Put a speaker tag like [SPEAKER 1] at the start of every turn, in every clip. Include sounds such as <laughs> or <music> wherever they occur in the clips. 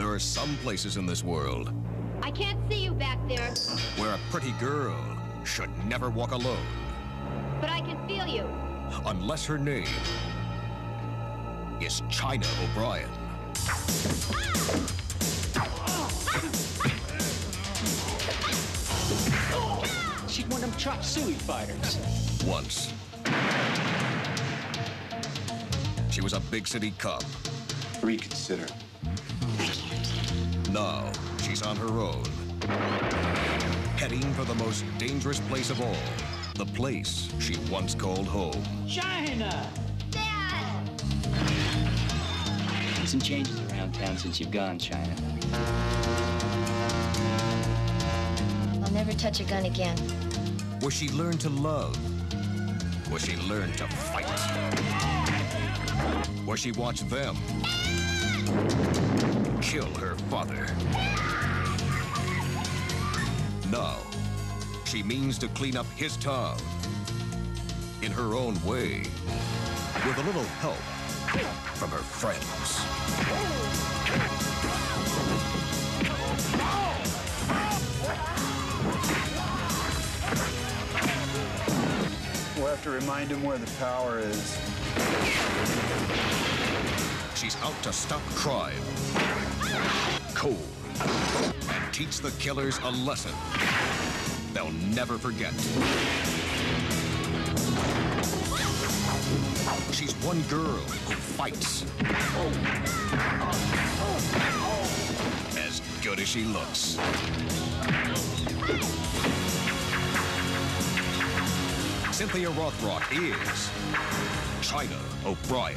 [SPEAKER 1] are some places in this world
[SPEAKER 2] I can't see you back there,
[SPEAKER 1] where a pretty girl should never walk alone
[SPEAKER 2] but I can feel you.
[SPEAKER 1] unless her name is China O'Brien.
[SPEAKER 3] She's one of them chop suey fighters.
[SPEAKER 1] Once, she was a big city cop.
[SPEAKER 4] Reconsider.
[SPEAKER 1] Now she's on her own, heading for the most dangerous place of all the place she once called home.
[SPEAKER 3] China!
[SPEAKER 2] Dad!
[SPEAKER 5] Been Some changes around town since you've gone, China.
[SPEAKER 6] I'll never touch a gun again.
[SPEAKER 1] where she learned to love, where she learned to fight, where she watched them kill her father. Now, she means to clean up his town in her own way with a little help from her friends.
[SPEAKER 4] We'll have to remind him where the power is.
[SPEAKER 1] She's out to stop crime. Cool. And teach the killers a lesson they'll never forget. She's one girl who fights. As good as she looks. Cynthia Rothrock is China O'Brien.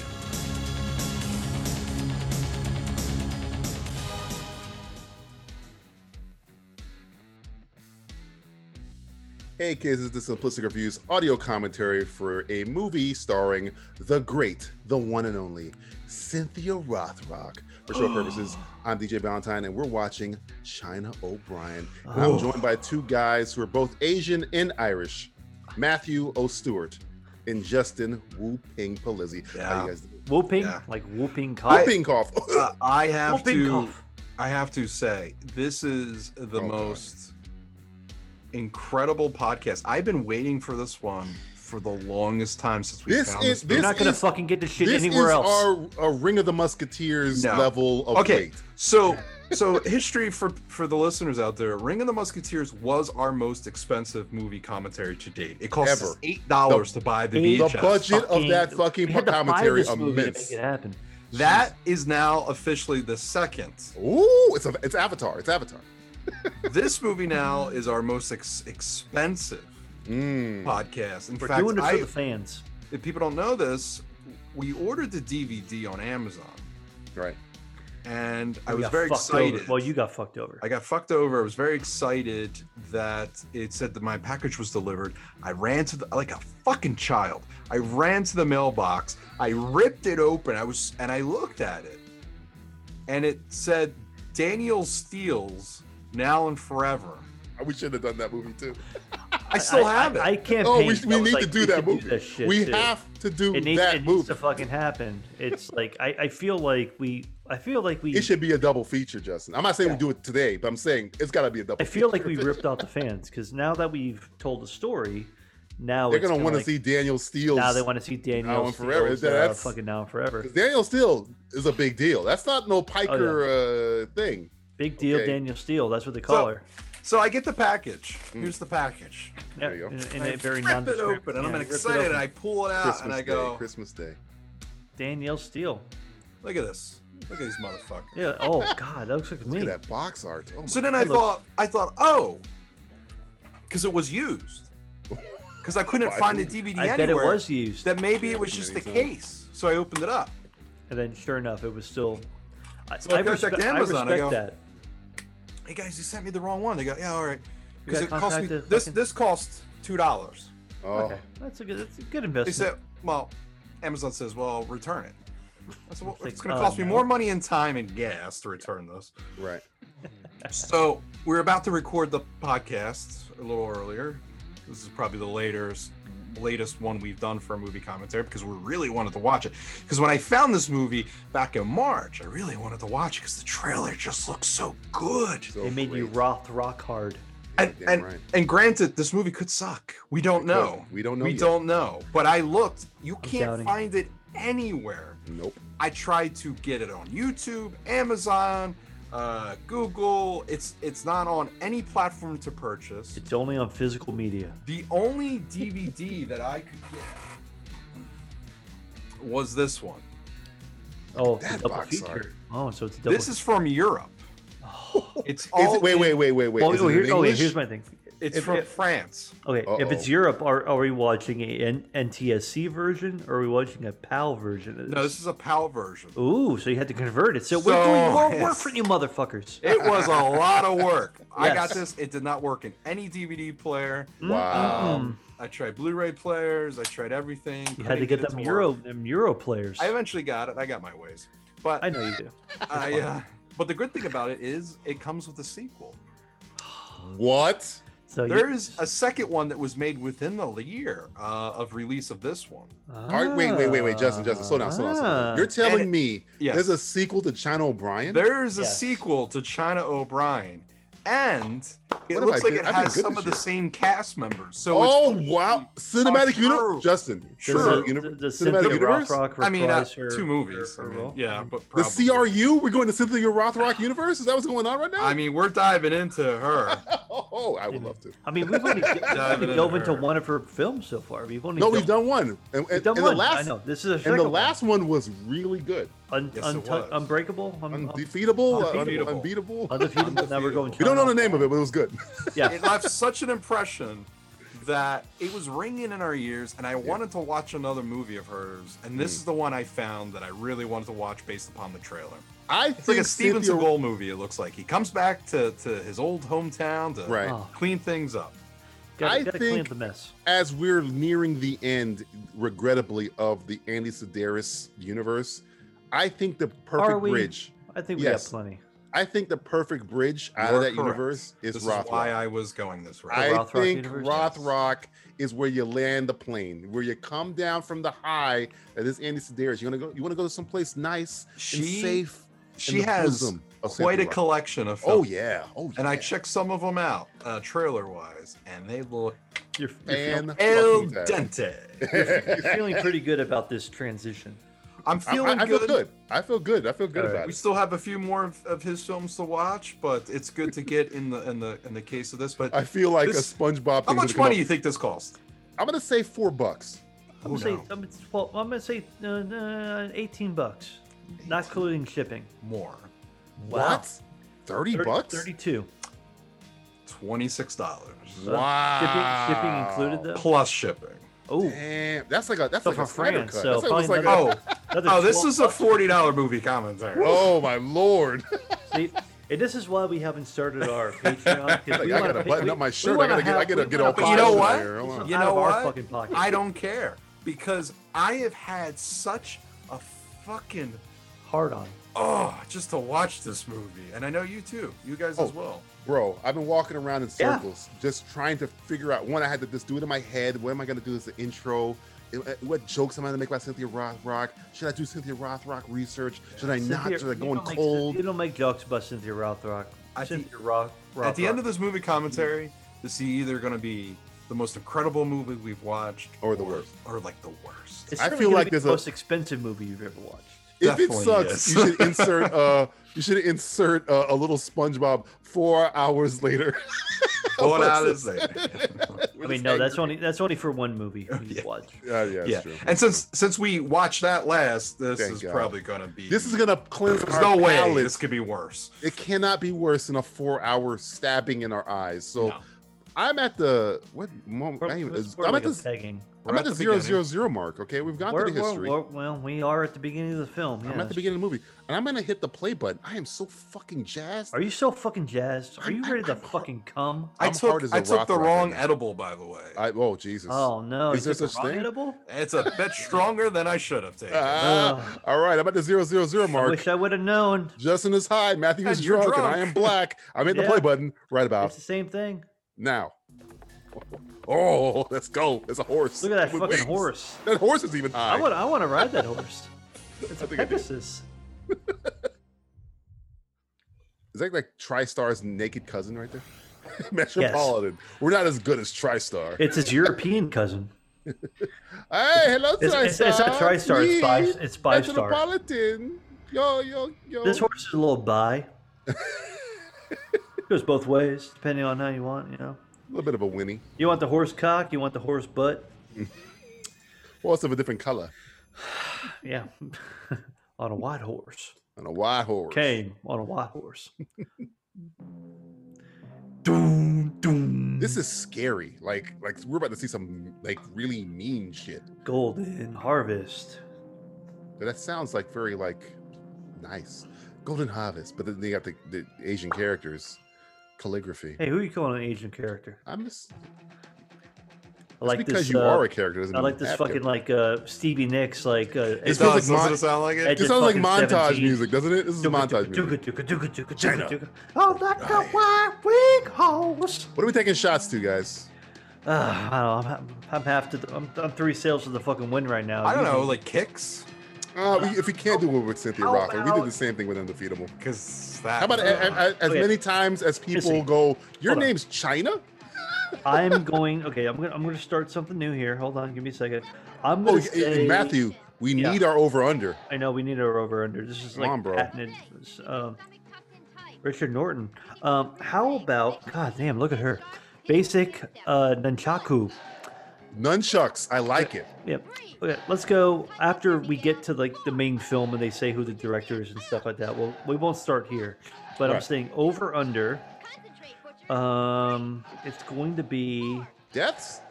[SPEAKER 7] Hey kids, this is the Simplistic Reviews audio commentary for a movie starring the great, the one and only Cynthia Rothrock. For show purposes, I'm DJ Valentine and we're watching China O'Brien. And I'm joined by two guys who are both Asian and Irish, Matthew O. Stewart and Justin Wu Ping Palizzi. How you guys doing?
[SPEAKER 8] Whooping?
[SPEAKER 9] Yeah.
[SPEAKER 8] Like whooping cough?
[SPEAKER 7] Wu Ping cough. <laughs> Oh,
[SPEAKER 9] Uh, I have
[SPEAKER 8] Whooping
[SPEAKER 9] to.
[SPEAKER 8] cough.
[SPEAKER 9] I have to say, this is the
[SPEAKER 7] Oh, God.
[SPEAKER 9] most incredible podcast. I've been waiting for this one for the longest time since we
[SPEAKER 7] This
[SPEAKER 9] found
[SPEAKER 7] is-
[SPEAKER 9] this.
[SPEAKER 8] You're
[SPEAKER 7] this
[SPEAKER 8] not gonna
[SPEAKER 7] is-
[SPEAKER 8] fucking get this shit
[SPEAKER 7] this
[SPEAKER 8] anywhere
[SPEAKER 7] is
[SPEAKER 8] else.
[SPEAKER 7] our a Ring of the Musketeers
[SPEAKER 9] No.
[SPEAKER 7] level of
[SPEAKER 9] okay,
[SPEAKER 7] weight.
[SPEAKER 9] so so history for for the listeners out there, Ring of the Musketeers was our most expensive movie commentary to date. It cost us
[SPEAKER 7] Ever.
[SPEAKER 9] eight dollars to buy the
[SPEAKER 8] The
[SPEAKER 7] The
[SPEAKER 9] VHS.
[SPEAKER 7] budget of
[SPEAKER 8] Fucking-
[SPEAKER 7] that fucking
[SPEAKER 8] <laughs> we had to buy
[SPEAKER 7] commentary
[SPEAKER 8] this movie to
[SPEAKER 7] immense.
[SPEAKER 8] make it happen.
[SPEAKER 9] That is now officially the second.
[SPEAKER 7] Ooh, it's a, it's Avatar. It's Avatar.
[SPEAKER 9] this movie now is our most ex- expensive
[SPEAKER 7] Mm.
[SPEAKER 9] podcast. In
[SPEAKER 8] Hmm. We're
[SPEAKER 9] fact,
[SPEAKER 8] doing it for
[SPEAKER 9] I,
[SPEAKER 8] the fans.
[SPEAKER 9] if people don't know this, we ordered the DVD on Amazon,
[SPEAKER 7] Right.
[SPEAKER 9] and I
[SPEAKER 8] We
[SPEAKER 9] was
[SPEAKER 8] got
[SPEAKER 9] very
[SPEAKER 8] fucked over.
[SPEAKER 9] excited.
[SPEAKER 8] Well, you got fucked over.
[SPEAKER 9] I got fucked over. I was very excited that it said that my package was delivered. I ran to the like a fucking child. I ran to the mailbox. I ripped it open. I was and I looked at it, and it said Daniel Steele's Now and Forever.
[SPEAKER 7] Uh, We should have done that movie
[SPEAKER 8] <laughs>
[SPEAKER 7] too.
[SPEAKER 9] I still
[SPEAKER 8] I,
[SPEAKER 9] have it.
[SPEAKER 8] I, I can't.
[SPEAKER 7] Oh, we, we need to do that movie.
[SPEAKER 8] shit
[SPEAKER 7] we
[SPEAKER 8] too.
[SPEAKER 7] have to do
[SPEAKER 8] It needs,
[SPEAKER 7] that
[SPEAKER 8] it needs
[SPEAKER 7] movie.
[SPEAKER 8] to fucking happen. It's like I, I feel like we. I feel like we.
[SPEAKER 7] It should be a double feature, Justin. I'm not saying we do it today, but I'm saying it's got to be a double.
[SPEAKER 8] I feel like
[SPEAKER 7] feature.
[SPEAKER 8] we ripped out the fans because now that we've told the story, now
[SPEAKER 7] they're
[SPEAKER 8] it's
[SPEAKER 7] gonna
[SPEAKER 8] kinda
[SPEAKER 7] want to
[SPEAKER 8] like-
[SPEAKER 7] see Daniel Steele's.
[SPEAKER 8] Now they want to see Daniel
[SPEAKER 7] Now and Forever.
[SPEAKER 8] Steele's,
[SPEAKER 7] That-
[SPEAKER 8] uh,
[SPEAKER 7] that's-
[SPEAKER 8] fucking now and forever.
[SPEAKER 7] 'Cause Daniel Steele is a big deal. That's not
[SPEAKER 8] Oh,
[SPEAKER 7] no Piker uh, thing.
[SPEAKER 8] Big deal,
[SPEAKER 7] okay.
[SPEAKER 8] Daniel Steele. That's what they call
[SPEAKER 9] So-
[SPEAKER 8] her.
[SPEAKER 9] so I get the package. Here's the package.
[SPEAKER 8] Yeah,
[SPEAKER 7] There you go.
[SPEAKER 8] In, in
[SPEAKER 9] I
[SPEAKER 8] a very
[SPEAKER 9] rip it
[SPEAKER 8] nondescript-
[SPEAKER 9] open, and
[SPEAKER 8] yeah,
[SPEAKER 9] I'm
[SPEAKER 8] rip it
[SPEAKER 9] excited.
[SPEAKER 8] open.
[SPEAKER 9] And I pull it out,
[SPEAKER 7] Christmas
[SPEAKER 9] Ah, and I
[SPEAKER 7] Day.
[SPEAKER 9] go,
[SPEAKER 7] Christmas Day.
[SPEAKER 8] Danielle Steele.
[SPEAKER 9] "Look at this! Look at these motherfuckers!"
[SPEAKER 8] Yeah.
[SPEAKER 9] <laughs>
[SPEAKER 8] Oh God, that looks like
[SPEAKER 7] Look
[SPEAKER 8] me.
[SPEAKER 7] at that box art. Oh my
[SPEAKER 9] So then I
[SPEAKER 8] Look.
[SPEAKER 9] thought, I thought, oh, because it was used, because I couldn't
[SPEAKER 7] Why
[SPEAKER 9] find the
[SPEAKER 7] would-
[SPEAKER 9] DVD
[SPEAKER 8] I
[SPEAKER 9] anywhere.
[SPEAKER 8] bet it was used.
[SPEAKER 9] That maybe it was just the case. So I opened it up.
[SPEAKER 8] and then sure enough, it was still. I,
[SPEAKER 9] So I
[SPEAKER 8] I
[SPEAKER 9] go
[SPEAKER 8] respect,
[SPEAKER 9] check
[SPEAKER 8] I
[SPEAKER 9] Amazon, I
[SPEAKER 8] respect
[SPEAKER 9] go,
[SPEAKER 8] that.
[SPEAKER 9] Hey guys, you sent me the wrong one. They go, yeah, all right,
[SPEAKER 8] You
[SPEAKER 9] because
[SPEAKER 8] got
[SPEAKER 9] it cost me
[SPEAKER 8] contacted
[SPEAKER 9] this.
[SPEAKER 8] fucking-
[SPEAKER 9] This cost two dollars.
[SPEAKER 7] Oh.
[SPEAKER 8] Okay, that's a good. That's a good
[SPEAKER 9] They
[SPEAKER 8] investment.
[SPEAKER 9] said, well, Amazon says, well, return it. I said, well,
[SPEAKER 8] It's like,
[SPEAKER 9] it's going to
[SPEAKER 8] oh,
[SPEAKER 9] cost me
[SPEAKER 8] no.
[SPEAKER 9] more money and time and gas to return this.
[SPEAKER 7] Right.
[SPEAKER 9] So we're about to record the podcast a little earlier. This is probably the later latest one we've done for a movie commentary because we really wanted to watch it. Because when I found this movie back in March, I really wanted to watch it because the trailer just looks so good.
[SPEAKER 7] So
[SPEAKER 8] It made you
[SPEAKER 7] great.
[SPEAKER 8] Roth rock hard.
[SPEAKER 9] And,
[SPEAKER 7] Damn
[SPEAKER 9] and,
[SPEAKER 7] right.
[SPEAKER 9] and granted, this movie could suck. We don't
[SPEAKER 7] It could.
[SPEAKER 9] know.
[SPEAKER 7] We don't know
[SPEAKER 9] We
[SPEAKER 7] yet.
[SPEAKER 9] don't know. But I looked. You can't
[SPEAKER 8] doubting.
[SPEAKER 9] find it anywhere.
[SPEAKER 7] Nope.
[SPEAKER 9] I tried to get it on YouTube, Amazon, uh, Google. It's it's not on any platform to purchase.
[SPEAKER 8] It's only on physical media.
[SPEAKER 9] The only DVD that I could get was this one.
[SPEAKER 8] Oh, it's
[SPEAKER 7] that
[SPEAKER 8] a double
[SPEAKER 7] box
[SPEAKER 8] feature.
[SPEAKER 7] art.
[SPEAKER 8] Oh, so it's a double.
[SPEAKER 9] This is from Europe. It's
[SPEAKER 7] Is
[SPEAKER 9] all
[SPEAKER 7] it, wait, wait, wait, wait, wait.
[SPEAKER 8] Oh,
[SPEAKER 7] Is
[SPEAKER 8] oh,
[SPEAKER 7] it
[SPEAKER 8] here-
[SPEAKER 7] in
[SPEAKER 8] oh, wait,
[SPEAKER 7] English?
[SPEAKER 8] here's my thing.
[SPEAKER 9] It's
[SPEAKER 8] If-
[SPEAKER 9] from
[SPEAKER 8] if-
[SPEAKER 9] France.
[SPEAKER 8] Okay, if it's
[SPEAKER 7] Uh-oh.
[SPEAKER 8] Europe, are, are we watching a N- NTSC version or are we watching a PAL version? of
[SPEAKER 9] No, this is a PAL version.
[SPEAKER 8] Ooh, so you had to convert it. So, we're
[SPEAKER 9] So-
[SPEAKER 8] doing more work
[SPEAKER 9] yes.
[SPEAKER 8] for you motherfuckers.
[SPEAKER 9] It was a lot of work. I got
[SPEAKER 8] Yes.
[SPEAKER 9] this. It did not work in any DVD player.
[SPEAKER 7] Wow.
[SPEAKER 9] Um, I tried Blu-ray players. I tried everything.
[SPEAKER 8] Mm. You
[SPEAKER 9] I
[SPEAKER 8] had to
[SPEAKER 9] didn't
[SPEAKER 8] get
[SPEAKER 9] it
[SPEAKER 8] them
[SPEAKER 9] to
[SPEAKER 8] Euro
[SPEAKER 9] work.
[SPEAKER 8] them Euro players.
[SPEAKER 9] I eventually got it. I got my ways, but
[SPEAKER 8] I know you do.
[SPEAKER 9] I, uh, but the good thing about it is it comes with a sequel.
[SPEAKER 7] What?
[SPEAKER 8] So you-
[SPEAKER 9] There is a second one that was made within the year uh, of release of this one.
[SPEAKER 7] All right, wait, wait, wait, wait, Justin, Justin, slow down, slow down. Slow
[SPEAKER 8] Ah.
[SPEAKER 7] down. You're telling
[SPEAKER 9] And it-
[SPEAKER 7] me
[SPEAKER 9] yes.
[SPEAKER 7] there's a sequel to China O'Brien?
[SPEAKER 9] There is a
[SPEAKER 8] Yes.
[SPEAKER 9] sequel to China O'Brien, and it
[SPEAKER 7] What have
[SPEAKER 9] looks like
[SPEAKER 7] I been-
[SPEAKER 9] it
[SPEAKER 7] I've been
[SPEAKER 9] has
[SPEAKER 7] good
[SPEAKER 9] some
[SPEAKER 7] this
[SPEAKER 9] of the
[SPEAKER 7] year.
[SPEAKER 9] same cast members. So it's
[SPEAKER 7] oh wow, cinematic
[SPEAKER 9] Oh,
[SPEAKER 7] universe,
[SPEAKER 9] sure.
[SPEAKER 7] Justin.
[SPEAKER 9] Sure.
[SPEAKER 7] Cinematic,
[SPEAKER 8] The,
[SPEAKER 7] uni-
[SPEAKER 8] the, the
[SPEAKER 7] cinematic
[SPEAKER 8] Cynthia
[SPEAKER 7] universe.
[SPEAKER 8] Rothrock
[SPEAKER 9] I mean, uh,
[SPEAKER 8] reprised her-
[SPEAKER 9] two movies.
[SPEAKER 8] her- her
[SPEAKER 9] I mean,
[SPEAKER 8] role.
[SPEAKER 9] yeah, but
[SPEAKER 7] the
[SPEAKER 9] probably.
[SPEAKER 7] CRU. We're going to Cynthia Rothrock universe. Is that what's going on right now?
[SPEAKER 9] I mean, we're diving into her.
[SPEAKER 7] <laughs> oh, I would love to.
[SPEAKER 8] Ah. I mean, we've
[SPEAKER 7] <laughs>
[SPEAKER 8] only, we've
[SPEAKER 9] Diving
[SPEAKER 8] only dove
[SPEAKER 9] into
[SPEAKER 8] into
[SPEAKER 9] her.
[SPEAKER 8] one of her films so far. We've only
[SPEAKER 7] No,
[SPEAKER 8] dove-
[SPEAKER 7] we've done one, and, and,
[SPEAKER 8] we've done
[SPEAKER 7] and
[SPEAKER 8] one.
[SPEAKER 7] the last,
[SPEAKER 8] I know this is a
[SPEAKER 7] and the last one was really good.
[SPEAKER 8] un,
[SPEAKER 9] Yes,
[SPEAKER 8] un,
[SPEAKER 9] it was.
[SPEAKER 8] unbreakable, un, un-
[SPEAKER 7] Undefeatable, uh, un-
[SPEAKER 9] Undefeatable.
[SPEAKER 7] unbeatable. <laughs>
[SPEAKER 8] undefeatable. Now we're going.
[SPEAKER 7] We don't know the name of it, but it was good. <laughs>
[SPEAKER 8] Yeah,
[SPEAKER 9] it left such an impression that it was ringing in our ears and i wanted to watch another movie of hers and
[SPEAKER 7] Hmm.
[SPEAKER 9] this is the one i found that i really wanted to watch based upon the trailer
[SPEAKER 7] I
[SPEAKER 9] it's like
[SPEAKER 7] think
[SPEAKER 9] a steven
[SPEAKER 7] Cynthia-
[SPEAKER 9] seagal movie it looks like he comes back to, to his old hometown to
[SPEAKER 7] Right.
[SPEAKER 8] Oh.
[SPEAKER 9] clean things up
[SPEAKER 7] I
[SPEAKER 8] gotta, gotta clean
[SPEAKER 7] think-
[SPEAKER 8] up the mess.
[SPEAKER 7] as we're nearing the end, regrettably, of the Andy Sedaris universe, I think the
[SPEAKER 8] Are
[SPEAKER 7] perfect
[SPEAKER 8] we?
[SPEAKER 7] bridge.
[SPEAKER 8] I think we
[SPEAKER 7] Yes.
[SPEAKER 8] got plenty.
[SPEAKER 7] I think the perfect bridge out
[SPEAKER 9] You're
[SPEAKER 7] of that
[SPEAKER 9] correct.
[SPEAKER 7] universe is
[SPEAKER 9] this
[SPEAKER 7] Rothrock.
[SPEAKER 9] is why i was going this
[SPEAKER 7] I
[SPEAKER 9] route
[SPEAKER 8] Rothrock
[SPEAKER 7] think
[SPEAKER 8] universe?
[SPEAKER 7] Rothrock is where you land the plane, where you come down from the high that is Andy Sedaris. You want to go? You want to go to someplace nice and
[SPEAKER 9] She-
[SPEAKER 7] safe.
[SPEAKER 9] she
[SPEAKER 7] in the
[SPEAKER 9] has
[SPEAKER 7] bosom of
[SPEAKER 9] quite a
[SPEAKER 7] Cynthia Rothrock.
[SPEAKER 9] collection of
[SPEAKER 7] Oh
[SPEAKER 9] films.
[SPEAKER 7] yeah. Oh yeah.
[SPEAKER 9] and i checked some of them out uh, trailer wise and they look
[SPEAKER 8] You're, you're,
[SPEAKER 7] Fan
[SPEAKER 9] el
[SPEAKER 7] fucking dead.
[SPEAKER 9] dente
[SPEAKER 7] <laughs>
[SPEAKER 8] you're feeling pretty good about this transition.
[SPEAKER 9] i'm
[SPEAKER 7] I,
[SPEAKER 9] feeling
[SPEAKER 7] I- I feel good. I feel good. I feel good
[SPEAKER 8] All right.
[SPEAKER 7] about
[SPEAKER 9] We
[SPEAKER 7] it.
[SPEAKER 9] still have a few more of, of his films to watch, but it's good to get in the in the in the case of this. But
[SPEAKER 7] I feel like
[SPEAKER 9] This-
[SPEAKER 7] a SpongeBob.
[SPEAKER 9] how much
[SPEAKER 7] thing's gonna come
[SPEAKER 9] money
[SPEAKER 7] up.
[SPEAKER 9] do you think this cost?
[SPEAKER 7] I'm gonna say four bucks.
[SPEAKER 8] I'm
[SPEAKER 9] Who
[SPEAKER 8] gonna say
[SPEAKER 9] knows?
[SPEAKER 8] I'm, it's- well, I'm gonna say uh, uh, 18 bucks, not including shipping.
[SPEAKER 9] More,
[SPEAKER 8] Wow.
[SPEAKER 7] What? Thirty
[SPEAKER 8] 30
[SPEAKER 7] bucks?
[SPEAKER 8] 32.
[SPEAKER 9] twenty six dollars
[SPEAKER 7] Wow.
[SPEAKER 8] Uh, Shipping, shipping included though.
[SPEAKER 9] plus shipping.
[SPEAKER 8] Oh,
[SPEAKER 7] Damn, that's like a that's
[SPEAKER 8] So
[SPEAKER 7] like a
[SPEAKER 8] for
[SPEAKER 7] Snyder
[SPEAKER 8] France,
[SPEAKER 7] cut.
[SPEAKER 8] so
[SPEAKER 7] That's like- that's
[SPEAKER 8] probably
[SPEAKER 7] like a-
[SPEAKER 9] Oh,
[SPEAKER 8] <laughs> another
[SPEAKER 9] oh, this
[SPEAKER 8] 12
[SPEAKER 9] is a forty dollar movie commentary.
[SPEAKER 7] oh my lord! <laughs>
[SPEAKER 8] See, and this is why we haven't started our Patreon. 'cause
[SPEAKER 7] Like,
[SPEAKER 8] we
[SPEAKER 7] I
[SPEAKER 8] wanna
[SPEAKER 7] gotta
[SPEAKER 8] pay-
[SPEAKER 7] button
[SPEAKER 8] we-
[SPEAKER 7] up my
[SPEAKER 8] we
[SPEAKER 7] shirt. I
[SPEAKER 8] wanna
[SPEAKER 7] gotta get, I
[SPEAKER 8] have-
[SPEAKER 7] gotta
[SPEAKER 8] we
[SPEAKER 7] get
[SPEAKER 8] wanna
[SPEAKER 7] all
[SPEAKER 8] pay-
[SPEAKER 9] you know
[SPEAKER 7] polished
[SPEAKER 9] what?
[SPEAKER 7] here. Hold on.
[SPEAKER 9] You
[SPEAKER 8] Out
[SPEAKER 9] know
[SPEAKER 8] of our
[SPEAKER 9] what?
[SPEAKER 8] fucking pocket.
[SPEAKER 9] I don't care because I have had such a fucking
[SPEAKER 8] Hard on.
[SPEAKER 9] oh just to watch this movie, and I know you too. You guys
[SPEAKER 7] Oh.
[SPEAKER 9] as well.
[SPEAKER 7] Bro, I've been walking around in
[SPEAKER 8] Yeah.
[SPEAKER 7] circles, just trying to figure out. One, I had to just do it in my head. What am I gonna do as an intro? Eh, eh, What jokes am I gonna make about Cynthia Rothrock? Should I do Cynthia Rothrock research? Should I not?
[SPEAKER 8] Cynthia-
[SPEAKER 7] Should I
[SPEAKER 8] you
[SPEAKER 7] go in
[SPEAKER 8] don't make-
[SPEAKER 7] cold?
[SPEAKER 8] You don't make jokes about Cynthia Rothrock.
[SPEAKER 9] At the-
[SPEAKER 8] Cynthia Roth,
[SPEAKER 9] At the end of this movie commentary, this is either going to be the most incredible movie we've watched,
[SPEAKER 7] Or the worst.
[SPEAKER 9] or like the
[SPEAKER 7] <laughs>
[SPEAKER 9] worst.
[SPEAKER 8] it's
[SPEAKER 7] I
[SPEAKER 8] certainly
[SPEAKER 7] feel
[SPEAKER 8] gonna
[SPEAKER 7] like
[SPEAKER 8] be
[SPEAKER 7] there's
[SPEAKER 8] the
[SPEAKER 7] a-
[SPEAKER 8] most expensive movie you've ever watched.
[SPEAKER 7] If it
[SPEAKER 9] Definitely
[SPEAKER 7] sucks,
[SPEAKER 9] is.
[SPEAKER 7] you should insert uh <laughs> you should insert uh, a little SpongeBob four hours later. <laughs>
[SPEAKER 9] What out is there?
[SPEAKER 8] I mean, no, that's only that's only for one movie you watch.
[SPEAKER 7] <laughs> Yeah, yeah, it's
[SPEAKER 9] yeah,
[SPEAKER 7] true.
[SPEAKER 9] and since since we watched that last, this
[SPEAKER 7] Thank
[SPEAKER 9] is
[SPEAKER 7] God.
[SPEAKER 9] probably going to be.
[SPEAKER 7] this is gonna cleanse
[SPEAKER 9] There's
[SPEAKER 7] our
[SPEAKER 9] no way
[SPEAKER 7] palate.
[SPEAKER 9] this could be worse.
[SPEAKER 7] It cannot be worse than a four-hour stabbing in our eyes. So,
[SPEAKER 9] No.
[SPEAKER 7] I'm at the what moment?
[SPEAKER 8] We're,
[SPEAKER 7] I
[SPEAKER 8] we're,
[SPEAKER 7] am
[SPEAKER 8] we're
[SPEAKER 7] at
[SPEAKER 8] like a
[SPEAKER 7] the
[SPEAKER 8] pegging.
[SPEAKER 7] I'm
[SPEAKER 9] We're
[SPEAKER 7] at
[SPEAKER 9] at
[SPEAKER 7] the
[SPEAKER 9] the
[SPEAKER 7] zero
[SPEAKER 9] beginning.
[SPEAKER 7] zero zero mark. Okay, we've gone
[SPEAKER 8] We're,
[SPEAKER 7] through the
[SPEAKER 8] we're,
[SPEAKER 7] history.
[SPEAKER 8] we're, well, we are at the beginning of the film.
[SPEAKER 7] I'm
[SPEAKER 8] Yeah,
[SPEAKER 7] at the
[SPEAKER 8] that's-
[SPEAKER 7] beginning of the movie, and I'm gonna hit the play button. I am so fucking jazzed.
[SPEAKER 8] Are you so fucking jazzed? Are
[SPEAKER 7] I'm-
[SPEAKER 8] you
[SPEAKER 7] I'm-
[SPEAKER 8] ready to
[SPEAKER 7] I'm hard-
[SPEAKER 8] fucking come?
[SPEAKER 9] I
[SPEAKER 7] I'm hard as
[SPEAKER 9] took
[SPEAKER 7] a
[SPEAKER 9] I took the
[SPEAKER 7] rock right
[SPEAKER 9] wrong
[SPEAKER 7] now.
[SPEAKER 9] edible, by the way.
[SPEAKER 7] I, oh Jesus!
[SPEAKER 8] Oh no!
[SPEAKER 7] Is there
[SPEAKER 8] you took
[SPEAKER 7] such
[SPEAKER 8] a rock
[SPEAKER 7] thing?
[SPEAKER 8] <laughs> edible?
[SPEAKER 9] it's a
[SPEAKER 7] <laughs>
[SPEAKER 9] bit stronger than I should have taken.
[SPEAKER 7] Ah, all right, I'm at the zero zero zero
[SPEAKER 8] I
[SPEAKER 7] mark.
[SPEAKER 8] wish I would have known.
[SPEAKER 7] Justin is high. Matthew is
[SPEAKER 9] And you're
[SPEAKER 7] drunk, and I
[SPEAKER 8] <laughs>
[SPEAKER 9] drunk.
[SPEAKER 7] am black. I'm hitting the
[SPEAKER 8] Yeah.
[SPEAKER 7] play button right
[SPEAKER 8] It's
[SPEAKER 7] about
[SPEAKER 8] the same thing.
[SPEAKER 7] now. <laughs> Oh, let's go. It's a horse.
[SPEAKER 8] Look at that
[SPEAKER 7] With wings.
[SPEAKER 8] fucking horse.
[SPEAKER 7] <laughs> That horse is even high.
[SPEAKER 8] I want. I want
[SPEAKER 7] <laughs>
[SPEAKER 8] to ride that horse. It's a
[SPEAKER 7] think I do.
[SPEAKER 8] Pegasus.
[SPEAKER 7] Is that like TriStar's naked cousin right there? <laughs> Metropolitan. We're not as good as TriStar.
[SPEAKER 8] It's his European cousin.
[SPEAKER 7] hey, hello,
[SPEAKER 8] It's-
[SPEAKER 7] TriStar.
[SPEAKER 8] it's- it's not TriStar, it's five-
[SPEAKER 7] Me,
[SPEAKER 8] it's five star.
[SPEAKER 7] Metropolitan. Yo, yo, yo.
[SPEAKER 8] This horse is a little bi.
[SPEAKER 7] <laughs>
[SPEAKER 8] Goes both ways, depending on how you want. You know,
[SPEAKER 7] A little bit of a whinny.
[SPEAKER 8] you want the horse cock, you want the horse butt.
[SPEAKER 7] Well, it's of a different color.
[SPEAKER 8] Yeah, <laughs> on a white horse.
[SPEAKER 7] And a wide horse.
[SPEAKER 8] Came on a white horse. doom, doom.
[SPEAKER 7] This is scary. Like, like we're about to see some like really mean shit.
[SPEAKER 8] golden harvest.
[SPEAKER 7] But that sounds like very like nice. Golden Harvest, but then they got the, the Asian characters, calligraphy.
[SPEAKER 8] Hey, who are you calling an Asian character?
[SPEAKER 7] I'm just
[SPEAKER 8] I like
[SPEAKER 7] because
[SPEAKER 8] this.
[SPEAKER 7] you
[SPEAKER 8] uh,
[SPEAKER 7] are a character. Doesn't
[SPEAKER 8] I
[SPEAKER 7] mean
[SPEAKER 8] like
[SPEAKER 7] you
[SPEAKER 8] this
[SPEAKER 7] have
[SPEAKER 8] fucking
[SPEAKER 7] to.
[SPEAKER 8] like uh, Stevie Nicks like. Uh,
[SPEAKER 9] It
[SPEAKER 7] This
[SPEAKER 8] <laughs>
[SPEAKER 7] feels like
[SPEAKER 9] does. Doesn't
[SPEAKER 7] mon-
[SPEAKER 9] it sound like it?
[SPEAKER 8] Ed-
[SPEAKER 7] This
[SPEAKER 8] Just
[SPEAKER 7] sounds like
[SPEAKER 8] fucking
[SPEAKER 7] montage
[SPEAKER 8] 17.
[SPEAKER 7] music, doesn't it? This is montage music. China.
[SPEAKER 8] music. Oh, like a white wig horse.
[SPEAKER 7] What are we taking shots to, guys?
[SPEAKER 8] Uh, I don't know. I'm, I'm half to. I'm, I'm three sails to the fucking wind right now.
[SPEAKER 9] I don't
[SPEAKER 8] You
[SPEAKER 9] know,
[SPEAKER 8] can-
[SPEAKER 9] like kicks?
[SPEAKER 7] Uh, we, if we can't do it with Cynthia
[SPEAKER 8] how
[SPEAKER 7] Rothrock, we did the
[SPEAKER 8] about-
[SPEAKER 7] same thing with Undefeatable.
[SPEAKER 9] Because that. <laughs>
[SPEAKER 7] How about a- a- a- as
[SPEAKER 8] Okay.
[SPEAKER 7] many times as people
[SPEAKER 8] Missy.
[SPEAKER 7] go, your
[SPEAKER 8] Hold on.
[SPEAKER 7] name's China?
[SPEAKER 8] I'm going. Okay, I'm gonna. I'm gonna start something new here. Hold on, give me a second. I'm
[SPEAKER 7] Oh,
[SPEAKER 8] gonna.
[SPEAKER 7] y- y-
[SPEAKER 8] say,
[SPEAKER 7] Matthew, we
[SPEAKER 8] Yeah.
[SPEAKER 7] need our over under.
[SPEAKER 8] I know we need a over under. This is
[SPEAKER 7] Come
[SPEAKER 8] like
[SPEAKER 7] on, bro.
[SPEAKER 8] patented. Um,
[SPEAKER 2] Stomach tucked in tight.
[SPEAKER 8] Richard Norton. Um, how about God damn? Look at her, basic uh, nunchaku.
[SPEAKER 7] Nunchucks, I like it.
[SPEAKER 8] Yep. Okay, let's go after we get to like the main film and they say who the director is and stuff like that. Well, we won't start here, but I'm
[SPEAKER 7] Right.
[SPEAKER 8] saying over under.
[SPEAKER 2] Concentrate, butcher.
[SPEAKER 8] Um, it's going to be.
[SPEAKER 7] Deaths?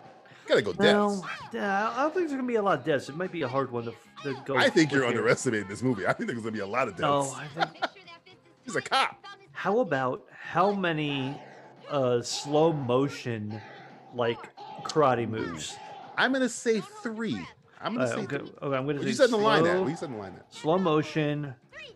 [SPEAKER 7] Gotta go deaths.
[SPEAKER 8] No, yeah, I don't think there's gonna be a lot of deaths. It might be a hard one to, to go.
[SPEAKER 7] I think
[SPEAKER 8] with
[SPEAKER 7] you're
[SPEAKER 8] here.
[SPEAKER 7] underestimating this movie. I think there's gonna be a lot of deaths.
[SPEAKER 8] No, I think
[SPEAKER 2] Make sure that fist is
[SPEAKER 7] He's a
[SPEAKER 2] tight.
[SPEAKER 7] cop.
[SPEAKER 2] Thumb is
[SPEAKER 8] How about how many uh, slow motion like karate moves?
[SPEAKER 7] I'm gonna say three. I'm
[SPEAKER 8] Uh,
[SPEAKER 7] gonna say three.
[SPEAKER 8] okay, okay, I'm gonna
[SPEAKER 7] What
[SPEAKER 8] say
[SPEAKER 7] you said in the line that.
[SPEAKER 8] slow-
[SPEAKER 7] What you said in the line that.
[SPEAKER 8] slow motion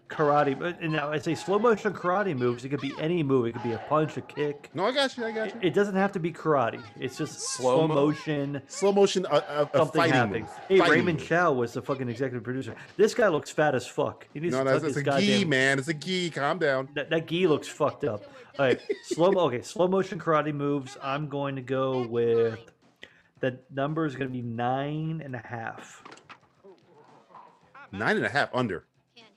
[SPEAKER 8] karate. but- And now I say slow motion karate moves. It could be any move. It could be a punch, a kick.
[SPEAKER 7] No, I got you. I got
[SPEAKER 8] It,
[SPEAKER 7] you.
[SPEAKER 8] it doesn't have to be karate. It's just slow,
[SPEAKER 9] Slow mo-
[SPEAKER 8] motion.
[SPEAKER 7] Slow motion, a, a, a
[SPEAKER 8] Something
[SPEAKER 7] fighting
[SPEAKER 8] happening.
[SPEAKER 7] move.
[SPEAKER 8] Hey,
[SPEAKER 7] fighting
[SPEAKER 8] Raymond
[SPEAKER 7] move.
[SPEAKER 8] Chow was the fucking executive producer. This guy looks fat as fuck. He needs
[SPEAKER 7] No,
[SPEAKER 8] to
[SPEAKER 7] that's,
[SPEAKER 8] tuck
[SPEAKER 7] that's
[SPEAKER 8] his
[SPEAKER 7] a
[SPEAKER 8] goddamn
[SPEAKER 7] gi, man. It's a gi. Calm down.
[SPEAKER 8] That, that gi looks fucked up. All right, slow mo. Okay, slow motion karate moves. I'm going to go with the number is going to be nine and a half.
[SPEAKER 7] Nine and a half under.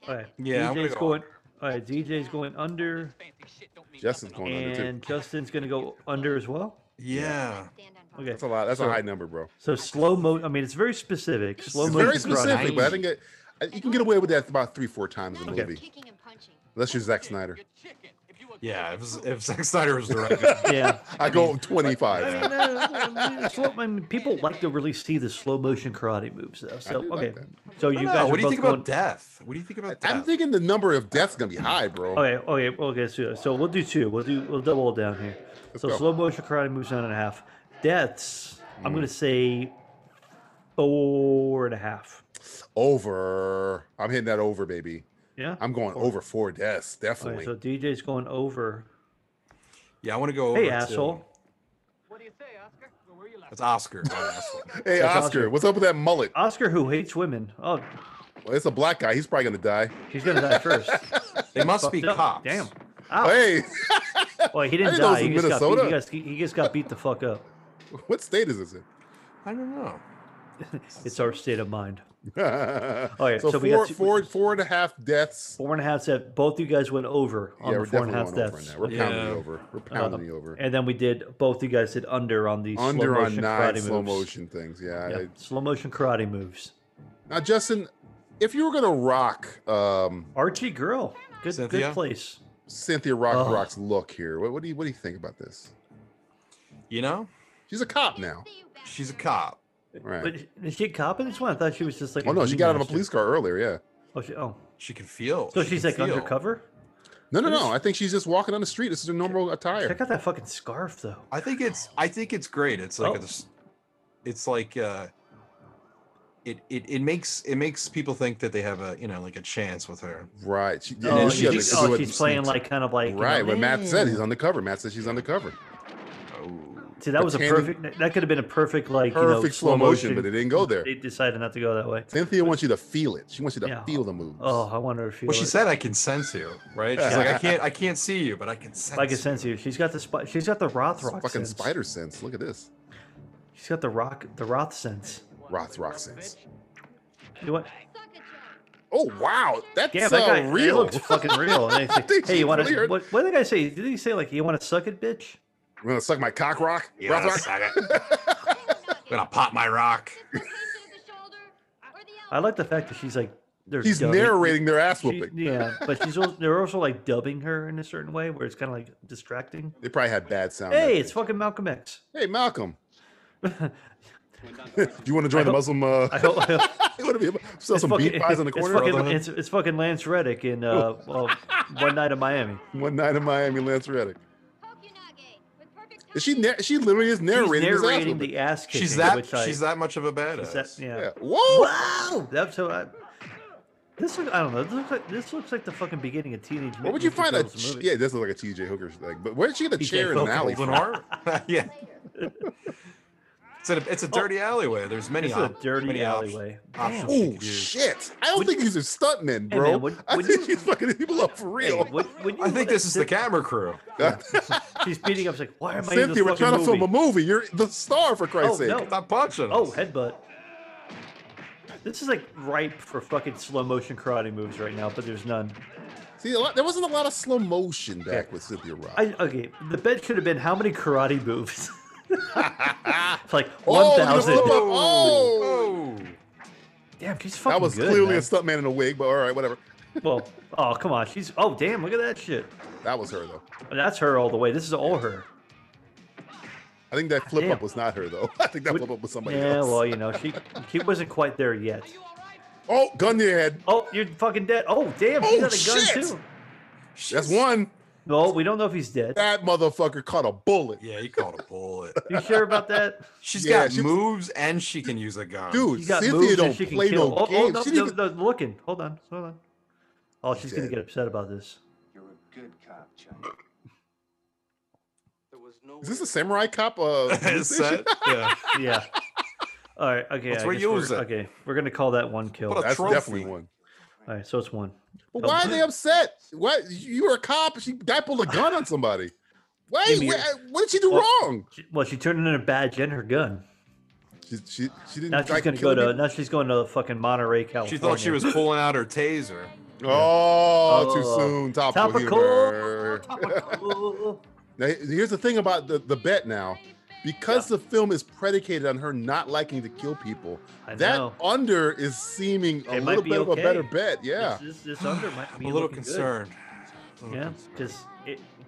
[SPEAKER 8] All right,
[SPEAKER 9] Yeah, I'm gonna
[SPEAKER 8] DJ's
[SPEAKER 9] go
[SPEAKER 8] going. All right, DJ's going under,
[SPEAKER 7] Justin's going under too.
[SPEAKER 8] and Justin's going to go under as well.
[SPEAKER 9] Yeah.
[SPEAKER 2] stand on
[SPEAKER 8] Okay,
[SPEAKER 7] That's a lot. That's a
[SPEAKER 8] so-
[SPEAKER 7] high number, bro.
[SPEAKER 8] So slow mo. I mean, it's very specific. Slow
[SPEAKER 7] It's
[SPEAKER 8] motion.
[SPEAKER 7] very specific,
[SPEAKER 8] karate.
[SPEAKER 7] but I think it, I- you can get away with that about three, four times in a
[SPEAKER 8] Okay.
[SPEAKER 7] movie,
[SPEAKER 2] Kicking and punching.
[SPEAKER 7] unless you're Zack Snyder.
[SPEAKER 9] Yeah, if, if Zack Snyder was
[SPEAKER 7] <laughs>
[SPEAKER 9] directing.
[SPEAKER 8] Yeah.
[SPEAKER 7] I go
[SPEAKER 8] I mean,
[SPEAKER 7] 25.
[SPEAKER 8] uh, I mean, slow, I mean, people like to really see the slow motion karate moves, though. So
[SPEAKER 7] do like
[SPEAKER 8] okay,
[SPEAKER 7] that.
[SPEAKER 8] so
[SPEAKER 9] No,
[SPEAKER 8] you
[SPEAKER 9] no,
[SPEAKER 8] guys are
[SPEAKER 9] what do you
[SPEAKER 8] both
[SPEAKER 9] think
[SPEAKER 8] going,
[SPEAKER 9] about death? What do you think about death?
[SPEAKER 7] I'm thinking the number of deaths gonna be high, bro.
[SPEAKER 8] Okay, okay, okay. So, so we'll do two. We'll do we'll double down here. so
[SPEAKER 7] go.
[SPEAKER 8] slow motion karate moves nine and a half. Deaths. I'm
[SPEAKER 7] Mm.
[SPEAKER 8] gonna say four and a half.
[SPEAKER 7] Over. I'm hitting that over, baby.
[SPEAKER 8] Yeah.
[SPEAKER 7] I'm going over four deaths,
[SPEAKER 8] okay,
[SPEAKER 7] definitely.
[SPEAKER 8] Oh, so DJ's going over.
[SPEAKER 9] yeah, I want to go over.
[SPEAKER 8] Hey
[SPEAKER 9] to-
[SPEAKER 8] asshole.
[SPEAKER 9] That's Oscar. not asshole.
[SPEAKER 7] Hey,
[SPEAKER 8] That's
[SPEAKER 7] Oscar,
[SPEAKER 8] awesome.
[SPEAKER 7] what's up with that mullet?
[SPEAKER 8] Oscar who hates women. Oh,
[SPEAKER 7] Well, it's a black guy. He's probably gonna die.
[SPEAKER 8] he's gonna die
[SPEAKER 7] <laughs>
[SPEAKER 8] first.
[SPEAKER 9] They must be
[SPEAKER 8] No,
[SPEAKER 9] cops.
[SPEAKER 8] Damn. Ow.
[SPEAKER 7] Hey, <laughs>
[SPEAKER 8] Well, he didn't
[SPEAKER 7] didn't know it was
[SPEAKER 8] die. He
[SPEAKER 7] in
[SPEAKER 8] just, got beat, he,
[SPEAKER 7] Minnesota.
[SPEAKER 8] just, he, he just got beat the fuck up.
[SPEAKER 7] what state is this in?
[SPEAKER 9] I don't know.
[SPEAKER 8] It's our state of mind.
[SPEAKER 7] <laughs> All
[SPEAKER 8] right,
[SPEAKER 7] so,
[SPEAKER 8] Oh, so we got
[SPEAKER 7] four, four,
[SPEAKER 8] two-
[SPEAKER 7] four and a half deaths.
[SPEAKER 8] Four and a half set. Both you guys went over on
[SPEAKER 7] yeah,
[SPEAKER 8] the
[SPEAKER 7] we're
[SPEAKER 8] four and
[SPEAKER 7] definitely
[SPEAKER 8] a half
[SPEAKER 7] going over on
[SPEAKER 8] deaths.
[SPEAKER 7] that. We're
[SPEAKER 9] Yeah.
[SPEAKER 7] pounding the over. We're pounding
[SPEAKER 8] Um,
[SPEAKER 7] the over.
[SPEAKER 8] And then we did both. You guys did under on the
[SPEAKER 7] Under
[SPEAKER 8] slow
[SPEAKER 7] on
[SPEAKER 8] motion
[SPEAKER 7] nine
[SPEAKER 8] karate
[SPEAKER 7] slow
[SPEAKER 8] moves.
[SPEAKER 7] motion things. Yeah.
[SPEAKER 8] Yeah,
[SPEAKER 7] I-
[SPEAKER 8] slow motion karate moves.
[SPEAKER 7] Now, Justin, if you were gonna rock um,
[SPEAKER 8] Archie Grill, good
[SPEAKER 9] Cynthia?
[SPEAKER 8] good place.
[SPEAKER 7] Cynthia Rock
[SPEAKER 8] Oh.
[SPEAKER 7] Rock's look here, what, what do you what do you think about this?
[SPEAKER 9] You know,
[SPEAKER 7] She's a cop now,
[SPEAKER 2] See you back
[SPEAKER 9] she's a
[SPEAKER 2] there.
[SPEAKER 9] cop.
[SPEAKER 7] right?
[SPEAKER 8] But is she a cop in this one? I thought <laughs> she was just like.
[SPEAKER 7] oh no, she got out of a
[SPEAKER 8] headmaster.
[SPEAKER 7] police car earlier. Yeah.
[SPEAKER 8] Oh, she, oh.
[SPEAKER 9] She can feel.
[SPEAKER 8] so
[SPEAKER 9] she
[SPEAKER 8] she's
[SPEAKER 9] can
[SPEAKER 8] like
[SPEAKER 9] feel.
[SPEAKER 8] undercover.
[SPEAKER 7] No, no, no. I think she's just walking on the street. This is her normal attire.
[SPEAKER 8] Check out that fucking scarf though.
[SPEAKER 9] I think it's. I think it's great. It's like
[SPEAKER 8] Oh.
[SPEAKER 9] a s It's like. uh it, it, it makes it makes people think that they have a you know like a chance with her.
[SPEAKER 7] Right. She, and
[SPEAKER 8] Oh,
[SPEAKER 7] then
[SPEAKER 9] Yeah,
[SPEAKER 7] she has
[SPEAKER 8] she's,
[SPEAKER 7] a
[SPEAKER 8] oh,
[SPEAKER 7] silhouette
[SPEAKER 8] she's
[SPEAKER 7] and
[SPEAKER 8] playing
[SPEAKER 7] sneaks.
[SPEAKER 8] like kind of like you know,
[SPEAKER 7] Right, what Matt said,
[SPEAKER 8] "Eh."
[SPEAKER 7] he's undercover. Matt says she's undercover.
[SPEAKER 9] Oh,
[SPEAKER 8] See, that was a
[SPEAKER 7] Cannon-
[SPEAKER 8] perfect. That could have been a perfect like you know,
[SPEAKER 7] perfect slow motion, but it didn't go there.
[SPEAKER 8] They decided not to go that way.
[SPEAKER 7] Cynthia wants you to feel it. She wants you to
[SPEAKER 8] Yeah.
[SPEAKER 7] feel the moves.
[SPEAKER 8] Oh, I wonder if you.
[SPEAKER 9] Well, she said I can sense you, right? She's like, I can't, I can't see you, but I can sense.
[SPEAKER 8] "Like a sense you." She's got the spi- she's got the Roth
[SPEAKER 7] It's
[SPEAKER 8] rock.
[SPEAKER 7] fucking
[SPEAKER 8] sense.
[SPEAKER 7] spider sense. Look at this.
[SPEAKER 8] She's got the rock the Roth sense.
[SPEAKER 7] Roth rock sense.
[SPEAKER 8] You know what?
[SPEAKER 2] Suck a joke.
[SPEAKER 7] Oh wow, that's
[SPEAKER 8] Yeah, that guy
[SPEAKER 7] uh,
[SPEAKER 8] that
[SPEAKER 7] real.
[SPEAKER 8] looks fucking real.
[SPEAKER 7] <laughs>
[SPEAKER 8] And they say,
[SPEAKER 7] Dude,
[SPEAKER 8] hey, you
[SPEAKER 7] she's
[SPEAKER 8] want to?
[SPEAKER 7] weird.
[SPEAKER 8] What, what did the guy say? Did he say like you want to suck it, bitch?
[SPEAKER 7] You want to suck my cock rock?
[SPEAKER 9] You.
[SPEAKER 7] Roth
[SPEAKER 9] Yeah,
[SPEAKER 7] rock?
[SPEAKER 9] suck it.
[SPEAKER 2] Hang on,
[SPEAKER 9] I'm <laughs> gonna pop my rock.
[SPEAKER 2] Dislocation of the shoulder or the
[SPEAKER 8] I
[SPEAKER 2] elbow.
[SPEAKER 8] like the fact that she's like there's
[SPEAKER 7] He's
[SPEAKER 8] dubbing-
[SPEAKER 7] narrating their ass
[SPEAKER 8] she-
[SPEAKER 7] whooping. <laughs>
[SPEAKER 8] yeah, but she's also, they're also like dubbing her in a certain way where it's kind of like distracting.
[SPEAKER 7] They probably had bad sound.
[SPEAKER 8] Hey,
[SPEAKER 7] effects.
[SPEAKER 8] it's fucking Malcolm X.
[SPEAKER 7] hey
[SPEAKER 8] <laughs>
[SPEAKER 7] Malcolm. <laughs> Do you want to join the
[SPEAKER 8] hope-
[SPEAKER 7] Muslim? Uh,
[SPEAKER 8] I hope, I hope-
[SPEAKER 7] <laughs> you want to be sell some
[SPEAKER 8] fucking-
[SPEAKER 7] beef pies on the corner?
[SPEAKER 8] <laughs> It's fucking, it's, it's fucking Lance Reddick
[SPEAKER 7] <laughs>
[SPEAKER 8] in uh, well, One Night in Miami.
[SPEAKER 7] One night in Miami, Lance Reddick.
[SPEAKER 2] Kokunage with perfect
[SPEAKER 7] Is she?
[SPEAKER 2] timing.
[SPEAKER 7] Na- she literally is
[SPEAKER 8] He's
[SPEAKER 7] narrating, his ass
[SPEAKER 8] narrating
[SPEAKER 7] whooping.
[SPEAKER 8] the ass kicking.
[SPEAKER 9] She's that,
[SPEAKER 8] which I,
[SPEAKER 9] she's that much of a badass.
[SPEAKER 8] she's that- yeah.
[SPEAKER 7] Yeah. Whoa!
[SPEAKER 8] That's so. I, this looks, I don't know. This looks like this looks like the fucking beginning of teenage.
[SPEAKER 7] Where would you
[SPEAKER 8] Mutant Ninja
[SPEAKER 7] find a?
[SPEAKER 8] Turtles
[SPEAKER 7] ch-
[SPEAKER 8] movie.
[SPEAKER 7] Yeah, this looks like a TJ Hooker thing. But where did she get a
[SPEAKER 8] T.J.
[SPEAKER 7] chair in an
[SPEAKER 8] Hooker.
[SPEAKER 7] alley?
[SPEAKER 9] Golden
[SPEAKER 7] from?
[SPEAKER 9] arm? <laughs> yeah. It's a, it's a dirty alleyway. There's many.
[SPEAKER 8] This is Oh. a
[SPEAKER 9] op-
[SPEAKER 8] dirty
[SPEAKER 9] many op-
[SPEAKER 8] alleyway.
[SPEAKER 9] options to
[SPEAKER 7] Oh
[SPEAKER 9] could use.
[SPEAKER 7] shit! I don't think these are stuntmen,
[SPEAKER 8] Hey,
[SPEAKER 7] bro.
[SPEAKER 8] man, would-
[SPEAKER 7] I
[SPEAKER 8] would
[SPEAKER 7] think
[SPEAKER 8] you-
[SPEAKER 7] she's fucking people up for
[SPEAKER 8] Hey,
[SPEAKER 7] real.
[SPEAKER 8] would, would you
[SPEAKER 9] I think
[SPEAKER 8] wanna-
[SPEAKER 9] this is the camera crew.
[SPEAKER 8] She's beating up. She's like, why am I in this
[SPEAKER 7] Cynthia, we're
[SPEAKER 8] fucking
[SPEAKER 7] trying to film a
[SPEAKER 8] movie?
[SPEAKER 7] movie. You're the star, for Christ's
[SPEAKER 8] Oh,
[SPEAKER 7] sake.
[SPEAKER 8] no.
[SPEAKER 9] Stop punching.
[SPEAKER 8] Oh,
[SPEAKER 9] us.
[SPEAKER 8] headbutt. This is like ripe for fucking slow motion karate moves right now, but there's none.
[SPEAKER 7] See, a lot, there wasn't a lot of slow motion back with Cynthia Roth.
[SPEAKER 8] I okay. The bet should have been how many karate moves? <laughs> It's like
[SPEAKER 7] Oh,
[SPEAKER 8] one
[SPEAKER 7] look at the
[SPEAKER 8] thousand.
[SPEAKER 7] flip-up. Oh,
[SPEAKER 9] Oh.
[SPEAKER 8] Damn, she's fucking
[SPEAKER 7] that was
[SPEAKER 8] good,
[SPEAKER 7] clearly
[SPEAKER 8] man.
[SPEAKER 7] a stuntman in a wig, but all right, whatever.
[SPEAKER 8] Well, oh come on, she's oh damn, look at that shit.
[SPEAKER 7] That was her though.
[SPEAKER 8] That's her all the way. This is all her.
[SPEAKER 7] I think that flip
[SPEAKER 8] Damn.
[SPEAKER 7] up was not her though. <laughs> I think that
[SPEAKER 8] Would-
[SPEAKER 7] flip up was somebody
[SPEAKER 8] Yeah,
[SPEAKER 7] else.
[SPEAKER 8] well, you know, she she wasn't quite there yet.
[SPEAKER 7] oh, gun to your head.
[SPEAKER 8] Oh, you're fucking dead. Oh damn,
[SPEAKER 7] Oh,
[SPEAKER 8] she got a gun
[SPEAKER 7] shit.
[SPEAKER 8] too.
[SPEAKER 7] That's one.
[SPEAKER 8] No, we don't know if he's dead.
[SPEAKER 7] That motherfucker caught a bullet.
[SPEAKER 9] Yeah, he called a
[SPEAKER 7] <laughs>
[SPEAKER 9] bullet.
[SPEAKER 8] You sure about that?
[SPEAKER 9] She's
[SPEAKER 7] Yeah,
[SPEAKER 9] got
[SPEAKER 7] she was-
[SPEAKER 9] moves and she can use a gun. <laughs>
[SPEAKER 7] Dude,
[SPEAKER 8] She's got
[SPEAKER 7] Cynthia
[SPEAKER 8] moves
[SPEAKER 7] don't
[SPEAKER 8] and she can
[SPEAKER 7] play
[SPEAKER 8] kill.
[SPEAKER 7] no
[SPEAKER 8] oh, oh
[SPEAKER 7] games.
[SPEAKER 8] no,
[SPEAKER 7] she
[SPEAKER 8] no,
[SPEAKER 7] didn't
[SPEAKER 8] no, looking. Hold on, hold on. Oh, she's gonna
[SPEAKER 7] dead.
[SPEAKER 8] get upset about this.
[SPEAKER 5] You're a good cop, China. There was no
[SPEAKER 7] Is this a samurai cop?
[SPEAKER 8] <laughs>
[SPEAKER 7] Uh, police
[SPEAKER 9] Is
[SPEAKER 7] station?
[SPEAKER 9] that- yeah.
[SPEAKER 7] <laughs>
[SPEAKER 8] Yeah. All right. Okay.
[SPEAKER 9] Let's
[SPEAKER 8] I guess
[SPEAKER 9] reuse
[SPEAKER 8] we're-
[SPEAKER 9] it.
[SPEAKER 8] Okay. We're gonna call that one kill.
[SPEAKER 9] What a
[SPEAKER 7] That's
[SPEAKER 9] trophy.
[SPEAKER 7] definitely one.
[SPEAKER 8] All right. So it's one.
[SPEAKER 7] But
[SPEAKER 8] Oh.
[SPEAKER 7] why are they upset? Why you were a cop? She guy pulled a gun on somebody. Wait,
[SPEAKER 8] Give me
[SPEAKER 7] wait,
[SPEAKER 8] your-
[SPEAKER 7] what did she do
[SPEAKER 8] Well-
[SPEAKER 7] wrong?
[SPEAKER 8] She- Well, she turned in her badge and her gun.
[SPEAKER 7] She she, she didn't.
[SPEAKER 8] Now she's
[SPEAKER 7] try
[SPEAKER 8] gonna go
[SPEAKER 7] killing
[SPEAKER 8] to.
[SPEAKER 7] people?
[SPEAKER 8] Now she's going to fucking Monterey, California.
[SPEAKER 9] She thought she was pulling out her taser.
[SPEAKER 7] Oh, too
[SPEAKER 8] Oh.
[SPEAKER 7] soon. Topical.
[SPEAKER 8] Topical.
[SPEAKER 7] humor.
[SPEAKER 8] Ooh.
[SPEAKER 7] Now, here's the thing about the, the bet now. Because the film is predicated on her not liking to kill people,
[SPEAKER 8] <laughs> I
[SPEAKER 7] that
[SPEAKER 8] know.
[SPEAKER 7] under is seeming a
[SPEAKER 8] It might
[SPEAKER 7] little
[SPEAKER 8] be
[SPEAKER 7] bit of a
[SPEAKER 8] okay.
[SPEAKER 7] better bet. Yeah.
[SPEAKER 8] This, this, this under might
[SPEAKER 9] I'm
[SPEAKER 8] be
[SPEAKER 9] a little
[SPEAKER 8] looking good.
[SPEAKER 9] concerned.
[SPEAKER 8] Yeah. Because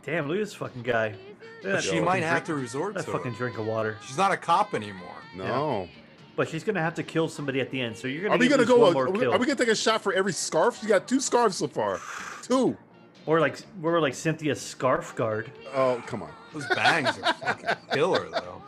[SPEAKER 8] damn, look at this fucking guy. Look at
[SPEAKER 9] But
[SPEAKER 8] that
[SPEAKER 9] she
[SPEAKER 7] fucking
[SPEAKER 9] might
[SPEAKER 7] drink-
[SPEAKER 9] have to resort
[SPEAKER 8] that
[SPEAKER 9] to
[SPEAKER 8] fucking
[SPEAKER 9] it.
[SPEAKER 8] drink of water.
[SPEAKER 9] She's not a cop anymore.
[SPEAKER 7] No.
[SPEAKER 8] But she's gonna have to kill somebody at the end. So you're gonna.
[SPEAKER 7] Are we
[SPEAKER 8] give
[SPEAKER 7] gonna
[SPEAKER 8] this one
[SPEAKER 7] go?
[SPEAKER 8] more
[SPEAKER 7] Are we,
[SPEAKER 8] kill.
[SPEAKER 7] are we gonna take a shot for every scarf? You got two scarves so far. Two.
[SPEAKER 8] Or like, we're like Cynthia's scarf guard.
[SPEAKER 7] Oh, come on.
[SPEAKER 9] Those bangs are fucking killer, though.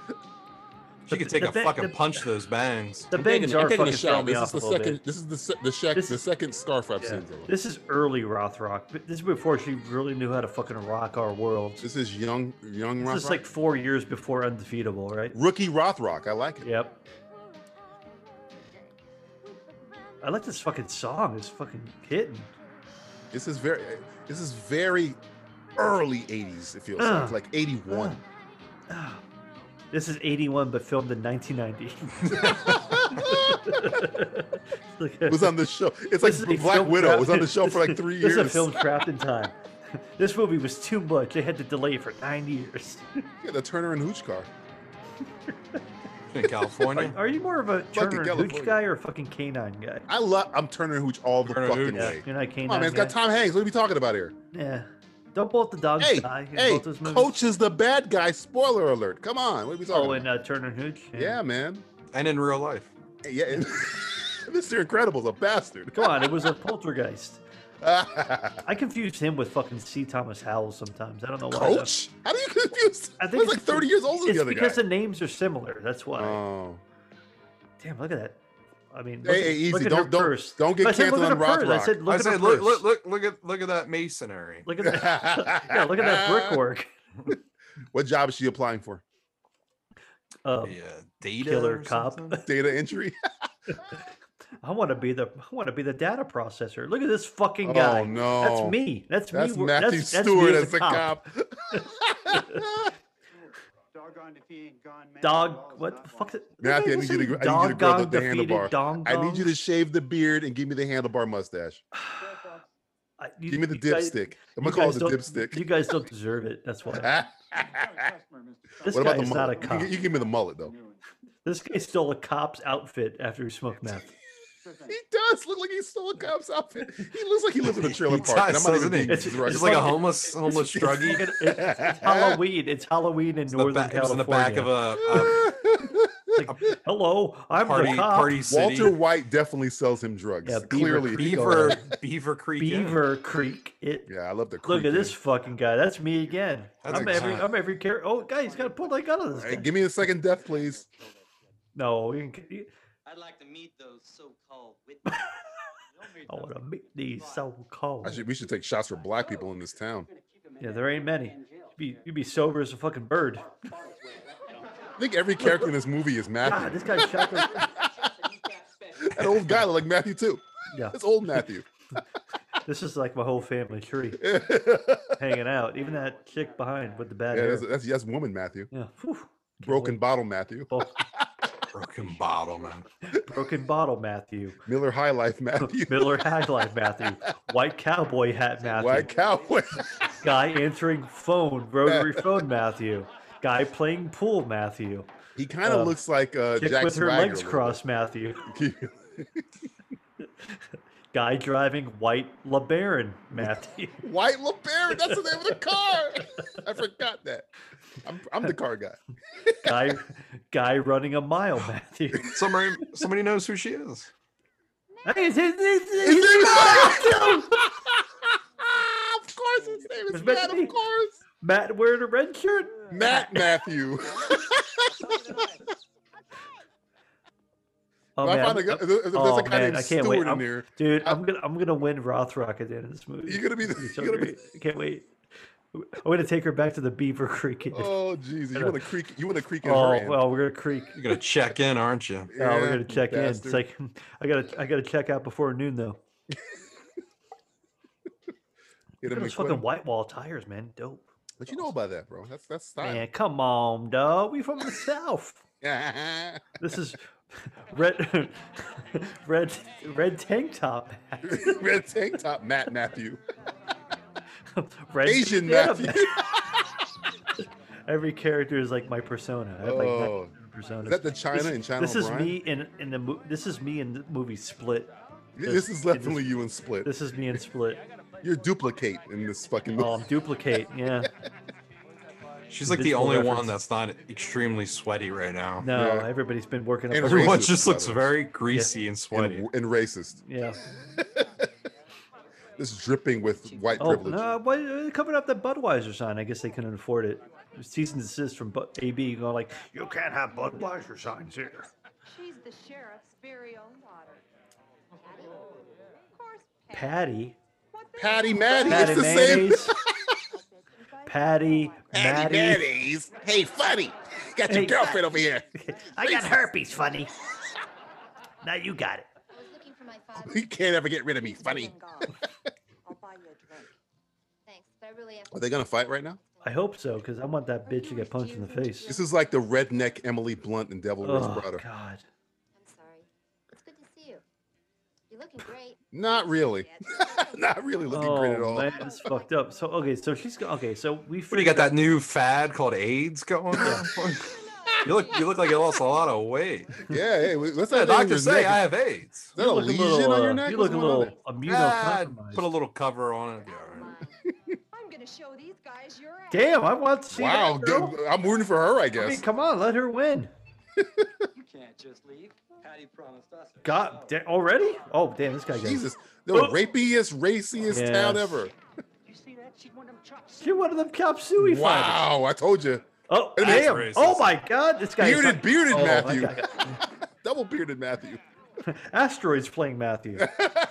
[SPEAKER 9] She
[SPEAKER 8] The-
[SPEAKER 9] could take
[SPEAKER 8] the
[SPEAKER 9] a
[SPEAKER 8] ba-
[SPEAKER 9] fucking
[SPEAKER 8] the-
[SPEAKER 9] punch to those bangs.
[SPEAKER 8] The bangs are fucking throwing me
[SPEAKER 7] This is
[SPEAKER 8] off a
[SPEAKER 7] the
[SPEAKER 8] little
[SPEAKER 7] second.
[SPEAKER 8] bit.
[SPEAKER 7] This is the se- the, shec-
[SPEAKER 8] This-
[SPEAKER 7] the second scarf I've
[SPEAKER 8] Yeah.
[SPEAKER 7] seen. Dylan.
[SPEAKER 8] This is early Rothrock. This is before she really knew how to fucking rock our world.
[SPEAKER 7] This is young young
[SPEAKER 8] This
[SPEAKER 7] Roth
[SPEAKER 8] is
[SPEAKER 7] Rock.
[SPEAKER 8] like four years before Undefeatable, right?
[SPEAKER 7] rookie Roth Rock. I like it.
[SPEAKER 8] Yep. I like this fucking song. It's fucking hitting.
[SPEAKER 7] This is very. This is very early '80s. It feels like
[SPEAKER 8] Ugh.
[SPEAKER 7] like '81.
[SPEAKER 8] This is 81, but filmed
[SPEAKER 7] <laughs>
[SPEAKER 8] in 1990. Look at-
[SPEAKER 7] It was on the show. It's
[SPEAKER 8] This
[SPEAKER 7] like
[SPEAKER 8] is a
[SPEAKER 7] Black
[SPEAKER 8] film
[SPEAKER 7] Widow. It
[SPEAKER 8] trapped-
[SPEAKER 7] was on the show for like three years.
[SPEAKER 8] This is a film trapped in time. this movie was too much. They had to delay it for nine
[SPEAKER 7] <laughs>
[SPEAKER 8] years.
[SPEAKER 7] Yeah, the Turner and Hooch car.
[SPEAKER 9] In California.
[SPEAKER 8] <laughs> Are you more of a Turner and
[SPEAKER 7] California.
[SPEAKER 8] Hooch guy or a fucking canine guy?
[SPEAKER 7] I love. I'm Turner and Hooch all the
[SPEAKER 9] Turner and
[SPEAKER 7] fucking
[SPEAKER 9] Hooch.
[SPEAKER 8] Yeah,
[SPEAKER 7] way.
[SPEAKER 8] you're not a canine
[SPEAKER 7] Come on, man. It's
[SPEAKER 8] guy.
[SPEAKER 7] got Tom Hanks. What are we talking about here?
[SPEAKER 8] yeah. Don't both the dogs
[SPEAKER 7] Hey,
[SPEAKER 8] die in
[SPEAKER 7] hey,
[SPEAKER 8] both those movies?
[SPEAKER 7] Coach is the bad guy. Spoiler alert. Come on. What are we talking
[SPEAKER 8] Oh, and
[SPEAKER 7] about?
[SPEAKER 8] uh, Turner and Hooch.
[SPEAKER 7] yeah, man.
[SPEAKER 9] and in real life.
[SPEAKER 7] Hey, Yeah. and- <laughs> Mr. Incredible's a bastard. <laughs>
[SPEAKER 8] Come on, it was a poltergeist.
[SPEAKER 7] Coach?
[SPEAKER 8] I confused him with fucking C. Thomas Howell sometimes. I don't know why. though.
[SPEAKER 7] How do you confuse?
[SPEAKER 8] I
[SPEAKER 7] I think
[SPEAKER 8] think
[SPEAKER 7] he's like
[SPEAKER 8] it's be-
[SPEAKER 7] 30 years older than
[SPEAKER 8] It's
[SPEAKER 7] the other guy.
[SPEAKER 8] because the names are similar. That's why.
[SPEAKER 7] Oh.
[SPEAKER 8] Damn, look at that. I mean,
[SPEAKER 7] Hey,
[SPEAKER 8] look at-
[SPEAKER 7] hey, easy.
[SPEAKER 8] Look at her
[SPEAKER 7] Don't- don't-
[SPEAKER 8] purse.
[SPEAKER 7] don't get
[SPEAKER 8] If I said,
[SPEAKER 7] canceled
[SPEAKER 8] look at
[SPEAKER 7] on
[SPEAKER 8] her
[SPEAKER 7] Roth
[SPEAKER 8] purse. I
[SPEAKER 7] Rock.
[SPEAKER 8] said,
[SPEAKER 9] I
[SPEAKER 8] look at her
[SPEAKER 9] said,
[SPEAKER 8] purse.
[SPEAKER 9] look, look, look, look at look at that masonry.
[SPEAKER 7] <laughs>
[SPEAKER 8] <laughs> Look at that. yeah, look at that brickwork.
[SPEAKER 7] What job is she applying for?
[SPEAKER 8] of
[SPEAKER 9] yeah, data
[SPEAKER 8] killer
[SPEAKER 9] or
[SPEAKER 8] cop.
[SPEAKER 9] something?
[SPEAKER 7] Data entry. <laughs>
[SPEAKER 8] I want to be the I want to be the data processor. Look at this fucking guy.
[SPEAKER 7] Oh no.
[SPEAKER 8] That's me. That's,
[SPEAKER 7] That's
[SPEAKER 8] me. wor-
[SPEAKER 7] Matthew
[SPEAKER 8] that's, that's me
[SPEAKER 7] Stewart as the cop.
[SPEAKER 4] Doggone if he ain't gone. man, all
[SPEAKER 8] Dog.
[SPEAKER 4] is
[SPEAKER 8] What
[SPEAKER 4] not
[SPEAKER 8] the fuck?
[SPEAKER 4] lost.
[SPEAKER 7] Matthew, I
[SPEAKER 8] Did
[SPEAKER 7] need you to
[SPEAKER 8] say
[SPEAKER 7] gr- I need you to grow
[SPEAKER 8] doggone
[SPEAKER 7] the- the
[SPEAKER 8] defeated
[SPEAKER 7] handlebar.
[SPEAKER 8] dong
[SPEAKER 7] I need you
[SPEAKER 8] dong?
[SPEAKER 7] to shave the beard and give me the handlebar mustache.
[SPEAKER 8] I- you-
[SPEAKER 7] Give me the
[SPEAKER 8] you guys-
[SPEAKER 7] dipstick. I'm
[SPEAKER 8] you
[SPEAKER 7] gonna call it
[SPEAKER 8] guys
[SPEAKER 7] the
[SPEAKER 8] don't-
[SPEAKER 7] dipstick.
[SPEAKER 8] You guys don't deserve it.
[SPEAKER 7] <laughs>
[SPEAKER 8] That's why.
[SPEAKER 4] Customer, Mr.
[SPEAKER 8] This
[SPEAKER 7] what
[SPEAKER 8] guy
[SPEAKER 7] about the
[SPEAKER 8] is not a
[SPEAKER 7] mullet? You,
[SPEAKER 8] cop.
[SPEAKER 7] can- you give me the mullet though.
[SPEAKER 8] This guy stole a cop's outfit after he smoked meth.
[SPEAKER 7] He does look like he stole a cop's outfit. He looks like he lives in a trailer
[SPEAKER 9] He
[SPEAKER 7] park. and
[SPEAKER 9] does,
[SPEAKER 7] I'm not even
[SPEAKER 9] doesn't he?
[SPEAKER 7] being
[SPEAKER 8] It's-
[SPEAKER 7] derogatory.
[SPEAKER 9] Just like a
[SPEAKER 8] fucking- <laughs>
[SPEAKER 9] homeless homeless druggie.
[SPEAKER 8] It-
[SPEAKER 9] <laughs>
[SPEAKER 8] it's Halloween. It's Halloween in
[SPEAKER 9] It's
[SPEAKER 8] Northern
[SPEAKER 9] the back, it was in
[SPEAKER 8] California.
[SPEAKER 9] the back of a, <laughs>
[SPEAKER 8] Like, Hello,
[SPEAKER 9] a
[SPEAKER 8] <laughs> I'm
[SPEAKER 9] party
[SPEAKER 8] the cop.
[SPEAKER 9] party city.
[SPEAKER 7] Walter White definitely sells him drugs.
[SPEAKER 8] Yeah, Beaver
[SPEAKER 7] clearly.
[SPEAKER 8] Creek.
[SPEAKER 9] Beaver Beaver Creek. yeah.
[SPEAKER 8] Beaver Creek. It.
[SPEAKER 7] Yeah, I love the.
[SPEAKER 8] Look at
[SPEAKER 7] creepy-
[SPEAKER 8] this fucking guy. That's me again.
[SPEAKER 9] That's
[SPEAKER 8] I'm
[SPEAKER 9] a
[SPEAKER 8] every.
[SPEAKER 9] cop.
[SPEAKER 8] I'm every character. Oh, guy, he's got to pull that gun on this
[SPEAKER 7] Hey,
[SPEAKER 8] guy.
[SPEAKER 7] give me a second death, please.
[SPEAKER 8] No, you can, you,
[SPEAKER 10] I'd like to meet those so-called
[SPEAKER 8] <laughs>
[SPEAKER 10] witnesses.
[SPEAKER 8] I want to meet these so-called.
[SPEAKER 7] I should, we should take shots for black people in this town.
[SPEAKER 8] Yeah, there ain't many. You'd be, you'd be sober as a fucking bird.
[SPEAKER 7] I think every character in this movie is
[SPEAKER 8] God,
[SPEAKER 7] Matthew.
[SPEAKER 8] this guy's shot. the-
[SPEAKER 7] <laughs> That old guy looked like Matthew too.
[SPEAKER 8] <laughs> <laughs> Yeah,
[SPEAKER 7] That's old Matthew.
[SPEAKER 8] this is like my whole
[SPEAKER 9] <laughs>
[SPEAKER 8] family tree
[SPEAKER 7] yeah,
[SPEAKER 8] hanging out. Even that chick behind with the bad hair.
[SPEAKER 7] that's, that's yes, woman Matthew.
[SPEAKER 8] yeah, whew.
[SPEAKER 7] Broken bottle Matthew. <laughs>
[SPEAKER 8] Bo-
[SPEAKER 9] Broken bottle, man.
[SPEAKER 8] broken
[SPEAKER 7] <laughs>
[SPEAKER 8] bottle, Matthew.
[SPEAKER 7] Miller High Life Matthew.
[SPEAKER 8] <laughs> Miller hat life, Matthew. White cowboy hat,
[SPEAKER 7] <laughs>
[SPEAKER 8] Matthew.
[SPEAKER 7] White cowboy.
[SPEAKER 8] Guy answering phone,
[SPEAKER 7] <laughs>
[SPEAKER 8] rotary phone, Matthew. Guy playing pool, Matthew.
[SPEAKER 7] he kind of
[SPEAKER 8] Uh,
[SPEAKER 7] looks like uh,
[SPEAKER 8] Chick
[SPEAKER 7] Jack
[SPEAKER 8] with her
[SPEAKER 7] Swagger
[SPEAKER 8] legs
[SPEAKER 7] a little
[SPEAKER 8] crossed, Matthew.
[SPEAKER 7] bit. <laughs>
[SPEAKER 8] Guy driving white LeBaron,
[SPEAKER 7] <laughs>
[SPEAKER 8] Matthew.
[SPEAKER 7] White LeBaron. That's the name of the car. <laughs> I forgot that. I'm, I'm the car
[SPEAKER 8] <laughs>
[SPEAKER 7] guy.
[SPEAKER 8] guy, guy running
[SPEAKER 7] <gasps>
[SPEAKER 8] a mile, Matthew.
[SPEAKER 9] Somebody somebody knows who she is.
[SPEAKER 8] <laughs> Hey, it's his- it's-
[SPEAKER 7] <laughs> His name is Matthew. of course, his name is
[SPEAKER 8] it's- It's meant to
[SPEAKER 7] Matt.
[SPEAKER 8] be.
[SPEAKER 7] Of course.
[SPEAKER 8] <laughs> Matt wearing a red shirt.
[SPEAKER 7] Matt <laughs> Matthew.
[SPEAKER 8] Oh
[SPEAKER 7] If I
[SPEAKER 8] man,
[SPEAKER 7] find a guy-
[SPEAKER 8] I'm-
[SPEAKER 7] if there's a
[SPEAKER 8] oh,
[SPEAKER 7] guy
[SPEAKER 8] man,
[SPEAKER 7] named
[SPEAKER 8] I can't wait.
[SPEAKER 7] Stewart in
[SPEAKER 8] I'm-
[SPEAKER 7] there,
[SPEAKER 8] dude, I'm gonna I'm gonna win Rothrock at the end of this movie.
[SPEAKER 7] you're gonna be.
[SPEAKER 8] It's <laughs>
[SPEAKER 7] The,
[SPEAKER 8] so
[SPEAKER 7] you're gonna be
[SPEAKER 8] great. I can't wait. I'm gonna take her back to the Beaver Creek. <laughs> kid. Oh,
[SPEAKER 7] oh Jesus! You want to creak? You want to creak in her hand.
[SPEAKER 8] well, we're gonna creek.
[SPEAKER 9] You're gonna check in, aren't you?
[SPEAKER 8] Oh,
[SPEAKER 7] Yeah,
[SPEAKER 8] we're gonna
[SPEAKER 7] you
[SPEAKER 8] check in. It's
[SPEAKER 7] bastard.
[SPEAKER 8] like <laughs> I gotta I gotta check out before noon though.
[SPEAKER 7] Hit
[SPEAKER 8] Look
[SPEAKER 7] him
[SPEAKER 8] at
[SPEAKER 7] and
[SPEAKER 8] those
[SPEAKER 7] quit
[SPEAKER 8] fucking
[SPEAKER 7] him.
[SPEAKER 8] white wall tires, man. Dope.
[SPEAKER 7] What you know about that, bro? That's that's style.
[SPEAKER 8] Man, come on, dog. We from the south. This is <laughs> red, <laughs> red, red tank top,
[SPEAKER 7] <laughs> <laughs> Red tank top, Matt Matthew,
[SPEAKER 8] red
[SPEAKER 7] Asian
[SPEAKER 8] bandana <laughs>
[SPEAKER 7] Matthew.
[SPEAKER 8] back. Every character is like my persona. I have like nine
[SPEAKER 7] Oh.
[SPEAKER 8] different personas.
[SPEAKER 7] Is that the China
[SPEAKER 8] this,
[SPEAKER 7] and China
[SPEAKER 8] This is
[SPEAKER 7] O'Brien?
[SPEAKER 8] me in in the mo- this is me in the movie Split.
[SPEAKER 7] This is
[SPEAKER 8] in
[SPEAKER 7] definitely you in Split.
[SPEAKER 8] This is me in Split.
[SPEAKER 7] You're duplicate in this fucking movie.
[SPEAKER 8] Oh,
[SPEAKER 7] <laughs>
[SPEAKER 8] I'm duplicate. Yeah.
[SPEAKER 9] She's like the
[SPEAKER 8] Invisible
[SPEAKER 9] only one
[SPEAKER 8] reference.
[SPEAKER 9] that's not extremely sweaty right now.
[SPEAKER 8] No,
[SPEAKER 7] Yeah.
[SPEAKER 8] everybody's been working
[SPEAKER 7] And
[SPEAKER 8] up. a-
[SPEAKER 7] re-
[SPEAKER 9] Everyone
[SPEAKER 7] Racist,
[SPEAKER 9] just
[SPEAKER 7] by
[SPEAKER 9] looks
[SPEAKER 7] the way.
[SPEAKER 9] very greasy and
[SPEAKER 7] and,
[SPEAKER 9] sweaty.
[SPEAKER 7] and racist. <laughs>
[SPEAKER 8] <laughs> yeah.
[SPEAKER 7] This is dripping with white
[SPEAKER 8] Oh
[SPEAKER 7] privilege.
[SPEAKER 8] no! Why they're covering up that Budweiser sign? I guess they couldn't afford it. Cease and desist from Bu- AB going like, "You can't have Budweiser signs here."
[SPEAKER 2] She's the sheriff's very own daughter. Of course,
[SPEAKER 8] Patty,
[SPEAKER 7] Patty Matty,
[SPEAKER 8] Patty
[SPEAKER 7] it's the same. <laughs>
[SPEAKER 8] mayonnaise, Patty, Patty,
[SPEAKER 7] Matty's. Hey, funny. Got
[SPEAKER 8] Hey,
[SPEAKER 7] girlfriend over
[SPEAKER 8] <laughs>
[SPEAKER 7] here.
[SPEAKER 8] I got herpes, funny. now you got it.
[SPEAKER 6] I was looking for my father.
[SPEAKER 7] You can't ever get rid of me, funny.
[SPEAKER 6] <laughs>
[SPEAKER 2] I'll buy you a drink.
[SPEAKER 6] Thanks, but I really have
[SPEAKER 7] Are
[SPEAKER 6] to.
[SPEAKER 7] they gonna fight right now?
[SPEAKER 8] I hope so, because I want that bitch to get punched in the face.
[SPEAKER 7] This is like the redneck Emily Blunt and Devil Wears
[SPEAKER 8] Oh
[SPEAKER 7] Prada.
[SPEAKER 8] God!
[SPEAKER 6] I'm sorry. It's good to see you. You're looking great.
[SPEAKER 7] Not really. <laughs> Not really looking great at
[SPEAKER 8] Oh
[SPEAKER 7] all.
[SPEAKER 8] man, it's fucked up. So okay, so she's go- okay. So we.
[SPEAKER 9] What do you got that new fad called AIDS going on? <laughs> you look you look like you lost a lot of weight.
[SPEAKER 7] Yeah, hey, what's
[SPEAKER 9] The
[SPEAKER 7] that thing on
[SPEAKER 9] doctor
[SPEAKER 7] your
[SPEAKER 9] say
[SPEAKER 7] neck?
[SPEAKER 9] I have AIDS.
[SPEAKER 7] Is that a
[SPEAKER 8] look a
[SPEAKER 7] lesion
[SPEAKER 8] little,
[SPEAKER 7] on
[SPEAKER 8] uh,
[SPEAKER 7] your neck?
[SPEAKER 8] You
[SPEAKER 7] What's
[SPEAKER 8] look a
[SPEAKER 7] going on
[SPEAKER 8] little
[SPEAKER 9] Ah,
[SPEAKER 8] immunocompromised.
[SPEAKER 9] put a little cover on it. it'd be all right.
[SPEAKER 2] I'm gonna show these guys your ass.
[SPEAKER 8] Damn, I want to <laughs> see
[SPEAKER 7] there? Wow,
[SPEAKER 8] that girl.
[SPEAKER 7] good. I'm rooting for her, I
[SPEAKER 8] I
[SPEAKER 7] guess.
[SPEAKER 8] mean, come on, let her win.
[SPEAKER 10] you can't just leave. Patty promised us. a show.
[SPEAKER 8] God, da- already? Oh, damn, this guy. got-
[SPEAKER 7] Jesus, the
[SPEAKER 8] Oh.
[SPEAKER 7] rapiest, raciest town
[SPEAKER 8] Yes.
[SPEAKER 7] ever.
[SPEAKER 3] You see that? She's one of them chops.
[SPEAKER 8] You're one of them cop suey fighters.
[SPEAKER 7] Wow, I told you,
[SPEAKER 8] Oh,
[SPEAKER 7] It is
[SPEAKER 8] damn.
[SPEAKER 9] racist.
[SPEAKER 8] Oh, my God. This guy. is
[SPEAKER 7] Bearded-
[SPEAKER 8] fuck-
[SPEAKER 7] bearded
[SPEAKER 8] Oh, that
[SPEAKER 7] Matthew.
[SPEAKER 8] guy got-
[SPEAKER 7] double bearded Matthew.
[SPEAKER 8] Asteroids
[SPEAKER 7] <laughs>
[SPEAKER 8] playing Matthew. Oh.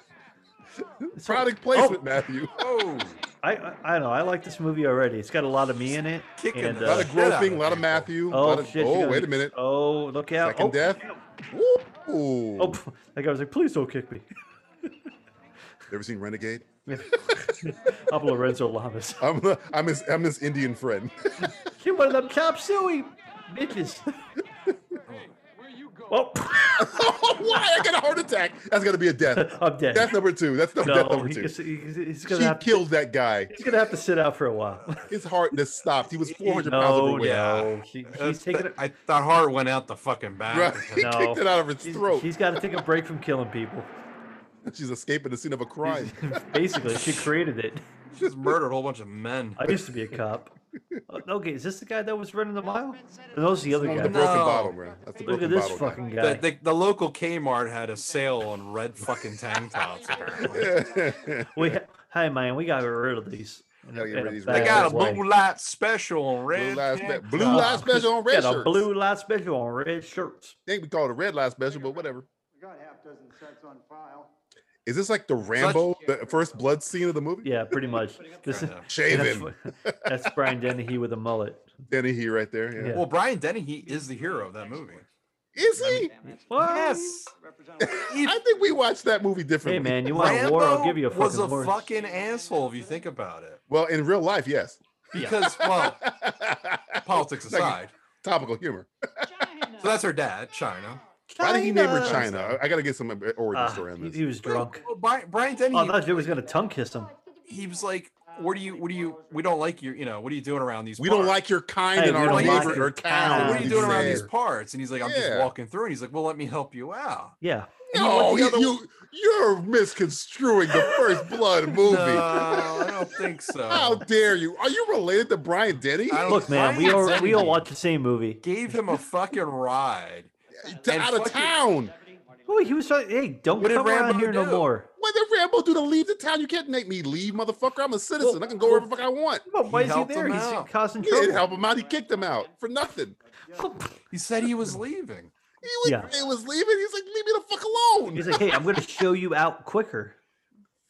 [SPEAKER 8] <laughs>
[SPEAKER 7] Product placement, Matthew.
[SPEAKER 9] Oh,
[SPEAKER 8] I, I I know. I like this movie already. It's got a lot of me in it.
[SPEAKER 9] Kicking
[SPEAKER 8] and, uh,
[SPEAKER 9] the
[SPEAKER 7] A lot of
[SPEAKER 9] shit out of
[SPEAKER 7] groping, a lot of
[SPEAKER 9] people.
[SPEAKER 7] Matthew. a lot
[SPEAKER 8] oh
[SPEAKER 7] of-
[SPEAKER 8] shit!
[SPEAKER 7] oh,
[SPEAKER 8] you're
[SPEAKER 7] wait
[SPEAKER 8] gonna-
[SPEAKER 7] a minute.
[SPEAKER 8] Oh, look out!
[SPEAKER 7] Second
[SPEAKER 8] oh,
[SPEAKER 7] death. Ooh.
[SPEAKER 8] Oh, <laughs> pff, that guy was like, "Please don't kick me."
[SPEAKER 7] Ever seen Renegade?
[SPEAKER 8] <laughs> I'm Lorenzo <laughs> Lamas.
[SPEAKER 7] I'm I'm his I'm his Indian friend. <laughs>
[SPEAKER 8] You're one of them chop suey bitches.
[SPEAKER 7] <laughs>
[SPEAKER 8] Oh,
[SPEAKER 7] Why? I got a heart attack. That's gonna be a death.
[SPEAKER 8] <laughs> I'm dead.
[SPEAKER 7] That's number two. That's number, death
[SPEAKER 8] no,
[SPEAKER 7] number
[SPEAKER 8] he,
[SPEAKER 7] two.
[SPEAKER 8] he's, he's gonna
[SPEAKER 7] She
[SPEAKER 8] have
[SPEAKER 7] killed that guy.
[SPEAKER 8] To, he's gonna have to sit out for a
[SPEAKER 7] <laughs>
[SPEAKER 8] while. <laughs>
[SPEAKER 7] His heart just stopped. He was 400 pounds
[SPEAKER 8] no,
[SPEAKER 7] overweight.
[SPEAKER 8] no, she, he's taking it.
[SPEAKER 9] Oh, I thought heart went out the fucking back.
[SPEAKER 7] <laughs> Right? He
[SPEAKER 8] No.
[SPEAKER 7] kicked it out of his
[SPEAKER 8] He's,
[SPEAKER 7] throat.
[SPEAKER 8] he's got to take a break from
[SPEAKER 7] <laughs>
[SPEAKER 8] killing people.
[SPEAKER 7] She's escaping the scene of a
[SPEAKER 8] <laughs>
[SPEAKER 7] crime.
[SPEAKER 8] Basically, she created it.
[SPEAKER 9] Just murdered a whole bunch of men.
[SPEAKER 8] I used to be a cop. Uh, Okay, is this the guy that was running the mile? No, those the other
[SPEAKER 7] That's
[SPEAKER 8] guy.
[SPEAKER 7] the broken
[SPEAKER 9] No.
[SPEAKER 7] bottle, bro. That's the
[SPEAKER 8] Look
[SPEAKER 7] broken
[SPEAKER 8] at this
[SPEAKER 7] bottle. guy.
[SPEAKER 8] fucking guy.
[SPEAKER 9] The, the, the local Kmart had a sale on red fucking tank
[SPEAKER 8] <laughs>
[SPEAKER 9] tops. Apparently.
[SPEAKER 7] <laughs>
[SPEAKER 8] we, ha- hey man, we got rid of these. in a-
[SPEAKER 7] Gotta get
[SPEAKER 8] in
[SPEAKER 7] rid of these
[SPEAKER 9] They
[SPEAKER 8] bad
[SPEAKER 7] red
[SPEAKER 9] got a
[SPEAKER 8] way.
[SPEAKER 9] blue light special on
[SPEAKER 7] Blue
[SPEAKER 9] red.
[SPEAKER 7] light,
[SPEAKER 9] tank
[SPEAKER 7] spe- blue
[SPEAKER 8] Uh,
[SPEAKER 7] light
[SPEAKER 8] <laughs>
[SPEAKER 7] special on red
[SPEAKER 8] got a
[SPEAKER 7] shirts.
[SPEAKER 8] blue light special on red shirts.
[SPEAKER 7] I think we call it a red light special, but whatever.
[SPEAKER 5] We got half dozen sets on file.
[SPEAKER 7] Is this like the Rambo, the first blood scene of the movie?
[SPEAKER 8] Yeah, pretty much. This is
[SPEAKER 9] Kinda.
[SPEAKER 7] Shave
[SPEAKER 8] <laughs> that's,
[SPEAKER 7] him. <laughs>
[SPEAKER 8] what- that's Brian Dennehy with a mullet.
[SPEAKER 7] Dennehy right there. Yeah.
[SPEAKER 8] Yeah.
[SPEAKER 9] Well, Brian Dennehy is the hero of that movie.
[SPEAKER 7] Is he?
[SPEAKER 9] Yes.
[SPEAKER 7] I think we watched that movie
[SPEAKER 8] Hey
[SPEAKER 7] differently.
[SPEAKER 8] man, you want a
[SPEAKER 9] Rambo
[SPEAKER 8] war? I'll give you a fucking
[SPEAKER 9] was a
[SPEAKER 8] horse.
[SPEAKER 9] fucking asshole if you think about it.
[SPEAKER 7] Well, in real life, yes.
[SPEAKER 9] Because,
[SPEAKER 8] <laughs>
[SPEAKER 9] well, politics
[SPEAKER 7] Like,
[SPEAKER 9] aside.
[SPEAKER 7] Topical humor.
[SPEAKER 9] So that's her dad, China.
[SPEAKER 7] Why did he name her
[SPEAKER 8] China.
[SPEAKER 7] China? I- I got to get some uh, origin
[SPEAKER 8] Ah,
[SPEAKER 7] story on
[SPEAKER 8] he,
[SPEAKER 7] this.
[SPEAKER 8] he was drunk.
[SPEAKER 9] Well, Brian, Brian Dennehy,
[SPEAKER 8] Oh, I thought it was gonna tongue kiss him.
[SPEAKER 9] he was like, what do you, what do you, we don't like you, you know, what are you doing around these
[SPEAKER 7] we don't
[SPEAKER 9] parts?
[SPEAKER 7] like your kind
[SPEAKER 8] Hey,
[SPEAKER 7] in
[SPEAKER 8] we
[SPEAKER 7] our
[SPEAKER 9] don't like
[SPEAKER 7] neighbor
[SPEAKER 8] your
[SPEAKER 7] or town.
[SPEAKER 8] kind.
[SPEAKER 9] what are
[SPEAKER 7] he
[SPEAKER 9] you doing around these
[SPEAKER 7] said.
[SPEAKER 9] parts? And he's like, I'm just
[SPEAKER 7] Yeah.
[SPEAKER 9] walking through. And he's like, well, let me help you out.
[SPEAKER 8] Yeah.
[SPEAKER 7] No,
[SPEAKER 9] You
[SPEAKER 7] you,
[SPEAKER 9] want the
[SPEAKER 7] you, you're misconstruing the First
[SPEAKER 8] <laughs>
[SPEAKER 7] Blood movie.
[SPEAKER 9] No,
[SPEAKER 7] <laughs>
[SPEAKER 9] I don't think so.
[SPEAKER 7] How
[SPEAKER 8] Uh-huh.
[SPEAKER 7] dare you? Are you related to Brian Denny?
[SPEAKER 9] I don't-
[SPEAKER 8] Look, man, we
[SPEAKER 9] Brian
[SPEAKER 8] all we all
[SPEAKER 9] Dennehy
[SPEAKER 8] watch the same movie.
[SPEAKER 9] Gave him a fucking
[SPEAKER 8] <laughs>
[SPEAKER 9] ride.
[SPEAKER 7] To-
[SPEAKER 9] and
[SPEAKER 7] out of
[SPEAKER 9] fucking-
[SPEAKER 7] town.
[SPEAKER 8] Oh, he was trying. Hey, don't
[SPEAKER 9] What did
[SPEAKER 8] come around
[SPEAKER 9] Rambo
[SPEAKER 8] here no
[SPEAKER 9] do?
[SPEAKER 8] more.
[SPEAKER 7] What did Rambo do to leave the town? You can't make me leave, motherfucker. I'm a citizen. I can go wherever the fuck I want.
[SPEAKER 8] Well, why is he
[SPEAKER 9] helped him
[SPEAKER 8] there? He's
[SPEAKER 9] out.
[SPEAKER 8] causing
[SPEAKER 7] He didn't
[SPEAKER 8] trouble.
[SPEAKER 7] help him out. He kicked him out for nothing.
[SPEAKER 9] He said he was leaving.
[SPEAKER 7] He was,
[SPEAKER 8] Yeah.
[SPEAKER 7] he was leaving. He's like, leave me the fuck alone.
[SPEAKER 8] He's like, hey, I'm gonna show you out quicker.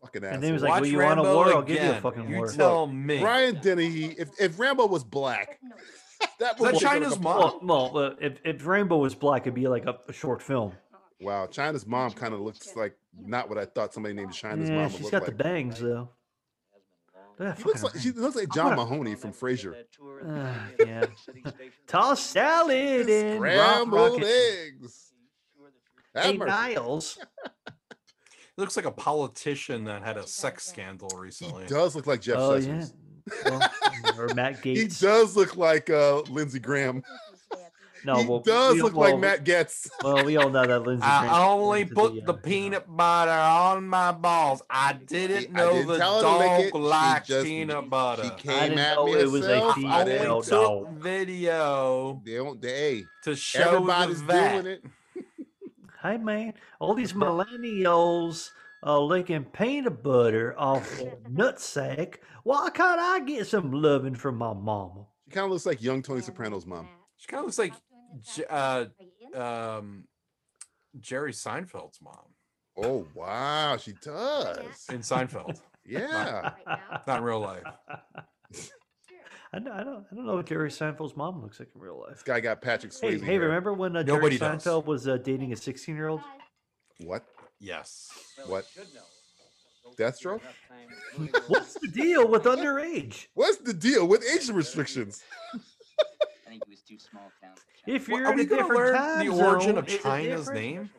[SPEAKER 7] fucking
[SPEAKER 8] And then he
[SPEAKER 7] asshole.
[SPEAKER 8] was like,
[SPEAKER 9] Watch
[SPEAKER 8] well, you want a
[SPEAKER 9] Rambo
[SPEAKER 8] war?
[SPEAKER 9] again.
[SPEAKER 8] I'll give you a fucking
[SPEAKER 9] You
[SPEAKER 8] war.
[SPEAKER 9] tell me.
[SPEAKER 7] Brian Dennehy. If, if Rambo was black, <laughs> that
[SPEAKER 9] Is
[SPEAKER 7] would
[SPEAKER 9] that China's
[SPEAKER 8] Well,
[SPEAKER 9] mom?
[SPEAKER 8] well uh, if, if Rainbow was black, it'd be like a, a short film.
[SPEAKER 7] Wow, China's mom kind of looks like not what I thought somebody named China's
[SPEAKER 8] Yeah,
[SPEAKER 7] mom would
[SPEAKER 8] she's
[SPEAKER 7] look
[SPEAKER 8] got the
[SPEAKER 7] like.
[SPEAKER 8] bangs though. Look at that
[SPEAKER 7] She looks like
[SPEAKER 8] fucking
[SPEAKER 7] she
[SPEAKER 8] ring.
[SPEAKER 7] looks like
[SPEAKER 8] I
[SPEAKER 7] John
[SPEAKER 8] wanna-
[SPEAKER 7] Mahoney from Frasier.
[SPEAKER 8] <sighs> Ah, yeah. Toss salad and rock
[SPEAKER 7] Scrambled
[SPEAKER 8] rocket.
[SPEAKER 7] eggs. Have
[SPEAKER 8] Hey,
[SPEAKER 7] mercy.
[SPEAKER 8] Niles.
[SPEAKER 9] He looks like a politician that had a sex scandal
[SPEAKER 7] He
[SPEAKER 9] recently.
[SPEAKER 7] does look like Jeff
[SPEAKER 8] Oh yeah.
[SPEAKER 7] Sessions.
[SPEAKER 8] Well, or Matt
[SPEAKER 7] <laughs> He
[SPEAKER 8] Gates.
[SPEAKER 7] does look like uh, Lindsey Graham.
[SPEAKER 8] no,
[SPEAKER 7] he
[SPEAKER 8] well,
[SPEAKER 7] does
[SPEAKER 8] we-
[SPEAKER 7] look
[SPEAKER 8] well,
[SPEAKER 7] like Matt Getz.
[SPEAKER 8] <laughs> Well, we all know that Lindsay.
[SPEAKER 9] I
[SPEAKER 8] Graham
[SPEAKER 9] only
[SPEAKER 8] went to
[SPEAKER 9] put the
[SPEAKER 8] uh,
[SPEAKER 9] peanut butter on my balls. I didn't
[SPEAKER 7] I
[SPEAKER 9] know
[SPEAKER 7] didn't
[SPEAKER 9] the
[SPEAKER 7] tell her to lick
[SPEAKER 9] dog
[SPEAKER 7] it. She
[SPEAKER 9] liked
[SPEAKER 7] just-
[SPEAKER 9] peanut
[SPEAKER 7] she
[SPEAKER 9] butter.
[SPEAKER 7] She
[SPEAKER 8] I
[SPEAKER 7] came
[SPEAKER 8] didn't
[SPEAKER 7] at
[SPEAKER 8] know
[SPEAKER 7] me
[SPEAKER 8] it was a
[SPEAKER 7] herself.
[SPEAKER 8] he-
[SPEAKER 7] I
[SPEAKER 9] I
[SPEAKER 8] No,
[SPEAKER 9] only
[SPEAKER 7] didn't-
[SPEAKER 9] took
[SPEAKER 8] no.
[SPEAKER 9] video
[SPEAKER 7] They don't. They.
[SPEAKER 9] to show
[SPEAKER 7] Everybody's
[SPEAKER 9] the vet.
[SPEAKER 7] doing it.
[SPEAKER 8] Hey man, all these millennials are licking peanut butter off a nutsack. Why can't I get some loving from my mama?
[SPEAKER 7] She kind of looks like young Tony Soprano's mom.
[SPEAKER 9] She kind of looks like J- uh, um, Jerry Seinfeld's mom
[SPEAKER 7] Oh wow, she does.
[SPEAKER 9] in Seinfeld,
[SPEAKER 7] Yeah.
[SPEAKER 9] <laughs> not in real
[SPEAKER 7] <laughs>
[SPEAKER 9] life.
[SPEAKER 8] I don't, I don't, I don't know what Jerry Seinfeld's mom looks like in real life.
[SPEAKER 7] This guy got Patrick
[SPEAKER 8] Hey,
[SPEAKER 7] Swayze.
[SPEAKER 8] hey,
[SPEAKER 7] hair.
[SPEAKER 8] remember when uh, Jerry
[SPEAKER 9] Nobody does.
[SPEAKER 8] Seinfeld was uh, dating a 16 year old?
[SPEAKER 7] What?
[SPEAKER 9] Yes.
[SPEAKER 7] What? Deathstroke?
[SPEAKER 8] <laughs> What's the deal <laughs> with underage?
[SPEAKER 7] What's the deal with age restrictions?
[SPEAKER 3] I think he was too small town.
[SPEAKER 8] If
[SPEAKER 9] Well,
[SPEAKER 8] you're
[SPEAKER 9] are
[SPEAKER 8] in
[SPEAKER 9] we
[SPEAKER 8] a
[SPEAKER 9] gonna
[SPEAKER 8] different
[SPEAKER 9] learn
[SPEAKER 8] time
[SPEAKER 9] the origin
[SPEAKER 8] zone,
[SPEAKER 9] of
[SPEAKER 8] is it
[SPEAKER 9] China's
[SPEAKER 8] different?
[SPEAKER 9] name?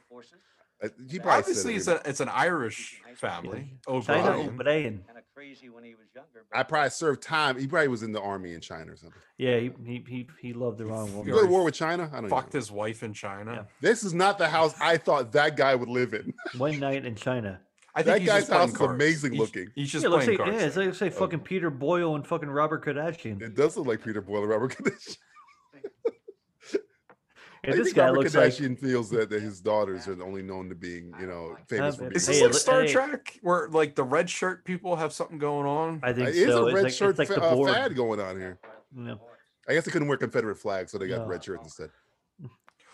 [SPEAKER 7] Uh, He probably
[SPEAKER 9] Obviously, it's
[SPEAKER 7] said it.
[SPEAKER 9] a it's an Irish family.
[SPEAKER 8] China
[SPEAKER 9] O'Brien.
[SPEAKER 8] O'Brien.
[SPEAKER 3] Kind of crazy when he was younger.
[SPEAKER 7] I probably served time. He probably was in the army in China or something.
[SPEAKER 8] Yeah, he, he, he, he loved the wrong
[SPEAKER 7] You
[SPEAKER 8] woman.
[SPEAKER 7] go to
[SPEAKER 9] already
[SPEAKER 7] war with China? I don't know.
[SPEAKER 9] Fucked his wife in China.
[SPEAKER 8] Yeah.
[SPEAKER 7] This is not the house I thought that guy would live in. <laughs>
[SPEAKER 8] One night in China.
[SPEAKER 9] I
[SPEAKER 7] That
[SPEAKER 9] he's just
[SPEAKER 7] guy's house
[SPEAKER 9] playing
[SPEAKER 7] is
[SPEAKER 9] cards.
[SPEAKER 7] amazing
[SPEAKER 9] He's-
[SPEAKER 7] looking.
[SPEAKER 9] He's just
[SPEAKER 8] yeah, it looks
[SPEAKER 9] playing
[SPEAKER 8] like,
[SPEAKER 9] cards. Oh.
[SPEAKER 8] yeah, it's like, it's like fucking Peter Boyle and fucking Robert Kardashian.
[SPEAKER 7] It does look like Peter Boyle and Robert
[SPEAKER 8] <laughs>
[SPEAKER 7] Kardashian.
[SPEAKER 8] And
[SPEAKER 7] I
[SPEAKER 8] this
[SPEAKER 7] think
[SPEAKER 8] guy
[SPEAKER 7] Robert
[SPEAKER 8] looks like
[SPEAKER 7] Kardashian feels that, that his daughters are only known to being, you know, famous for
[SPEAKER 8] but-
[SPEAKER 7] being.
[SPEAKER 9] Is
[SPEAKER 8] Hey,
[SPEAKER 9] this
[SPEAKER 8] it
[SPEAKER 9] like
[SPEAKER 8] loo-
[SPEAKER 9] Star
[SPEAKER 8] hey.
[SPEAKER 9] Trek, where like the red shirt people have something going on?
[SPEAKER 8] I think
[SPEAKER 7] it is a
[SPEAKER 8] so.
[SPEAKER 7] red
[SPEAKER 8] it's like,
[SPEAKER 7] shirt
[SPEAKER 8] it's like
[SPEAKER 7] fa-
[SPEAKER 8] the
[SPEAKER 7] uh,
[SPEAKER 8] board.
[SPEAKER 7] fad going on here. I guess they couldn't wear Confederate flags, so they got
[SPEAKER 8] No.
[SPEAKER 7] red shirts instead.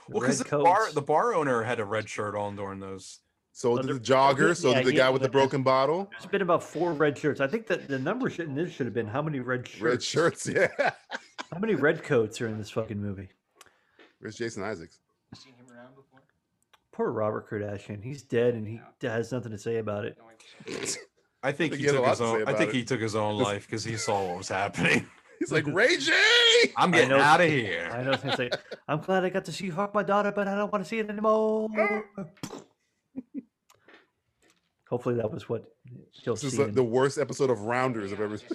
[SPEAKER 9] well, because
[SPEAKER 8] red
[SPEAKER 9] the bar
[SPEAKER 8] coats.
[SPEAKER 9] the bar owner had a red shirt on during those
[SPEAKER 7] So
[SPEAKER 8] Well,
[SPEAKER 7] did the
[SPEAKER 8] they're-
[SPEAKER 7] jogger. So
[SPEAKER 8] yeah,
[SPEAKER 7] did the
[SPEAKER 8] yeah,
[SPEAKER 7] guy with the
[SPEAKER 8] but-
[SPEAKER 7] broken
[SPEAKER 8] <laughs>
[SPEAKER 7] bottle.
[SPEAKER 8] There's been about four red shirts. I think that the number should this should have been how many red shirts?
[SPEAKER 7] Red shirts. <laughs> Yeah.
[SPEAKER 8] How many red coats are in this fucking movie?
[SPEAKER 7] Where's Jason Isaacs?
[SPEAKER 10] Seen him around before?
[SPEAKER 8] Poor Robert Kardashian. He's dead and he has nothing to say about it.
[SPEAKER 9] I think
[SPEAKER 7] think
[SPEAKER 9] he
[SPEAKER 7] he had a
[SPEAKER 9] took
[SPEAKER 7] lot
[SPEAKER 9] his
[SPEAKER 7] to say
[SPEAKER 9] own. I
[SPEAKER 7] about
[SPEAKER 9] think
[SPEAKER 7] it.
[SPEAKER 9] he took his own life because he saw what was happening. <laughs>
[SPEAKER 7] He's like Ray J.
[SPEAKER 9] I'm getting
[SPEAKER 8] know- <laughs>
[SPEAKER 9] out of here.
[SPEAKER 8] I know it's gonna say, I'm glad I got to see Fuck My Daughter, but I don't want to see it anymore. <laughs> Hopefully that was what he'll
[SPEAKER 7] This is
[SPEAKER 8] see.
[SPEAKER 7] like
[SPEAKER 8] in-
[SPEAKER 7] the worst episode of Rounders I've ever. seen.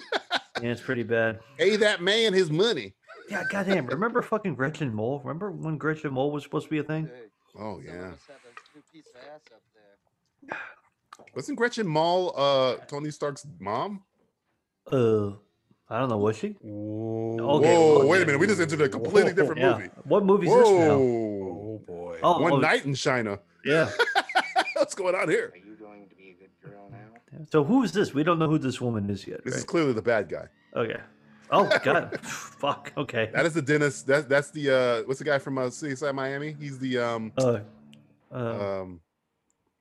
[SPEAKER 8] yeah, it's pretty bad.
[SPEAKER 7] hey, that man, his money.
[SPEAKER 8] Yeah, goddamn. Remember fucking Gretchen Mol? Remember when Gretchen Mol was supposed to be a thing?
[SPEAKER 7] Oh yeah.
[SPEAKER 10] must have a new piece of ass up there.
[SPEAKER 7] Wasn't Gretchen Mall uh Tony Stark's mom?
[SPEAKER 8] Uh, I don't know. Was she?
[SPEAKER 9] Whoa.
[SPEAKER 8] Okay,
[SPEAKER 7] Whoa,
[SPEAKER 8] well,
[SPEAKER 7] wait a minute. We just entered a completely different
[SPEAKER 8] Yeah.
[SPEAKER 7] movie.
[SPEAKER 8] What movie's this now?
[SPEAKER 7] Whoa.
[SPEAKER 9] Oh boy.
[SPEAKER 8] Oh,
[SPEAKER 7] One
[SPEAKER 8] oh,
[SPEAKER 7] night in China. <laughs>
[SPEAKER 8] Yeah.
[SPEAKER 7] What's going on here?
[SPEAKER 3] Are you going to be a good girl now?
[SPEAKER 8] So who's this? We don't know who this woman is yet.
[SPEAKER 7] This is
[SPEAKER 8] right?
[SPEAKER 7] clearly the bad guy.
[SPEAKER 8] okay. Oh God. <laughs> Fuck. Okay.
[SPEAKER 7] That is the dentist. That's that's the uh what's the guy from uh CSI Miami? He's the um
[SPEAKER 8] Uh, uh,
[SPEAKER 7] um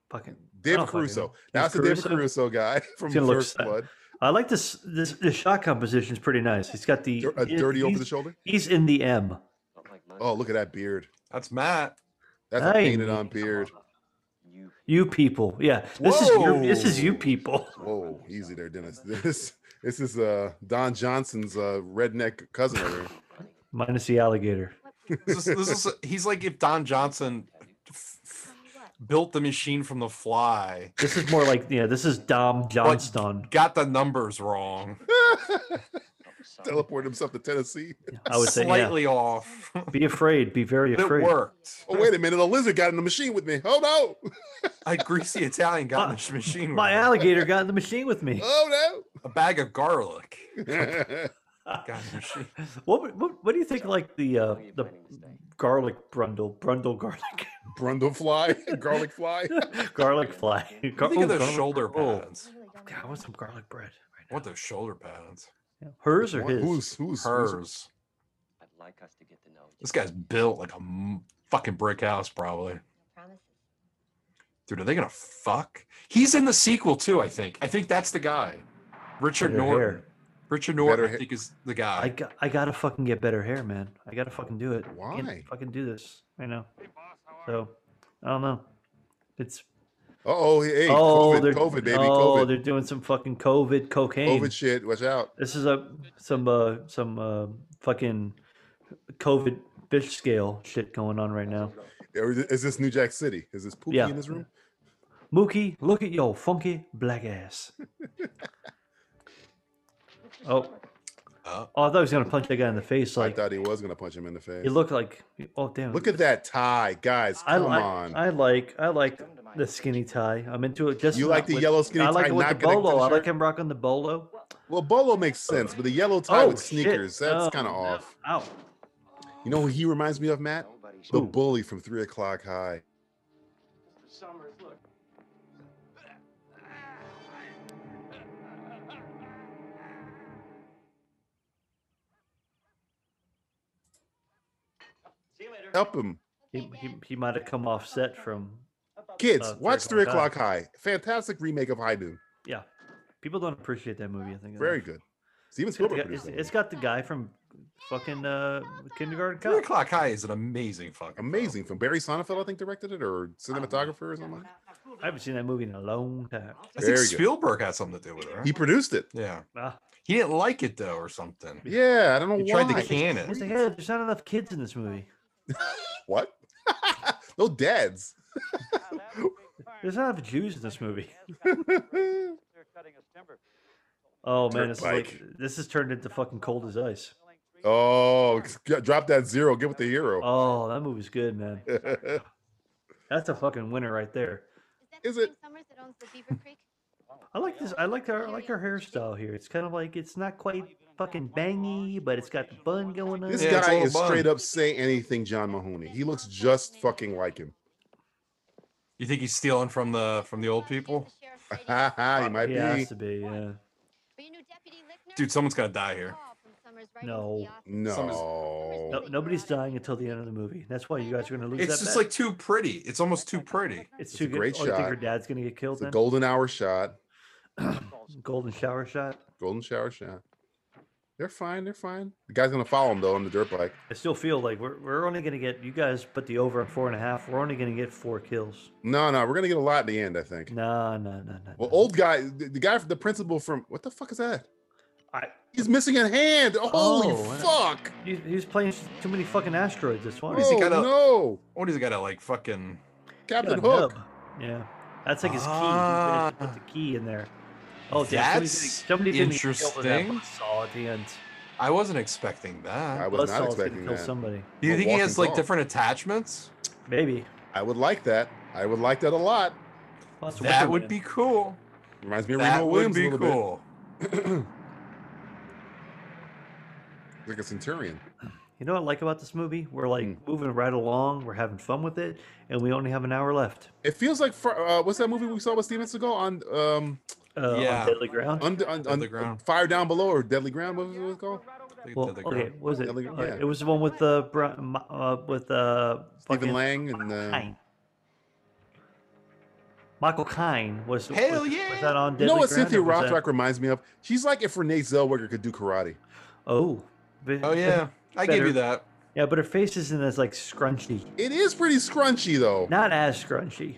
[SPEAKER 8] fucking.
[SPEAKER 7] Dave
[SPEAKER 8] don't fucking
[SPEAKER 7] Caruso.
[SPEAKER 8] know.
[SPEAKER 7] That's the Dave
[SPEAKER 8] Caruso?
[SPEAKER 7] Caruso guy <laughs> from
[SPEAKER 8] He looks
[SPEAKER 7] First
[SPEAKER 8] that-
[SPEAKER 7] Blood.
[SPEAKER 8] I like this. This the shot composition is pretty nice. He's got the
[SPEAKER 7] Dir- A
[SPEAKER 8] he-
[SPEAKER 7] dirty over
[SPEAKER 8] he's-
[SPEAKER 7] the shoulder.
[SPEAKER 8] He's in the M.
[SPEAKER 7] Oh, look at that beard.
[SPEAKER 9] That's Matt.
[SPEAKER 7] That's a
[SPEAKER 8] Hey,
[SPEAKER 7] painted on beard. <laughs>
[SPEAKER 3] You
[SPEAKER 8] You people. Yeah. This is your, this is you
[SPEAKER 9] Whoa.
[SPEAKER 8] people. <laughs>
[SPEAKER 7] Whoa, easy there, Dennis. <laughs> This this is uh Don Johnson's uh redneck cousin over
[SPEAKER 8] <laughs>
[SPEAKER 7] here.
[SPEAKER 8] Minus the alligator.
[SPEAKER 9] This is, this is he's like if Don Johnson f- f- built the machine from the fly,
[SPEAKER 8] This is more like yeah. This is Dom Johnston.
[SPEAKER 9] got the numbers wrong,
[SPEAKER 7] Teleported himself to Tennessee.
[SPEAKER 8] I would say yeah.
[SPEAKER 9] slightly off.
[SPEAKER 8] Be afraid. Be very
[SPEAKER 9] But it
[SPEAKER 8] afraid.
[SPEAKER 9] worked.
[SPEAKER 7] Oh, wait a minute. The lizard got in the machine with me. Oh, no.
[SPEAKER 9] <laughs> A greasy Italian got in this machine.
[SPEAKER 8] My
[SPEAKER 9] wrong.
[SPEAKER 8] alligator got in the machine with me.
[SPEAKER 7] Oh,
[SPEAKER 9] a bag of garlic
[SPEAKER 7] no.
[SPEAKER 9] got in the machine.
[SPEAKER 8] What, would- what what do you think like the uh,
[SPEAKER 3] you
[SPEAKER 8] the
[SPEAKER 3] planning to stay?
[SPEAKER 8] garlic brundle brundle garlic
[SPEAKER 7] <laughs>
[SPEAKER 8] <laughs>
[SPEAKER 7] Brundle fly, <laughs> garlic fly.
[SPEAKER 8] garlic fly? Gar-
[SPEAKER 9] Think of
[SPEAKER 8] ooh,
[SPEAKER 9] those
[SPEAKER 8] garlic-
[SPEAKER 9] shoulder
[SPEAKER 8] oh,
[SPEAKER 9] pads.
[SPEAKER 8] God, I want some garlic bread. right
[SPEAKER 9] What those shoulder pads?
[SPEAKER 8] now. <laughs> Hers or
[SPEAKER 7] What-
[SPEAKER 8] his?
[SPEAKER 7] Who's, who's, who's-
[SPEAKER 9] Hers.
[SPEAKER 3] I'd like us to get to know each
[SPEAKER 9] This guy's built like a m- fucking brick house, probably.
[SPEAKER 6] promises.
[SPEAKER 9] Dude, are they gonna fuck? He's in the sequel too. I think. I think that's the guy, Richard
[SPEAKER 8] Better
[SPEAKER 9] Norton.
[SPEAKER 8] hair.
[SPEAKER 9] Richard Norton,
[SPEAKER 7] Better
[SPEAKER 9] I
[SPEAKER 7] hair.
[SPEAKER 9] think, is the
[SPEAKER 8] I
[SPEAKER 9] guy.
[SPEAKER 8] got, I gotta fucking get better hair, man. I gotta fucking do it. I
[SPEAKER 7] Why?
[SPEAKER 8] Can't fucking do this. I know. So I don't know. It's
[SPEAKER 7] Uh-oh, hey,
[SPEAKER 8] oh
[SPEAKER 7] COVID,
[SPEAKER 8] they're
[SPEAKER 7] COVID, baby,
[SPEAKER 8] oh
[SPEAKER 7] COVID.
[SPEAKER 8] they're doing some fucking COVID cocaine.
[SPEAKER 7] COVID shit, watch out.
[SPEAKER 8] This is a some uh some uh fucking COVID fish scale shit going on right now.
[SPEAKER 7] Or Is is this New Jack City? Is this Pookie
[SPEAKER 8] Yeah.
[SPEAKER 7] in this room?
[SPEAKER 8] Mookie, look at your funky
[SPEAKER 7] <laughs>
[SPEAKER 8] black ass. oh,
[SPEAKER 9] Oh.
[SPEAKER 8] oh, I thought he was gonna punch that guy in the face.
[SPEAKER 7] I
[SPEAKER 8] Like
[SPEAKER 7] thought he was going to punch him in the face.
[SPEAKER 8] he looked like. Oh damn!
[SPEAKER 7] Look at that tie, guys.
[SPEAKER 8] I
[SPEAKER 7] Come
[SPEAKER 8] like.
[SPEAKER 7] on.
[SPEAKER 8] I like. I like the skinny tie. I'm into it. Just
[SPEAKER 7] You
[SPEAKER 8] not
[SPEAKER 7] like the
[SPEAKER 8] with-
[SPEAKER 7] yellow skinny
[SPEAKER 8] I like
[SPEAKER 7] tie
[SPEAKER 8] it with the
[SPEAKER 7] not connected to
[SPEAKER 8] bolo.
[SPEAKER 7] the
[SPEAKER 8] I like
[SPEAKER 7] shirt?
[SPEAKER 8] him rocking the bolo.
[SPEAKER 7] well, Bolo makes sense, but the yellow tie
[SPEAKER 8] Oh,
[SPEAKER 7] with
[SPEAKER 8] shit.
[SPEAKER 7] sneakers, that's
[SPEAKER 8] Oh,
[SPEAKER 7] kind of
[SPEAKER 8] no.
[SPEAKER 7] off.
[SPEAKER 8] Ow!
[SPEAKER 7] You know who he reminds me of, Matt?
[SPEAKER 3] nobody.
[SPEAKER 7] The bully from 3 o'clock high.
[SPEAKER 10] Summers, look. See you later.
[SPEAKER 7] Help him.
[SPEAKER 8] He, he, he might have come off set from.
[SPEAKER 7] Kids,
[SPEAKER 8] Uh,
[SPEAKER 7] watch
[SPEAKER 8] Three
[SPEAKER 7] Three
[SPEAKER 8] O'Clock
[SPEAKER 7] O'clock High. Fantastic remake of High Noon.
[SPEAKER 8] Yeah, people don't appreciate that movie. I think
[SPEAKER 7] Very good. Steven
[SPEAKER 8] It's got, the
[SPEAKER 7] Spielberg
[SPEAKER 8] guy- it's-
[SPEAKER 7] produced that.
[SPEAKER 8] it's got the guy from fucking uh, kindergarten
[SPEAKER 9] Three
[SPEAKER 8] cop.
[SPEAKER 9] o'clock high is an amazing fucking. film.
[SPEAKER 7] Amazing film. Barry Sonnenfeld, I think, directed it, or
[SPEAKER 10] Um,
[SPEAKER 7] cinematographer or something. like that.
[SPEAKER 8] I haven't seen that movie in a long time.
[SPEAKER 9] I think
[SPEAKER 7] Very good.
[SPEAKER 9] Spielberg had something to do with it. right?
[SPEAKER 7] He produced it.
[SPEAKER 9] yeah,
[SPEAKER 8] Ah,
[SPEAKER 9] he didn't like it though, or something.
[SPEAKER 7] Yeah, I don't know
[SPEAKER 9] He
[SPEAKER 7] why.
[SPEAKER 9] tried to can it.
[SPEAKER 8] it's like, "Hey, there's not enough kids in this movie.
[SPEAKER 7] What? <laughs>
[SPEAKER 9] <laughs>
[SPEAKER 7] no dads.
[SPEAKER 8] There's not enough Jews in this movie.
[SPEAKER 7] That's
[SPEAKER 10] They're cutting us
[SPEAKER 8] <laughs>
[SPEAKER 10] timber.
[SPEAKER 8] Oh man,
[SPEAKER 7] Dirt
[SPEAKER 8] this is, like,
[SPEAKER 7] bike.
[SPEAKER 8] this has turned into fucking cold as ice.
[SPEAKER 7] Oh, g- drop that zero. Get with the hero.
[SPEAKER 8] Oh, that movie's good, man. That's a fucking winner right there.
[SPEAKER 6] Is that the same
[SPEAKER 7] <laughs> Is it-
[SPEAKER 6] Summers that owns the Beaver Creek?
[SPEAKER 8] I like this. I like her. I like her hairstyle here. It's kind of like it's not quite fucking bangy, but it's got the bun going on.
[SPEAKER 7] this
[SPEAKER 9] Yeah, it's
[SPEAKER 7] guy
[SPEAKER 9] all
[SPEAKER 7] is
[SPEAKER 9] bun.
[SPEAKER 7] straight up say anything John Mahoney. He looks just fucking like him. <laughs>
[SPEAKER 9] You think he's stealing from the from the old
[SPEAKER 6] Probably
[SPEAKER 9] people?
[SPEAKER 6] just the sheriff's
[SPEAKER 7] he
[SPEAKER 6] lady.
[SPEAKER 9] <laughs>
[SPEAKER 7] might
[SPEAKER 8] He has
[SPEAKER 7] be.
[SPEAKER 8] to be. Yeah.
[SPEAKER 6] But your new deputy Lickner
[SPEAKER 9] Dude, someone's gonna
[SPEAKER 6] got
[SPEAKER 9] die
[SPEAKER 6] a
[SPEAKER 9] here.
[SPEAKER 6] call from Summers right into
[SPEAKER 8] No.
[SPEAKER 6] the office.
[SPEAKER 7] No. No.
[SPEAKER 8] No, nobody's dying until the end of the movie. That's why you guys are going to lose.
[SPEAKER 9] It's
[SPEAKER 8] that
[SPEAKER 9] just
[SPEAKER 8] bet.
[SPEAKER 9] like too pretty. It's almost too pretty.
[SPEAKER 7] It's
[SPEAKER 8] it's too
[SPEAKER 7] a
[SPEAKER 8] good.
[SPEAKER 7] great
[SPEAKER 8] oh, you think
[SPEAKER 7] shot.
[SPEAKER 8] your dad's going to get killed
[SPEAKER 7] It's a
[SPEAKER 8] then?
[SPEAKER 7] golden hour shot.
[SPEAKER 8] Golden shower shot.
[SPEAKER 7] Golden shower shot. They're fine. They're fine. The guy's gonna follow him though on the dirt bike.
[SPEAKER 8] I still feel like we're we're only going to get you guys put the over at four and a half. We're only going to get four kills.
[SPEAKER 7] No, no, we're gonna get a lot in the end. I think.
[SPEAKER 8] No, no, no, no.
[SPEAKER 7] Well,
[SPEAKER 8] no.
[SPEAKER 7] old guy, the the guy, the principal from what the fuck is that?
[SPEAKER 8] I-
[SPEAKER 7] He's missing a hand. Holy
[SPEAKER 8] Oh, I-
[SPEAKER 7] fuck!
[SPEAKER 8] He, he's playing too many fucking asteroids. This one.
[SPEAKER 7] Oh
[SPEAKER 9] What is he got a-
[SPEAKER 7] no,
[SPEAKER 9] What does he got to like fucking?
[SPEAKER 8] He's got
[SPEAKER 7] Captain
[SPEAKER 8] a
[SPEAKER 7] Hook.
[SPEAKER 8] nub. Yeah, that's like his key. He managed
[SPEAKER 9] Ah.
[SPEAKER 8] to put the key in there. Oh, damn. somebody
[SPEAKER 9] That's
[SPEAKER 8] didn't- somebody didn't get killed with
[SPEAKER 9] interesting.
[SPEAKER 8] That saw at the end.
[SPEAKER 9] I wasn't expecting that.
[SPEAKER 7] I was not
[SPEAKER 8] Buzzsaw's gonna
[SPEAKER 7] expecting
[SPEAKER 8] kill
[SPEAKER 7] that.
[SPEAKER 8] somebody.
[SPEAKER 9] Do you
[SPEAKER 7] A
[SPEAKER 9] think he
[SPEAKER 7] walking
[SPEAKER 9] has like
[SPEAKER 7] doll.
[SPEAKER 9] different attachments?
[SPEAKER 8] Maybe.
[SPEAKER 7] I would like that. I would like that a lot.
[SPEAKER 8] Well, that's a
[SPEAKER 9] that
[SPEAKER 8] Wonder
[SPEAKER 9] would
[SPEAKER 8] Man.
[SPEAKER 9] be cool.
[SPEAKER 7] Reminds me of
[SPEAKER 9] That
[SPEAKER 7] Remo
[SPEAKER 9] would
[SPEAKER 7] Williams
[SPEAKER 9] be
[SPEAKER 7] a little
[SPEAKER 9] cool.
[SPEAKER 7] bit, like a centurion.
[SPEAKER 8] You know what I like about this movie? We're like
[SPEAKER 7] Hmm.
[SPEAKER 8] moving right along. We're having fun with it, and we only have an hour left.
[SPEAKER 7] It feels like fr- uh, what's that movie we saw with Steven Seagal on um
[SPEAKER 8] Uh,
[SPEAKER 9] Yeah.
[SPEAKER 8] On Deadly Ground.
[SPEAKER 7] under on, on
[SPEAKER 9] Deadly Ground.
[SPEAKER 7] Fire Down Below or Deadly Ground? What was it called?
[SPEAKER 9] Take
[SPEAKER 8] well,
[SPEAKER 9] it to the
[SPEAKER 8] okay,
[SPEAKER 9] ground.
[SPEAKER 8] what was it?
[SPEAKER 7] Deadly-
[SPEAKER 8] Uh,
[SPEAKER 7] yeah.
[SPEAKER 8] It was the one with uh, Bri- Ma- uh with uh,
[SPEAKER 7] Stephen
[SPEAKER 8] fucking
[SPEAKER 7] Lang and
[SPEAKER 8] Michael
[SPEAKER 7] uh,
[SPEAKER 8] Caine. Michael Caine was.
[SPEAKER 9] Hell
[SPEAKER 8] was,
[SPEAKER 9] yeah!
[SPEAKER 8] Was that on
[SPEAKER 7] you
[SPEAKER 8] Deadly
[SPEAKER 7] know what
[SPEAKER 8] Ground
[SPEAKER 7] Cynthia
[SPEAKER 8] or was uh, that-
[SPEAKER 7] Rothrock reminds me of? She's like if Renee Zellweger could do karate.
[SPEAKER 8] Oh. but-
[SPEAKER 9] Oh yeah, I give
[SPEAKER 8] Better-
[SPEAKER 9] you that.
[SPEAKER 8] Yeah, but her face isn't as like scrunchy.
[SPEAKER 7] It is pretty scrunchy though.
[SPEAKER 8] Not as scrunchy.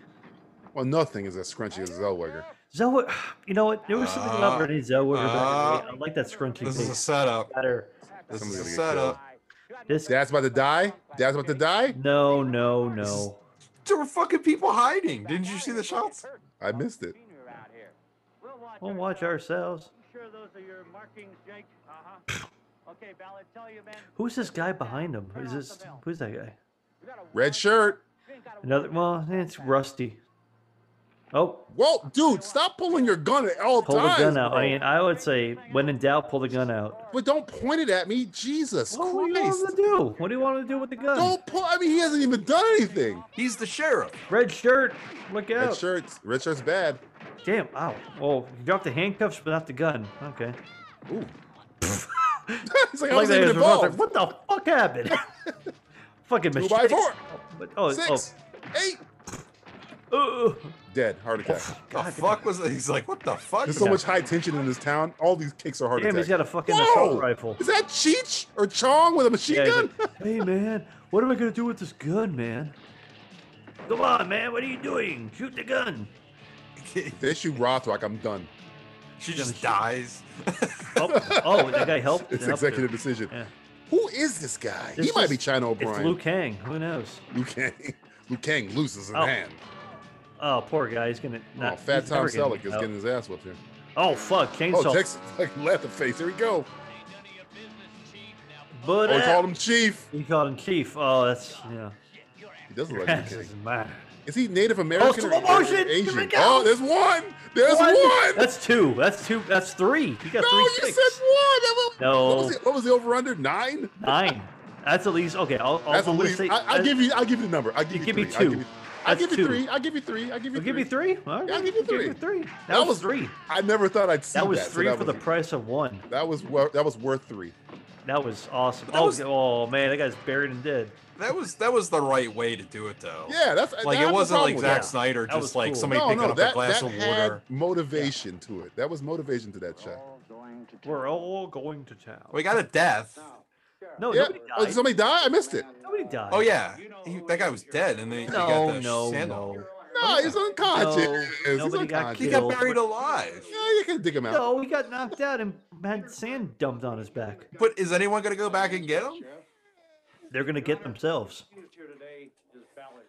[SPEAKER 7] Well, nothing is as scrunchy as Zellweger.
[SPEAKER 8] Zoe, <sighs> you know what? There was something about
[SPEAKER 9] Uh,
[SPEAKER 8] Renee Zellweger. back in the day.
[SPEAKER 9] uh,
[SPEAKER 8] I like that scrunchy
[SPEAKER 9] This is a
[SPEAKER 8] face
[SPEAKER 9] setup.
[SPEAKER 8] better.
[SPEAKER 9] This
[SPEAKER 7] Somebody's
[SPEAKER 9] is a
[SPEAKER 7] gonna get
[SPEAKER 9] setup.
[SPEAKER 8] This
[SPEAKER 7] Dad's about to die. Dad's about to die.
[SPEAKER 8] no, no, no.
[SPEAKER 9] There were fucking people hiding. Didn't you see the shots?
[SPEAKER 7] I missed it.
[SPEAKER 8] We'll watch ourselves.
[SPEAKER 5] Sure those are your markings, Jake? Uh-huh.
[SPEAKER 8] <laughs>
[SPEAKER 5] Okay, Val, I tell you, man,
[SPEAKER 8] Who's this guy behind him? Is this who's that guy?
[SPEAKER 5] you got a
[SPEAKER 7] Red shirt.
[SPEAKER 8] Another? Well, it's Rusty. Oh,
[SPEAKER 7] Whoa, dude, stop pulling your gun at all
[SPEAKER 8] pull the
[SPEAKER 7] times.
[SPEAKER 8] gun out.
[SPEAKER 7] bro.
[SPEAKER 8] I mean, I would say when in doubt, pull the gun out.
[SPEAKER 7] but don't point it at me. Jesus
[SPEAKER 8] What do you want him
[SPEAKER 7] Christ.
[SPEAKER 8] to do? What do you want him to do with the gun?
[SPEAKER 7] Don't pull. I mean, he hasn't even done anything.
[SPEAKER 9] He's the sheriff.
[SPEAKER 8] Red shirt. Look
[SPEAKER 7] Red
[SPEAKER 8] out!
[SPEAKER 7] shirt's, red shirt's bad. <laughs>
[SPEAKER 8] Damn! Ow! Oh, you dropped the handcuffs, but not the gun. Okay.
[SPEAKER 7] Ooh. He's like, I wasn't
[SPEAKER 8] Like that
[SPEAKER 7] even
[SPEAKER 8] is, I was like,
[SPEAKER 7] involved.
[SPEAKER 8] what the fuck happened?
[SPEAKER 7] <laughs>
[SPEAKER 8] Fucking
[SPEAKER 7] Two
[SPEAKER 8] machete.
[SPEAKER 7] by four,
[SPEAKER 8] Oh, but- oh,
[SPEAKER 7] six, eight.
[SPEAKER 8] oh, uh,
[SPEAKER 7] Dead, heart attack.
[SPEAKER 9] The fuck was that? He's like, what the fuck?
[SPEAKER 7] There's so much high tension in this town. All these kicks are heart
[SPEAKER 8] Damn,
[SPEAKER 7] attacks.
[SPEAKER 8] he's got a fucking
[SPEAKER 7] Whoa!
[SPEAKER 8] assault rifle.
[SPEAKER 7] Is that Cheech or Chong with a machine
[SPEAKER 8] Yeah, he's
[SPEAKER 7] gun? <laughs>
[SPEAKER 8] like, hey man, what am I gonna do with this gun, man? Come on, man, what are you doing? Shoot the gun.
[SPEAKER 7] they shoot Rothrock. I'm done.
[SPEAKER 9] <laughs> she just dies.
[SPEAKER 8] Oh, oh that guy helped.
[SPEAKER 7] It's
[SPEAKER 8] helped her.
[SPEAKER 7] executive decision.
[SPEAKER 8] Yeah.
[SPEAKER 7] Who is this guy? he
[SPEAKER 8] This
[SPEAKER 7] might
[SPEAKER 8] is-
[SPEAKER 7] be China O'Brien.
[SPEAKER 8] It's Liu Kang. Who knows?
[SPEAKER 7] Liu Kang. <laughs> Liu Kang loses an
[SPEAKER 8] Oh,
[SPEAKER 7] hand.
[SPEAKER 8] Oh, poor guy. He's gonna. Not,
[SPEAKER 7] oh, Fat
[SPEAKER 8] he's
[SPEAKER 7] Tom
[SPEAKER 8] never gonna
[SPEAKER 7] Selleck
[SPEAKER 8] get
[SPEAKER 7] is
[SPEAKER 8] out.
[SPEAKER 7] getting his ass whipped here.
[SPEAKER 8] Oh fuck,
[SPEAKER 7] Oh,
[SPEAKER 8] chainsaw.
[SPEAKER 7] Texas <laughs> fucking left the face. Here we go.
[SPEAKER 8] but
[SPEAKER 7] Oh, he called him Chief.
[SPEAKER 8] he called him chief. Oh, that's yeah.
[SPEAKER 7] He doesn't like
[SPEAKER 8] <laughs> This
[SPEAKER 7] Liu Kang.
[SPEAKER 8] is mine.
[SPEAKER 7] Is he Native American
[SPEAKER 8] Oh, slow
[SPEAKER 7] or- or
[SPEAKER 8] motion! Here we
[SPEAKER 7] Asian?
[SPEAKER 8] go!
[SPEAKER 7] Oh, there's one. There's one.
[SPEAKER 8] One. That's two. That's two. That's three. You got
[SPEAKER 7] no,
[SPEAKER 8] three
[SPEAKER 7] you
[SPEAKER 8] six.
[SPEAKER 7] said one. That was-
[SPEAKER 8] No.
[SPEAKER 7] What was the, what was the over under? Nine.
[SPEAKER 8] Nine. That's at least okay. I'll, I'll,
[SPEAKER 7] That's
[SPEAKER 8] I'm
[SPEAKER 7] at
[SPEAKER 8] gonna
[SPEAKER 7] least.
[SPEAKER 8] say.
[SPEAKER 7] I, I'll give you. I'll give you the number. I'll give
[SPEAKER 8] You
[SPEAKER 7] you,
[SPEAKER 8] give me
[SPEAKER 7] three. I'll
[SPEAKER 8] two.
[SPEAKER 7] give you, I'll
[SPEAKER 8] That's
[SPEAKER 7] give you
[SPEAKER 8] two.
[SPEAKER 7] three. I'll give you three. I'll give you
[SPEAKER 8] Well,
[SPEAKER 7] three.
[SPEAKER 8] give me three. All right,
[SPEAKER 7] I'll give you
[SPEAKER 8] we'll
[SPEAKER 7] three.
[SPEAKER 8] you three. That,
[SPEAKER 7] That
[SPEAKER 8] was,
[SPEAKER 7] was-
[SPEAKER 8] three.
[SPEAKER 7] I never thought I'd see
[SPEAKER 8] That was
[SPEAKER 7] that, so
[SPEAKER 8] three
[SPEAKER 7] that
[SPEAKER 8] for the
[SPEAKER 7] was-
[SPEAKER 8] price of one.
[SPEAKER 7] That was wor- that was worth three.
[SPEAKER 8] That was awesome.
[SPEAKER 9] That
[SPEAKER 8] oh,
[SPEAKER 9] was-
[SPEAKER 8] oh man, that guy's buried and dead.
[SPEAKER 9] That was that was the right way to do it though.
[SPEAKER 7] Yeah, that's
[SPEAKER 9] Like
[SPEAKER 7] I
[SPEAKER 9] it
[SPEAKER 7] have no
[SPEAKER 9] wasn't
[SPEAKER 7] problem
[SPEAKER 9] like
[SPEAKER 7] with
[SPEAKER 9] Zack
[SPEAKER 7] that.
[SPEAKER 9] Snyder
[SPEAKER 8] That
[SPEAKER 9] just
[SPEAKER 8] was
[SPEAKER 9] like
[SPEAKER 8] cool.
[SPEAKER 9] somebody picking up a glass of water.
[SPEAKER 7] had motivation to it. That was motivation to that shot.
[SPEAKER 8] We're all going to town.
[SPEAKER 9] We got a death.
[SPEAKER 8] no,
[SPEAKER 7] yeah.
[SPEAKER 8] nobody
[SPEAKER 7] Oh,
[SPEAKER 8] died.
[SPEAKER 7] did somebody die? I missed it.
[SPEAKER 8] Nobody died.
[SPEAKER 9] Oh yeah, he, that guy was dead, and then he
[SPEAKER 8] No,
[SPEAKER 9] got the
[SPEAKER 8] no,
[SPEAKER 9] sandal.
[SPEAKER 8] no.
[SPEAKER 7] No, he's unconscious. he's
[SPEAKER 8] nobody got
[SPEAKER 7] unconscious.
[SPEAKER 9] He
[SPEAKER 8] killed.
[SPEAKER 9] got buried alive.
[SPEAKER 7] Yeah, you can dig him out.
[SPEAKER 8] No, he got knocked out and had sand dumped on his back.
[SPEAKER 9] But is anyone gonna go back and get him?
[SPEAKER 8] They're gonna get themselves.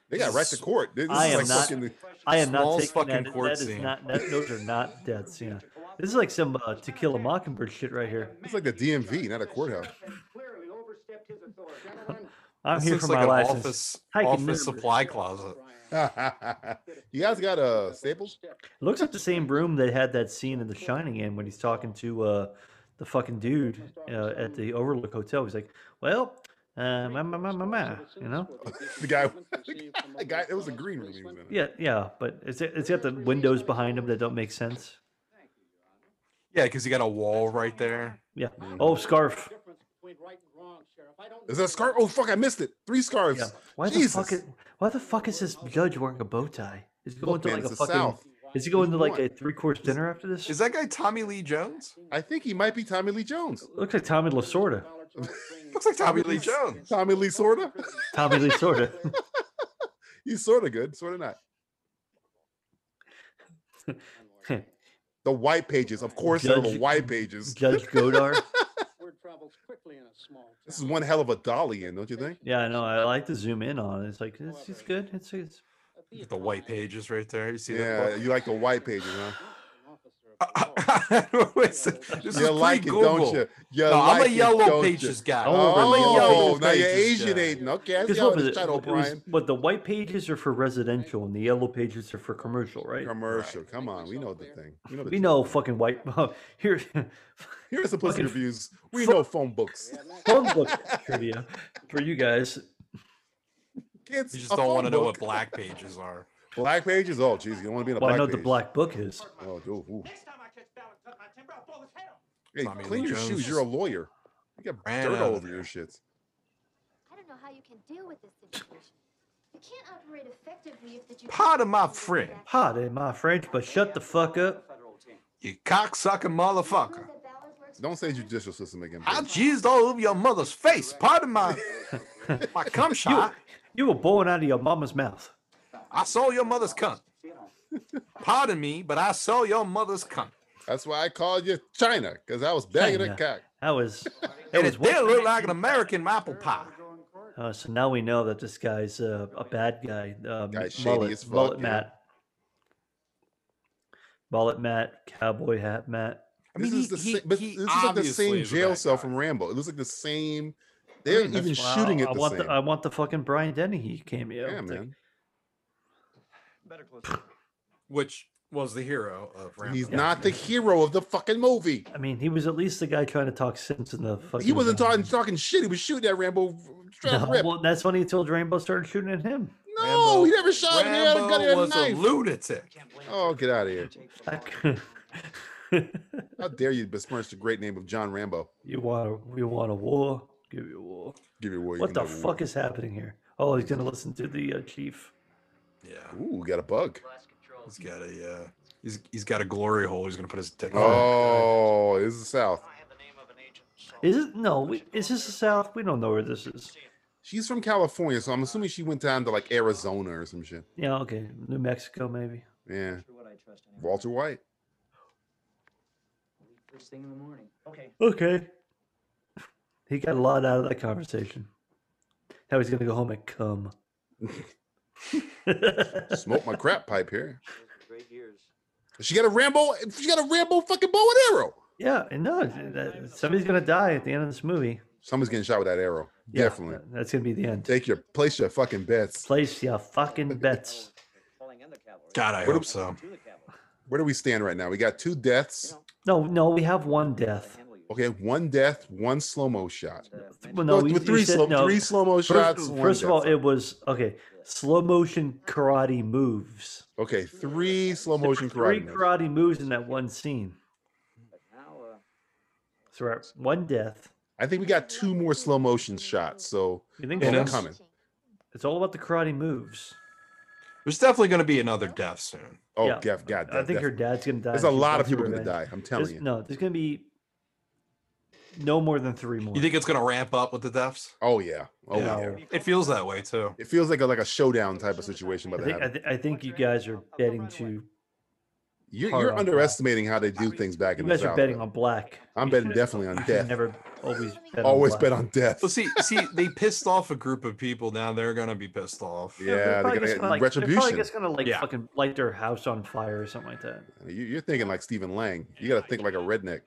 [SPEAKER 7] They got right to court. This
[SPEAKER 8] I
[SPEAKER 7] is
[SPEAKER 8] am
[SPEAKER 7] like
[SPEAKER 8] not.
[SPEAKER 7] fucking-
[SPEAKER 8] I am not
[SPEAKER 9] Smallest
[SPEAKER 8] taking that.
[SPEAKER 9] fucking court
[SPEAKER 8] That is
[SPEAKER 9] scene.
[SPEAKER 8] not. That, those are
[SPEAKER 9] <laughs>
[SPEAKER 8] not deaths. Yeah, this is like some uh, To Kill a Mockingbird shit right here.
[SPEAKER 7] It's like the DMV, not a courthouse. <laughs>
[SPEAKER 5] Clearly overstepped his authority.
[SPEAKER 8] I'm
[SPEAKER 5] <laughs>
[SPEAKER 9] This
[SPEAKER 8] here
[SPEAKER 9] looks
[SPEAKER 8] for
[SPEAKER 9] like
[SPEAKER 8] my
[SPEAKER 9] an
[SPEAKER 8] license.
[SPEAKER 9] office
[SPEAKER 8] I can never-
[SPEAKER 9] office supply closet.
[SPEAKER 7] you guys got uh Staples? <laughs>
[SPEAKER 8] Looks like the same room they had that scene in The Shining in when he's talking to uh, the fucking dude uh, at the Overlook Hotel. He's like, "Well, uh, ma, ma, ma, ma, ma," you know,
[SPEAKER 7] The guy, <laughs> the guy. It was a green room. He was in.
[SPEAKER 8] yeah, yeah." But it's it's got the windows behind him that don't make sense.
[SPEAKER 9] Yeah, because you got a wall right there.
[SPEAKER 8] Yeah. Oh, scarf.
[SPEAKER 9] Mm.
[SPEAKER 5] Difference between right and wrong, Sheriff.
[SPEAKER 11] I don't
[SPEAKER 7] Is that a scarf? Oh fuck! I missed it. Three scarves.
[SPEAKER 8] Yeah. Why
[SPEAKER 7] Jesus.
[SPEAKER 8] the fuck? Is, why the fuck is this judge wearing a bow tie? Is he going
[SPEAKER 7] Look,
[SPEAKER 8] to
[SPEAKER 7] man,
[SPEAKER 8] like
[SPEAKER 7] it's
[SPEAKER 8] a
[SPEAKER 7] the
[SPEAKER 8] fucking?
[SPEAKER 7] South.
[SPEAKER 8] Is he going to like
[SPEAKER 7] What?
[SPEAKER 8] a three course dinner after this?
[SPEAKER 9] Is that guy Tommy Lee Jones?
[SPEAKER 7] I think he might be Tommy Lee Jones.
[SPEAKER 8] Looks like
[SPEAKER 7] <laughs>
[SPEAKER 8] Tommy Lasorda.
[SPEAKER 9] Looks like Tommy Lee Jones.
[SPEAKER 7] Tommy Lee sorta. <laughs>
[SPEAKER 8] Tommy Lasorda.
[SPEAKER 7] He's sorta good, sorta not. The white pages, of course, they're the
[SPEAKER 8] Judge-
[SPEAKER 7] white pages.
[SPEAKER 8] Judge Godar.
[SPEAKER 11] Word travels quickly in a small
[SPEAKER 7] This is one hell of a dolly in, don't you think?
[SPEAKER 8] Yeah, I know. I like to zoom in on it. It's like it's, it's good. It's, it's
[SPEAKER 9] Look at The white pages right there. You see
[SPEAKER 7] Yeah,
[SPEAKER 9] that?
[SPEAKER 7] you like the white pages, huh?
[SPEAKER 9] book? <laughs> Listen, this is
[SPEAKER 7] You like it, don't
[SPEAKER 9] pre-Google.
[SPEAKER 7] you? You
[SPEAKER 9] No, I'm a
[SPEAKER 7] like it,
[SPEAKER 9] Yellow
[SPEAKER 7] don't you?
[SPEAKER 9] Pages guy.
[SPEAKER 7] Oh,
[SPEAKER 9] I'm a Yellow
[SPEAKER 7] now you're
[SPEAKER 9] Pages guy.
[SPEAKER 7] Asianating. Okay, I
[SPEAKER 8] Because
[SPEAKER 7] see
[SPEAKER 8] what
[SPEAKER 7] how
[SPEAKER 8] was
[SPEAKER 7] it's
[SPEAKER 8] it?
[SPEAKER 7] done,
[SPEAKER 8] It was-
[SPEAKER 7] O'Brien.
[SPEAKER 8] but the white pages are for residential and the yellow pages are for commercial, right?
[SPEAKER 7] Commercial. Come on, we know the thing. We know the
[SPEAKER 8] We know fucking white. <laughs> Here,
[SPEAKER 7] Here's the
[SPEAKER 8] fucking
[SPEAKER 7] pussy reviews. We
[SPEAKER 8] fuck-
[SPEAKER 7] know phone books. <laughs>
[SPEAKER 8] phone book trivia for you guys.
[SPEAKER 7] Kids,
[SPEAKER 9] You just
[SPEAKER 7] a
[SPEAKER 9] don't
[SPEAKER 7] phone
[SPEAKER 9] want to know what
[SPEAKER 7] book.
[SPEAKER 9] black pages are.
[SPEAKER 7] black pages. Oh, jeez, you don't want to be in a
[SPEAKER 8] Well, I
[SPEAKER 7] black
[SPEAKER 8] know what
[SPEAKER 7] page.
[SPEAKER 8] the black book is.
[SPEAKER 7] Oh, dude. ooh.
[SPEAKER 5] Next time I catch Ballard, cut my timber, I'll blow his head off.
[SPEAKER 7] Hey,
[SPEAKER 9] Tommy Lee
[SPEAKER 7] clean your
[SPEAKER 9] Jones
[SPEAKER 7] shoes. You're a lawyer. You got
[SPEAKER 9] ran
[SPEAKER 7] dirt
[SPEAKER 9] out
[SPEAKER 7] all
[SPEAKER 9] of
[SPEAKER 7] over your shits.
[SPEAKER 6] I don't know how you can deal with this situation. You can't operate effectively if the judicial
[SPEAKER 9] Part of my
[SPEAKER 6] system is
[SPEAKER 9] friend.
[SPEAKER 6] backed up.
[SPEAKER 8] Hot in my French, but shut the fuck up.
[SPEAKER 9] You cocksucking
[SPEAKER 6] You
[SPEAKER 9] motherfucker.
[SPEAKER 6] know that Ballard works
[SPEAKER 7] Don't
[SPEAKER 6] with
[SPEAKER 7] say
[SPEAKER 6] Ballard?
[SPEAKER 7] judicial system again.
[SPEAKER 9] I
[SPEAKER 7] please.
[SPEAKER 9] jizzed all over your mother's face. Pardon
[SPEAKER 7] <laughs>
[SPEAKER 9] my my cum shot.
[SPEAKER 8] You were born out of your mama's mouth.
[SPEAKER 9] I saw your mother's cunt. Pardon me, but I saw your mother's cunt.
[SPEAKER 7] That's why I called you China, because I was banging a
[SPEAKER 8] China.
[SPEAKER 7] cock.
[SPEAKER 8] That was. That
[SPEAKER 9] And it
[SPEAKER 8] was what-
[SPEAKER 9] did look like an American apple pie.
[SPEAKER 8] Uh, so now we know that this guy's uh, a bad guy. Uh,
[SPEAKER 7] Guy's shady
[SPEAKER 8] mullet,
[SPEAKER 7] as fuck,
[SPEAKER 8] mullet
[SPEAKER 7] yeah.
[SPEAKER 8] Matt. Mullet Matt, cowboy hat Matt.
[SPEAKER 9] I mean,
[SPEAKER 7] this
[SPEAKER 9] he-
[SPEAKER 7] is the
[SPEAKER 9] he-
[SPEAKER 7] same, but
[SPEAKER 9] he
[SPEAKER 7] this is like the
[SPEAKER 9] obviously
[SPEAKER 7] same
[SPEAKER 9] is a
[SPEAKER 7] jail
[SPEAKER 9] bad
[SPEAKER 7] cell
[SPEAKER 9] guy.
[SPEAKER 7] from Rambo. It looks like the same. They're
[SPEAKER 8] That's
[SPEAKER 7] even
[SPEAKER 8] why I-
[SPEAKER 7] shooting
[SPEAKER 8] I
[SPEAKER 7] at the
[SPEAKER 8] want
[SPEAKER 7] same.
[SPEAKER 8] I want the fucking Brian Dennehy cameo.
[SPEAKER 7] yeah,
[SPEAKER 8] It's like,
[SPEAKER 7] man.
[SPEAKER 10] Better close the door.
[SPEAKER 9] Which was the hero of Rambo.
[SPEAKER 7] He's not the hero of the fucking movie.
[SPEAKER 8] I mean, he was at least the guy trying to talk sense in the fucking.
[SPEAKER 7] He wasn't talking talking shit. He was shooting at Rambo.
[SPEAKER 9] <laughs>
[SPEAKER 7] straight
[SPEAKER 8] <laughs> No,
[SPEAKER 7] rip.
[SPEAKER 8] well, that's when he told Rainbow started shooting at him. <laughs>
[SPEAKER 7] No,
[SPEAKER 9] Rambo-
[SPEAKER 7] he never shot him. He had a gun.
[SPEAKER 9] Rambo
[SPEAKER 7] He had a
[SPEAKER 9] was
[SPEAKER 7] knife.
[SPEAKER 9] a lunatic.
[SPEAKER 7] oh, get out of here!
[SPEAKER 8] I c-
[SPEAKER 7] How dare you besmirch the great name of John Rambo?
[SPEAKER 8] you want a you want a war? Give you a war.
[SPEAKER 7] Give me a war. you
[SPEAKER 8] What the
[SPEAKER 7] can have a war.
[SPEAKER 8] fuck is happening here? Oh, he's gonna listen to the uh, chief.
[SPEAKER 9] Yeah,
[SPEAKER 7] Ooh, got a bug.
[SPEAKER 9] he's got a uh, he's he's got a glory hole. He's gonna put his dick. in.
[SPEAKER 7] Oh, this is the South.
[SPEAKER 8] Is it no? We, is this the South? We don't know where this is.
[SPEAKER 7] She's from California, so I'm assuming she went down to like Arizona or some shit.
[SPEAKER 8] Yeah, okay, New Mexico maybe.
[SPEAKER 7] Yeah,
[SPEAKER 10] Would I trust anyone?
[SPEAKER 7] Walter White.
[SPEAKER 10] First thing in the morning. Okay.
[SPEAKER 8] Okay. He got a lot out of that conversation. Now he's gonna go home and cum.
[SPEAKER 7] Smoke my crap pipe here.
[SPEAKER 10] Those were great years.
[SPEAKER 7] She got a Rambo. She got a Rambo fucking bow and arrow.
[SPEAKER 8] <laughs> yeah, and no, that, somebody's gonna die at the end of this movie.
[SPEAKER 7] Someone's getting shot with that arrow.
[SPEAKER 8] Yeah,
[SPEAKER 7] Definitely.
[SPEAKER 8] that- That's gonna be the end.
[SPEAKER 7] Take your place your fucking bets.
[SPEAKER 8] Place your fucking bets.
[SPEAKER 10] Falling in the cavalry.
[SPEAKER 9] God, I
[SPEAKER 7] What
[SPEAKER 9] hope
[SPEAKER 7] if-
[SPEAKER 9] so.
[SPEAKER 10] To the <laughs> cavalry.
[SPEAKER 7] Where do we stand right now? We got two deaths.
[SPEAKER 8] No, no, we have one death.
[SPEAKER 10] Handle you.
[SPEAKER 7] Okay, one death, one slow mo shot.
[SPEAKER 10] Uh,
[SPEAKER 8] Well, no,
[SPEAKER 7] with
[SPEAKER 8] you- you
[SPEAKER 7] three
[SPEAKER 8] said
[SPEAKER 7] slow,
[SPEAKER 8] no.
[SPEAKER 7] three slow mo shots.
[SPEAKER 8] First,
[SPEAKER 7] one
[SPEAKER 8] first of
[SPEAKER 7] death
[SPEAKER 8] all,
[SPEAKER 7] shot.
[SPEAKER 8] it was okay. Slow motion karate moves.
[SPEAKER 7] okay, three slow
[SPEAKER 8] There were
[SPEAKER 7] motion karate.
[SPEAKER 8] Three
[SPEAKER 7] moves.
[SPEAKER 8] karate moves in that one scene.
[SPEAKER 10] but now, uh,
[SPEAKER 8] So we're at one death.
[SPEAKER 7] I think we got two more slow motion shots. So
[SPEAKER 8] You think
[SPEAKER 7] And
[SPEAKER 8] so?
[SPEAKER 7] I'm coming.
[SPEAKER 8] It's all about the karate moves.
[SPEAKER 9] There's definitely gonna be another death soon.
[SPEAKER 7] oh,
[SPEAKER 8] Yeah,
[SPEAKER 7] Gav, God,
[SPEAKER 8] I think her dad's gonna die.
[SPEAKER 7] there's
[SPEAKER 8] and
[SPEAKER 7] a
[SPEAKER 8] she
[SPEAKER 7] lot of
[SPEAKER 8] wants her
[SPEAKER 7] people gonna
[SPEAKER 8] revenge.
[SPEAKER 7] die. I'm telling
[SPEAKER 8] There's-
[SPEAKER 7] you.
[SPEAKER 8] No, there's gonna be no more than three more.
[SPEAKER 9] You think it's gonna ramp up with the deaths?
[SPEAKER 7] Oh yeah, oh yeah.
[SPEAKER 9] Yeah. It feels that way too.
[SPEAKER 7] It feels like a like a showdown type of situation. By
[SPEAKER 8] I
[SPEAKER 7] the
[SPEAKER 8] think, I,
[SPEAKER 7] happen.
[SPEAKER 8] th- I think you guys are betting too.
[SPEAKER 7] you're,
[SPEAKER 8] hard
[SPEAKER 7] you're
[SPEAKER 8] on
[SPEAKER 7] underestimating how they do things back
[SPEAKER 8] You
[SPEAKER 7] in the
[SPEAKER 8] guys
[SPEAKER 7] South.
[SPEAKER 8] are betting
[SPEAKER 7] though.
[SPEAKER 8] on black.
[SPEAKER 7] I'm betting definitely on
[SPEAKER 8] You should
[SPEAKER 7] death.
[SPEAKER 8] never always bet
[SPEAKER 7] Always
[SPEAKER 8] on
[SPEAKER 7] bet
[SPEAKER 8] black.
[SPEAKER 7] on death.
[SPEAKER 8] <laughs>
[SPEAKER 9] Well,
[SPEAKER 7] <laughs>
[SPEAKER 9] see, see, they pissed off a group of people. Now they're gonna be pissed off.
[SPEAKER 7] Yeah,
[SPEAKER 8] they're
[SPEAKER 7] they're
[SPEAKER 8] probably
[SPEAKER 7] gonna
[SPEAKER 8] just
[SPEAKER 7] get
[SPEAKER 8] gonna, like, They're
[SPEAKER 7] retribution.
[SPEAKER 8] probably just gonna like
[SPEAKER 9] Yeah.
[SPEAKER 8] fucking light their house on fire or something like that.
[SPEAKER 7] You- You're thinking like Stephen Lang. You got to think like a redneck.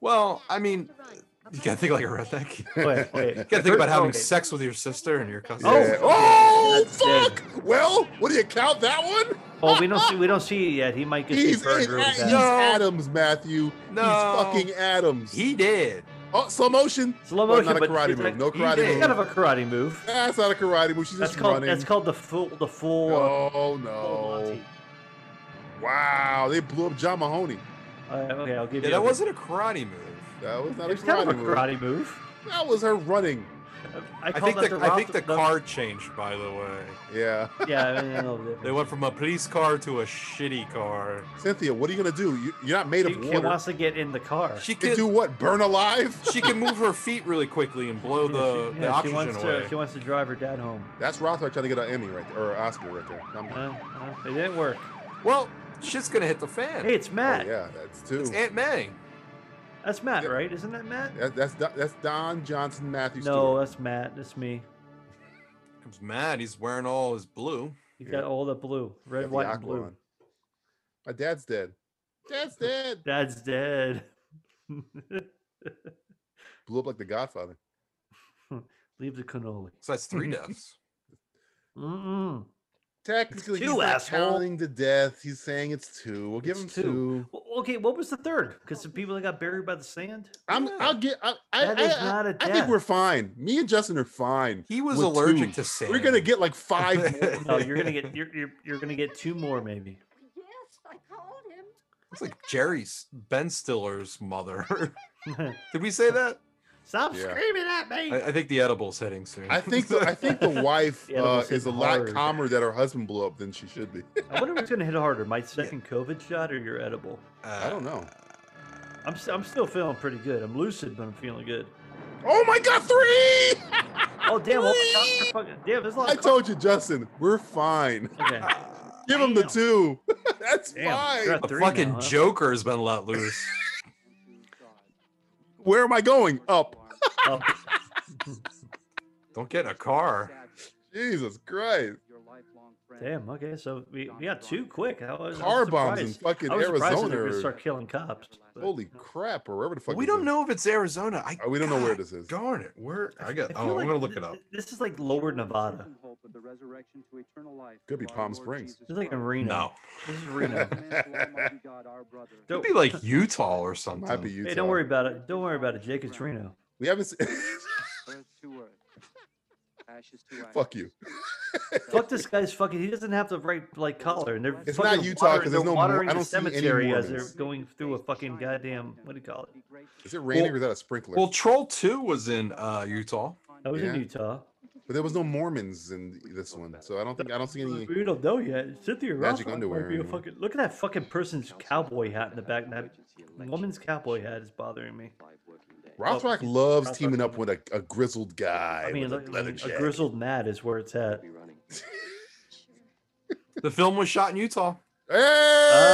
[SPEAKER 9] Well, I mean,
[SPEAKER 6] Have to run.
[SPEAKER 9] you gotta think like a redneck. <laughs> You
[SPEAKER 8] Wait, wait.
[SPEAKER 9] gotta think about having
[SPEAKER 8] Okay.
[SPEAKER 9] sex with your sister and your cousin.
[SPEAKER 8] Oh.
[SPEAKER 7] Yeah. Oh,
[SPEAKER 8] That's dead.
[SPEAKER 7] fuck! Well, what do you count that one?
[SPEAKER 8] Well, we don't see we don't see it yet. He might just
[SPEAKER 7] He's,
[SPEAKER 8] be
[SPEAKER 7] he's,
[SPEAKER 8] burger with
[SPEAKER 7] he's
[SPEAKER 8] that.
[SPEAKER 9] No.
[SPEAKER 7] Adams, Matthew.
[SPEAKER 9] No.
[SPEAKER 7] He's fucking Adams.
[SPEAKER 9] He did.
[SPEAKER 7] oh, slow motion.
[SPEAKER 8] Slow
[SPEAKER 7] Well,
[SPEAKER 8] motion,
[SPEAKER 7] not a
[SPEAKER 8] but
[SPEAKER 7] karate
[SPEAKER 8] it's
[SPEAKER 7] move.
[SPEAKER 8] like-
[SPEAKER 7] no
[SPEAKER 9] he
[SPEAKER 7] karate
[SPEAKER 9] did.
[SPEAKER 7] move.
[SPEAKER 8] It's kind of a karate move.
[SPEAKER 7] That's not a karate move. She's
[SPEAKER 8] That's
[SPEAKER 7] just
[SPEAKER 8] called
[SPEAKER 7] running.
[SPEAKER 8] that's called the full the full. uh,
[SPEAKER 7] oh
[SPEAKER 8] full
[SPEAKER 7] no!
[SPEAKER 8] Monty.
[SPEAKER 7] Wow, they blew up John Mahoney.
[SPEAKER 8] Uh, okay, I'll give
[SPEAKER 9] Yeah,
[SPEAKER 8] you.
[SPEAKER 9] that
[SPEAKER 8] a-
[SPEAKER 9] wasn't a karate move.
[SPEAKER 7] That was not
[SPEAKER 8] It was
[SPEAKER 7] a
[SPEAKER 8] kind
[SPEAKER 7] karate
[SPEAKER 8] of a
[SPEAKER 7] move.
[SPEAKER 8] karate move.
[SPEAKER 7] That was her running.
[SPEAKER 8] I
[SPEAKER 9] I
[SPEAKER 8] call
[SPEAKER 9] think
[SPEAKER 8] that
[SPEAKER 9] the,
[SPEAKER 8] the
[SPEAKER 9] I think the
[SPEAKER 8] Roth- the-
[SPEAKER 9] car changed, by the way.
[SPEAKER 7] Yeah.
[SPEAKER 8] <laughs> Yeah, I mean, a
[SPEAKER 9] <laughs>
[SPEAKER 8] little different.
[SPEAKER 9] They went from a police car to a shitty car.
[SPEAKER 7] Cynthia, what are you gonna do? You, you're not made
[SPEAKER 8] She,
[SPEAKER 7] of
[SPEAKER 8] she
[SPEAKER 7] water.
[SPEAKER 8] wants to get in the car.
[SPEAKER 9] She
[SPEAKER 7] can do what? Burn alive? <laughs>
[SPEAKER 9] She can move her feet really quickly and blow the,
[SPEAKER 8] she,
[SPEAKER 9] the
[SPEAKER 8] <laughs> yeah, she
[SPEAKER 9] oxygen
[SPEAKER 8] wants
[SPEAKER 9] away.
[SPEAKER 8] to. She wants to drive her dad home.
[SPEAKER 7] That's Rothrock trying to get an Emmy right there, or Oscar right there. I'm-
[SPEAKER 8] Uh, it didn't work.
[SPEAKER 9] Well, shit's gonna hit the fan.
[SPEAKER 8] Hey, it's Matt.
[SPEAKER 7] Oh, yeah, that's two.
[SPEAKER 9] It's Aunt May.
[SPEAKER 8] That's Matt, right? Isn't that Matt?
[SPEAKER 7] That, that's Do- that's Don Johnson Matthew
[SPEAKER 8] No,
[SPEAKER 7] Stewart.
[SPEAKER 8] that's Matt. That's me.
[SPEAKER 9] Comes Matt. He's wearing all his blue.
[SPEAKER 8] You got all the blue, red,
[SPEAKER 7] Got the
[SPEAKER 8] white, and
[SPEAKER 7] aqua
[SPEAKER 8] blue.
[SPEAKER 7] on. My dad's dead. Dad's dead.
[SPEAKER 8] Dad's dead. <laughs>
[SPEAKER 7] Blew up like the Godfather.
[SPEAKER 8] Leave the cannoli.
[SPEAKER 9] So that's
[SPEAKER 7] <laughs>
[SPEAKER 9] three deaths.
[SPEAKER 8] Mm-mm.
[SPEAKER 7] Technically,
[SPEAKER 8] Two,
[SPEAKER 7] he's not
[SPEAKER 8] asshole.
[SPEAKER 7] counting to death. He's saying it's two. We'll give him
[SPEAKER 8] It's
[SPEAKER 7] two.
[SPEAKER 8] two. Well, okay, what was the third? Because the people that got buried by the sand.
[SPEAKER 7] I'm. I'll get. I, I,
[SPEAKER 8] That is
[SPEAKER 7] I- I-
[SPEAKER 8] not a
[SPEAKER 7] I think
[SPEAKER 8] death.
[SPEAKER 7] we're fine. Me and Justin are fine.
[SPEAKER 9] He was
[SPEAKER 7] with
[SPEAKER 9] allergic
[SPEAKER 7] two.
[SPEAKER 9] to sand.
[SPEAKER 7] We're gonna get like <laughs> five.
[SPEAKER 9] <laughs>
[SPEAKER 7] more.
[SPEAKER 8] No, Oh, you're
[SPEAKER 7] <laughs>
[SPEAKER 8] gonna get you're, you're you're gonna get two more maybe.
[SPEAKER 2] Yes, I called him.
[SPEAKER 9] It's like Jerry's Ben Stiller's
[SPEAKER 7] <laughs>
[SPEAKER 9] mother. Did we say that?
[SPEAKER 8] Stop
[SPEAKER 7] Yeah.
[SPEAKER 8] screaming at me.
[SPEAKER 9] I, I think the edible's hitting soon.
[SPEAKER 7] I think. The, I
[SPEAKER 8] <laughs>
[SPEAKER 7] think the wife
[SPEAKER 8] Yeah, that
[SPEAKER 7] uh,
[SPEAKER 8] was
[SPEAKER 7] is a
[SPEAKER 8] hitting
[SPEAKER 7] lot
[SPEAKER 8] hard.
[SPEAKER 7] calmer that her husband blew up than she should be.
[SPEAKER 8] I wonder what's gonna hit harder, my second COVID shot or your edible.
[SPEAKER 7] <laughs>
[SPEAKER 9] Uh,
[SPEAKER 7] I don't know.
[SPEAKER 8] I'm s- I'm still feeling pretty good. I'm lucid, but I'm feeling good.
[SPEAKER 7] Oh my God! Three.
[SPEAKER 8] Oh
[SPEAKER 7] <laughs>
[SPEAKER 8] damn! All the cops are fucking damn. There's a lot. <laughs>
[SPEAKER 7] I
[SPEAKER 8] Of cops.
[SPEAKER 7] told you, Justin. We're fine.
[SPEAKER 8] Okay.
[SPEAKER 7] <laughs> Give him the
[SPEAKER 8] Damn.
[SPEAKER 7] two. <laughs> That's
[SPEAKER 8] Damn,
[SPEAKER 7] fine.
[SPEAKER 8] you're at
[SPEAKER 9] The
[SPEAKER 8] three
[SPEAKER 9] fucking
[SPEAKER 8] now, huh?
[SPEAKER 9] Joker's been let loose.
[SPEAKER 7] Where am I going? Up.
[SPEAKER 8] Oh,
[SPEAKER 9] Don't get in a car.
[SPEAKER 10] <laughs>
[SPEAKER 7] Jesus Christ.
[SPEAKER 10] Your lifelong friend.
[SPEAKER 8] damn. Okay, so we, we got two quick. I was, I
[SPEAKER 7] Car
[SPEAKER 8] was
[SPEAKER 7] bombs in
[SPEAKER 8] surprised.
[SPEAKER 7] fucking
[SPEAKER 8] I was surprised that
[SPEAKER 7] Arizona
[SPEAKER 8] They're
[SPEAKER 7] are-
[SPEAKER 8] gonna start killing cops. but-
[SPEAKER 7] Holy crap, or wherever the fuck.
[SPEAKER 9] We
[SPEAKER 7] is
[SPEAKER 9] don't
[SPEAKER 7] it?
[SPEAKER 9] know if it's Arizona. I,
[SPEAKER 7] Uh, We don't know where
[SPEAKER 9] God
[SPEAKER 7] this is.
[SPEAKER 9] Darn it. Where? I got.
[SPEAKER 8] I feel
[SPEAKER 9] Oh,
[SPEAKER 8] like
[SPEAKER 9] I'm gonna look
[SPEAKER 8] th-
[SPEAKER 9] it up.
[SPEAKER 8] th- This is like Lower Nevada.
[SPEAKER 10] And hope of the resurrection to eternal life
[SPEAKER 7] Could be
[SPEAKER 10] through our
[SPEAKER 7] Palm
[SPEAKER 10] Lord
[SPEAKER 7] Springs.
[SPEAKER 10] Jesus
[SPEAKER 8] This is like in
[SPEAKER 10] Christ.
[SPEAKER 8] Reno.
[SPEAKER 9] No.
[SPEAKER 8] This is
[SPEAKER 7] <laughs>
[SPEAKER 8] Reno.
[SPEAKER 10] Amen to Almighty God,
[SPEAKER 8] <laughs>
[SPEAKER 10] our brother.
[SPEAKER 8] Don't-
[SPEAKER 9] It'd be like Utah or something.
[SPEAKER 7] Might be Utah.
[SPEAKER 8] Hey, don't worry about it. Don't worry about it, Jake. It's Reno.
[SPEAKER 7] We haven't. Seen... <laughs>
[SPEAKER 10] Earth to earth.
[SPEAKER 8] <laughs>
[SPEAKER 10] Ashes to ashes.
[SPEAKER 7] fuck you.
[SPEAKER 8] Fuck this guy's fucking. He doesn't have the right like collar, and they're
[SPEAKER 10] It's
[SPEAKER 8] fucking
[SPEAKER 7] not Utah,
[SPEAKER 8] water-
[SPEAKER 7] 'cause
[SPEAKER 8] they're
[SPEAKER 7] there's no Mor-
[SPEAKER 8] watering
[SPEAKER 7] I don't
[SPEAKER 8] the
[SPEAKER 7] see any
[SPEAKER 8] cemetery as they're
[SPEAKER 7] Mormons.
[SPEAKER 8] going through a fucking goddamn what do you call it?
[SPEAKER 7] Is it raining
[SPEAKER 9] Well-
[SPEAKER 7] or is that a sprinkler?
[SPEAKER 9] Well, Troll Two was in uh, Utah.
[SPEAKER 8] I was in
[SPEAKER 7] Yeah.
[SPEAKER 8] Utah.
[SPEAKER 7] but there was no Mormons in this one, so I don't think I don't see any.
[SPEAKER 8] We don't know yet. Cynthia
[SPEAKER 7] Magic
[SPEAKER 8] Rothrock
[SPEAKER 7] underwear,
[SPEAKER 8] might be a
[SPEAKER 7] yeah.
[SPEAKER 8] fucking. Look at that fucking person's cowboy hat in the back. That
[SPEAKER 12] Emergency election
[SPEAKER 8] woman's cowboy hat is bothering me.
[SPEAKER 12] five working days.
[SPEAKER 7] Rothrock loves
[SPEAKER 8] Rothrock
[SPEAKER 7] teaming up
[SPEAKER 8] doesn't-
[SPEAKER 7] with a, a grizzled guy.
[SPEAKER 8] I mean,
[SPEAKER 7] with
[SPEAKER 8] look,
[SPEAKER 7] a
[SPEAKER 8] I
[SPEAKER 7] leather
[SPEAKER 8] mean, a
[SPEAKER 7] jacket.
[SPEAKER 8] grizzled gnat is where
[SPEAKER 7] <laughs>
[SPEAKER 8] it's at.
[SPEAKER 12] Be running.
[SPEAKER 9] The film was shot in Utah.
[SPEAKER 7] Hey!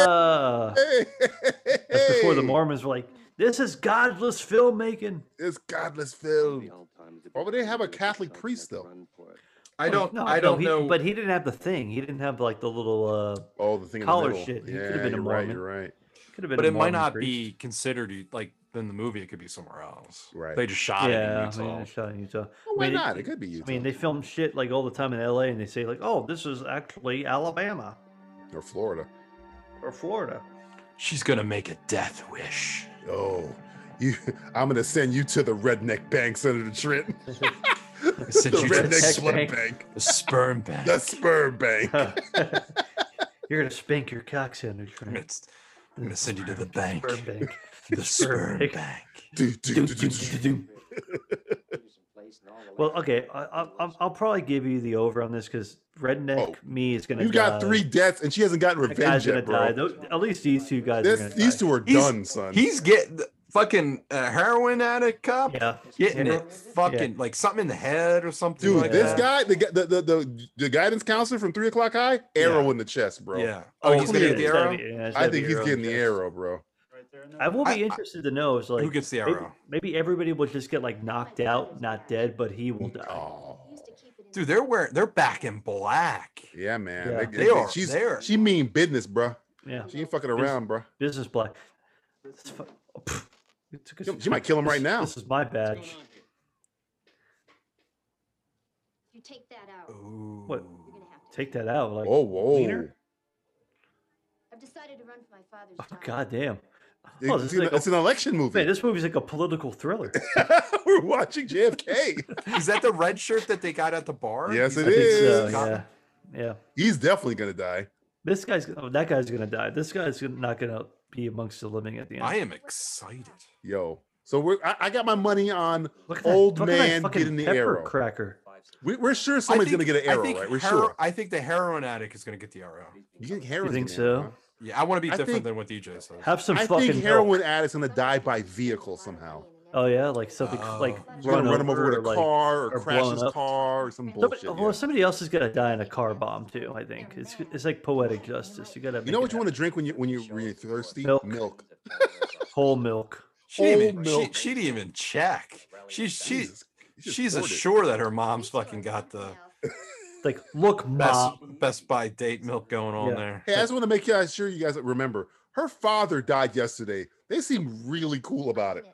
[SPEAKER 8] Ah, that's before the Mormons were like, "This is godless filmmaking."
[SPEAKER 7] It's godless
[SPEAKER 12] The
[SPEAKER 7] film.
[SPEAKER 12] old times, the
[SPEAKER 7] Why would they
[SPEAKER 12] best
[SPEAKER 7] have a
[SPEAKER 12] thing to do is
[SPEAKER 7] Catholic
[SPEAKER 12] something
[SPEAKER 7] priest,
[SPEAKER 12] that's
[SPEAKER 7] though?
[SPEAKER 12] run for it.
[SPEAKER 9] I
[SPEAKER 7] Oh,
[SPEAKER 9] don't.
[SPEAKER 8] No,
[SPEAKER 9] I
[SPEAKER 8] no,
[SPEAKER 9] don't
[SPEAKER 8] he-
[SPEAKER 9] know.
[SPEAKER 8] But he didn't have the thing. He didn't have like the little. uh
[SPEAKER 7] Oh, the thing
[SPEAKER 8] Collar
[SPEAKER 7] in the middle.
[SPEAKER 8] shit. He
[SPEAKER 7] Yeah,
[SPEAKER 8] could've been a
[SPEAKER 7] you're right.
[SPEAKER 8] Mormon.
[SPEAKER 7] You're right.
[SPEAKER 8] Could have been.
[SPEAKER 9] but
[SPEAKER 8] a
[SPEAKER 9] it might
[SPEAKER 8] Mormon
[SPEAKER 9] not
[SPEAKER 8] priest.
[SPEAKER 9] be considered e, like in the movie. It could be somewhere else.
[SPEAKER 7] Right.
[SPEAKER 9] They just shot
[SPEAKER 8] yeah,
[SPEAKER 9] it in
[SPEAKER 8] I mean,
[SPEAKER 9] Utah.
[SPEAKER 8] they shot in Utah.
[SPEAKER 7] Well, why
[SPEAKER 8] I mean,
[SPEAKER 7] not? It could be Utah
[SPEAKER 8] I mean, they film shit like all the time in LA, and they say like, "Oh, this is actually Alabama
[SPEAKER 7] or Florida.
[SPEAKER 8] or Florida." <laughs>
[SPEAKER 9] She's gonna make a death wish.
[SPEAKER 7] Oh, <laughs> you! I'm gonna send you to the redneck bank, Senator
[SPEAKER 8] <laughs>
[SPEAKER 7] Trent.
[SPEAKER 9] I sent
[SPEAKER 7] the
[SPEAKER 9] you to
[SPEAKER 7] redneck
[SPEAKER 9] the,
[SPEAKER 7] blood
[SPEAKER 8] bank.
[SPEAKER 7] bank.
[SPEAKER 9] the sperm bank.
[SPEAKER 7] the sperm
[SPEAKER 8] <laughs>
[SPEAKER 7] bank.
[SPEAKER 8] You're gonna spank your cock, Senator
[SPEAKER 9] I'm gonna,
[SPEAKER 8] Trent.
[SPEAKER 9] I'm gonna send you to the bank.
[SPEAKER 8] Sperm bank.
[SPEAKER 9] The sperm
[SPEAKER 8] bank.
[SPEAKER 9] bank.
[SPEAKER 7] Do, do, do, do, do, do.
[SPEAKER 8] Well, okay, I, I, I'll- I'll probably give you the over on this because redneck
[SPEAKER 7] Oh,
[SPEAKER 8] me is gonna.
[SPEAKER 7] You got
[SPEAKER 8] die.
[SPEAKER 7] three deaths, and she hasn't gotten
[SPEAKER 8] That guy's
[SPEAKER 7] revenge
[SPEAKER 8] gonna
[SPEAKER 7] yet, bro.
[SPEAKER 8] die. Tho- at least these two guys are
[SPEAKER 7] This,
[SPEAKER 8] gonna
[SPEAKER 7] these
[SPEAKER 8] die.
[SPEAKER 7] two are
[SPEAKER 9] He's-
[SPEAKER 7] done, son.
[SPEAKER 9] He's getting the fucking a heroin addict cop.
[SPEAKER 8] Yeah.
[SPEAKER 9] Getting
[SPEAKER 8] Yeah.
[SPEAKER 9] it fucking like something in the head or something.
[SPEAKER 7] Dude,
[SPEAKER 9] like
[SPEAKER 7] this
[SPEAKER 9] that.
[SPEAKER 7] guy, the, gu- the the the the guidance counselor from three o'clock high, arrow in the chest, bro.
[SPEAKER 9] Yeah. Oh, he's gonna
[SPEAKER 7] clear.
[SPEAKER 9] get the
[SPEAKER 8] It's gotta
[SPEAKER 9] arrow.
[SPEAKER 8] be- yeah, it's
[SPEAKER 7] I
[SPEAKER 8] gotta
[SPEAKER 7] think
[SPEAKER 8] be
[SPEAKER 7] he's
[SPEAKER 8] arrow.
[SPEAKER 7] getting the arrow, bro.
[SPEAKER 8] I will be
[SPEAKER 9] I- I-
[SPEAKER 8] interested to know. Is like
[SPEAKER 9] Who gets the
[SPEAKER 8] maybe-
[SPEAKER 9] arrow?
[SPEAKER 8] Maybe, everybody will just get like knocked out, not dead, but he will die.
[SPEAKER 7] Oh,
[SPEAKER 2] Used to keep it in
[SPEAKER 9] Dude, they're wearing they're back in black.
[SPEAKER 7] yeah, man.
[SPEAKER 8] Yeah.
[SPEAKER 7] Like,
[SPEAKER 9] They
[SPEAKER 7] like,
[SPEAKER 9] are
[SPEAKER 7] She's
[SPEAKER 9] there.
[SPEAKER 7] she mean business, bro.
[SPEAKER 8] Yeah,
[SPEAKER 7] She ain't fucking around, bro.
[SPEAKER 8] business black. It's fu- oh, pff, it's-
[SPEAKER 7] Yo, she might kill him
[SPEAKER 8] this-
[SPEAKER 7] right now.
[SPEAKER 8] This is my badge.
[SPEAKER 2] You take that out.
[SPEAKER 9] Ooh.
[SPEAKER 8] What?
[SPEAKER 2] You're gonna have to.
[SPEAKER 8] Take that out. Like,
[SPEAKER 7] Oh, whoa.
[SPEAKER 8] cleaner?
[SPEAKER 2] I've decided to run for my father's
[SPEAKER 8] oh,
[SPEAKER 2] job.
[SPEAKER 8] god damn. Oh,
[SPEAKER 7] It's,
[SPEAKER 8] this is
[SPEAKER 7] an,
[SPEAKER 8] like a-
[SPEAKER 7] it's an election <laughs>
[SPEAKER 8] Man,
[SPEAKER 7] movie.
[SPEAKER 8] this movie's like a
[SPEAKER 7] <laughs>
[SPEAKER 8] political thriller.
[SPEAKER 7] We're watching
[SPEAKER 8] <laughs>
[SPEAKER 7] JFK.
[SPEAKER 9] Is that the red shirt that they got at the
[SPEAKER 7] <laughs>
[SPEAKER 9] bar?
[SPEAKER 7] Yes,
[SPEAKER 9] He's
[SPEAKER 7] it
[SPEAKER 9] like,
[SPEAKER 8] I think uh, so,
[SPEAKER 7] is.
[SPEAKER 8] yeah, yeah.
[SPEAKER 7] He's definitely gonna die.
[SPEAKER 8] This guy's oh, that guy's gonna die. This guy's gonna- not gonna be amongst the living at the end.
[SPEAKER 9] I am excited.
[SPEAKER 7] Yo, So we're, I, I got my money on old
[SPEAKER 8] look at that
[SPEAKER 7] man
[SPEAKER 8] fucking
[SPEAKER 7] getting the
[SPEAKER 8] pepper
[SPEAKER 7] arrow.
[SPEAKER 8] Cracker.
[SPEAKER 7] We, we're sure somebody's going to get an arrow, right? We're sure.
[SPEAKER 13] I think the heroin addict is going to get the arrow.
[SPEAKER 7] You think, heroin's
[SPEAKER 8] think
[SPEAKER 7] getting an arrow,
[SPEAKER 8] so?
[SPEAKER 7] huh?
[SPEAKER 13] Yeah, I want to be
[SPEAKER 7] I
[SPEAKER 13] different
[SPEAKER 7] think-
[SPEAKER 13] than what DJ says.
[SPEAKER 8] Have some
[SPEAKER 7] I
[SPEAKER 8] fucking
[SPEAKER 7] think heroin addict's going to die by vehicle somehow.
[SPEAKER 8] Oh yeah, like something like
[SPEAKER 7] Run,
[SPEAKER 8] run,
[SPEAKER 7] run him over with a
[SPEAKER 8] like,
[SPEAKER 7] car or, crash
[SPEAKER 8] blown
[SPEAKER 7] his
[SPEAKER 8] up.
[SPEAKER 7] car or some
[SPEAKER 8] Somebody,
[SPEAKER 7] bullshit. yeah.
[SPEAKER 8] Well, somebody else is gonna die in a car bomb too. I think it's it's like poetic justice. You gotta
[SPEAKER 7] You know what you want to drink when you when you when you're thirsty?
[SPEAKER 8] Milk.
[SPEAKER 7] Milk.
[SPEAKER 8] whole milk.
[SPEAKER 13] She didn't,
[SPEAKER 7] Old
[SPEAKER 13] even, she,
[SPEAKER 7] milk.
[SPEAKER 13] she didn't even check. She's she,
[SPEAKER 7] Jesus, you just
[SPEAKER 13] she's
[SPEAKER 7] poured it.
[SPEAKER 13] assured that her mom's fucking got the
[SPEAKER 8] Like look,
[SPEAKER 13] best,
[SPEAKER 8] mom.
[SPEAKER 13] best by date milk going on
[SPEAKER 8] Yeah.
[SPEAKER 13] there.
[SPEAKER 7] Hey, I just want to make you- sure you guys remember. Her father died yesterday. They seem really cool about it.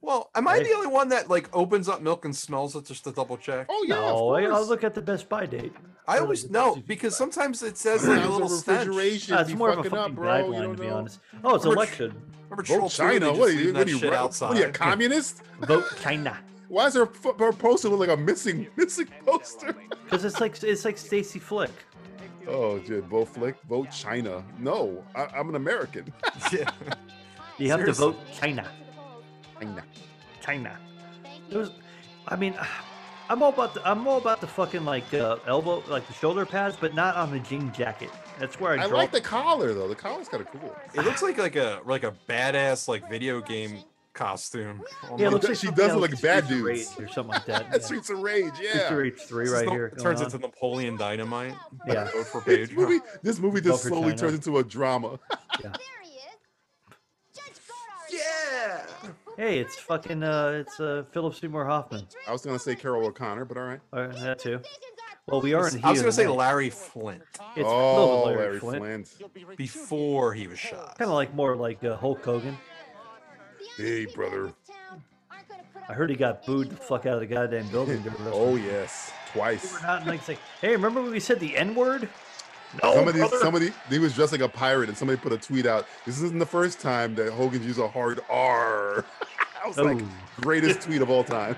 [SPEAKER 13] Well, am I the only one that like opens up milk and smells it just to double check?
[SPEAKER 7] Oh yeah,
[SPEAKER 8] No,
[SPEAKER 7] of
[SPEAKER 8] I- I'll
[SPEAKER 7] course.
[SPEAKER 8] look at the Best Buy date.
[SPEAKER 13] I always know because sometimes it says
[SPEAKER 7] <clears throat>
[SPEAKER 13] like a
[SPEAKER 7] Sounds
[SPEAKER 13] little
[SPEAKER 7] of
[SPEAKER 13] stench.
[SPEAKER 7] refrigeration.
[SPEAKER 8] That's
[SPEAKER 7] be
[SPEAKER 8] Ah, more of a
[SPEAKER 7] fucking up,
[SPEAKER 8] fucking
[SPEAKER 7] bro. you
[SPEAKER 8] guideline,
[SPEAKER 7] don't
[SPEAKER 8] to be
[SPEAKER 7] know.
[SPEAKER 8] honest. Oh, it's
[SPEAKER 7] Remember-
[SPEAKER 8] election.
[SPEAKER 13] Remember
[SPEAKER 7] Vote
[SPEAKER 13] Troll Two, they
[SPEAKER 7] China.
[SPEAKER 13] just
[SPEAKER 7] What are
[SPEAKER 13] leave
[SPEAKER 7] you?
[SPEAKER 13] that
[SPEAKER 7] What are you?
[SPEAKER 13] shit
[SPEAKER 7] Ro- What are you? A
[SPEAKER 13] outside.
[SPEAKER 7] communist?
[SPEAKER 8] Vote China.
[SPEAKER 7] Why is her, fo- her poster look like a missing <laughs> missing poster?
[SPEAKER 8] Because it's like it's like Stacy Flick.
[SPEAKER 7] Oh, dude, vote flick, vote China. No, I, I'm an
[SPEAKER 8] <laughs>
[SPEAKER 7] American.
[SPEAKER 13] Yeah.
[SPEAKER 8] You have
[SPEAKER 13] Seriously.
[SPEAKER 8] to vote China.
[SPEAKER 7] China.
[SPEAKER 8] China. It was, I mean, <sighs> I'm all about the I'm all about the fucking like uh, elbow like the shoulder pads, but not on the jean jacket. That's where I,
[SPEAKER 7] I
[SPEAKER 8] draw.
[SPEAKER 7] like the collar though. The collar's kind of cool.
[SPEAKER 13] It looks like like a like a badass like video game costume.
[SPEAKER 8] yeah,
[SPEAKER 13] almost.
[SPEAKER 8] it looks
[SPEAKER 7] She
[SPEAKER 8] like
[SPEAKER 7] does
[SPEAKER 8] something out
[SPEAKER 7] look like
[SPEAKER 8] of
[SPEAKER 7] Bad
[SPEAKER 8] Streets of
[SPEAKER 7] Dudes.
[SPEAKER 8] Rage or something like
[SPEAKER 7] <laughs>
[SPEAKER 8] that.
[SPEAKER 7] That's Streets of Rage.
[SPEAKER 8] Streets of
[SPEAKER 7] Yeah.
[SPEAKER 8] Rage three
[SPEAKER 13] This is
[SPEAKER 8] right
[SPEAKER 13] Na-
[SPEAKER 8] here.
[SPEAKER 13] It
[SPEAKER 8] going
[SPEAKER 13] turns
[SPEAKER 8] on.
[SPEAKER 13] into Napoleon Dynamite.
[SPEAKER 8] Yeah.
[SPEAKER 13] Vote for
[SPEAKER 7] This
[SPEAKER 13] Page. <laughs>
[SPEAKER 7] movie, this movie just
[SPEAKER 8] Vote for
[SPEAKER 7] slowly
[SPEAKER 8] China.
[SPEAKER 7] turns into a drama. <laughs>
[SPEAKER 13] Yeah.
[SPEAKER 8] Hey, it's fucking uh, it's uh, Philip Seymour Hoffman.
[SPEAKER 7] I was gonna say Carol O'Connor, but all right.
[SPEAKER 8] Or that too. Well, we are in.
[SPEAKER 13] I was
[SPEAKER 8] He
[SPEAKER 13] gonna
[SPEAKER 8] is
[SPEAKER 13] say
[SPEAKER 8] Night.
[SPEAKER 13] Larry Flint
[SPEAKER 8] It's
[SPEAKER 7] oh,
[SPEAKER 8] Larry,
[SPEAKER 7] Larry
[SPEAKER 8] Flint.
[SPEAKER 7] Flint.
[SPEAKER 13] before he was shot.
[SPEAKER 8] Kind of like more like uh, Hulk Hogan.
[SPEAKER 7] Hey, brother.
[SPEAKER 8] I heard he got booed the fuck out of the goddamn building. during wrestling.
[SPEAKER 7] <laughs> Oh yes, twice.
[SPEAKER 8] We're not and, like, say, hey, remember when we said the N word? No,
[SPEAKER 7] somebody,
[SPEAKER 8] brother.
[SPEAKER 7] somebody, he was dressed like a pirate, and somebody put a tweet out. This isn't the first time that Hogan's used a hard R. <laughs> I was like,
[SPEAKER 8] Oh.
[SPEAKER 7] greatest tweet of all time.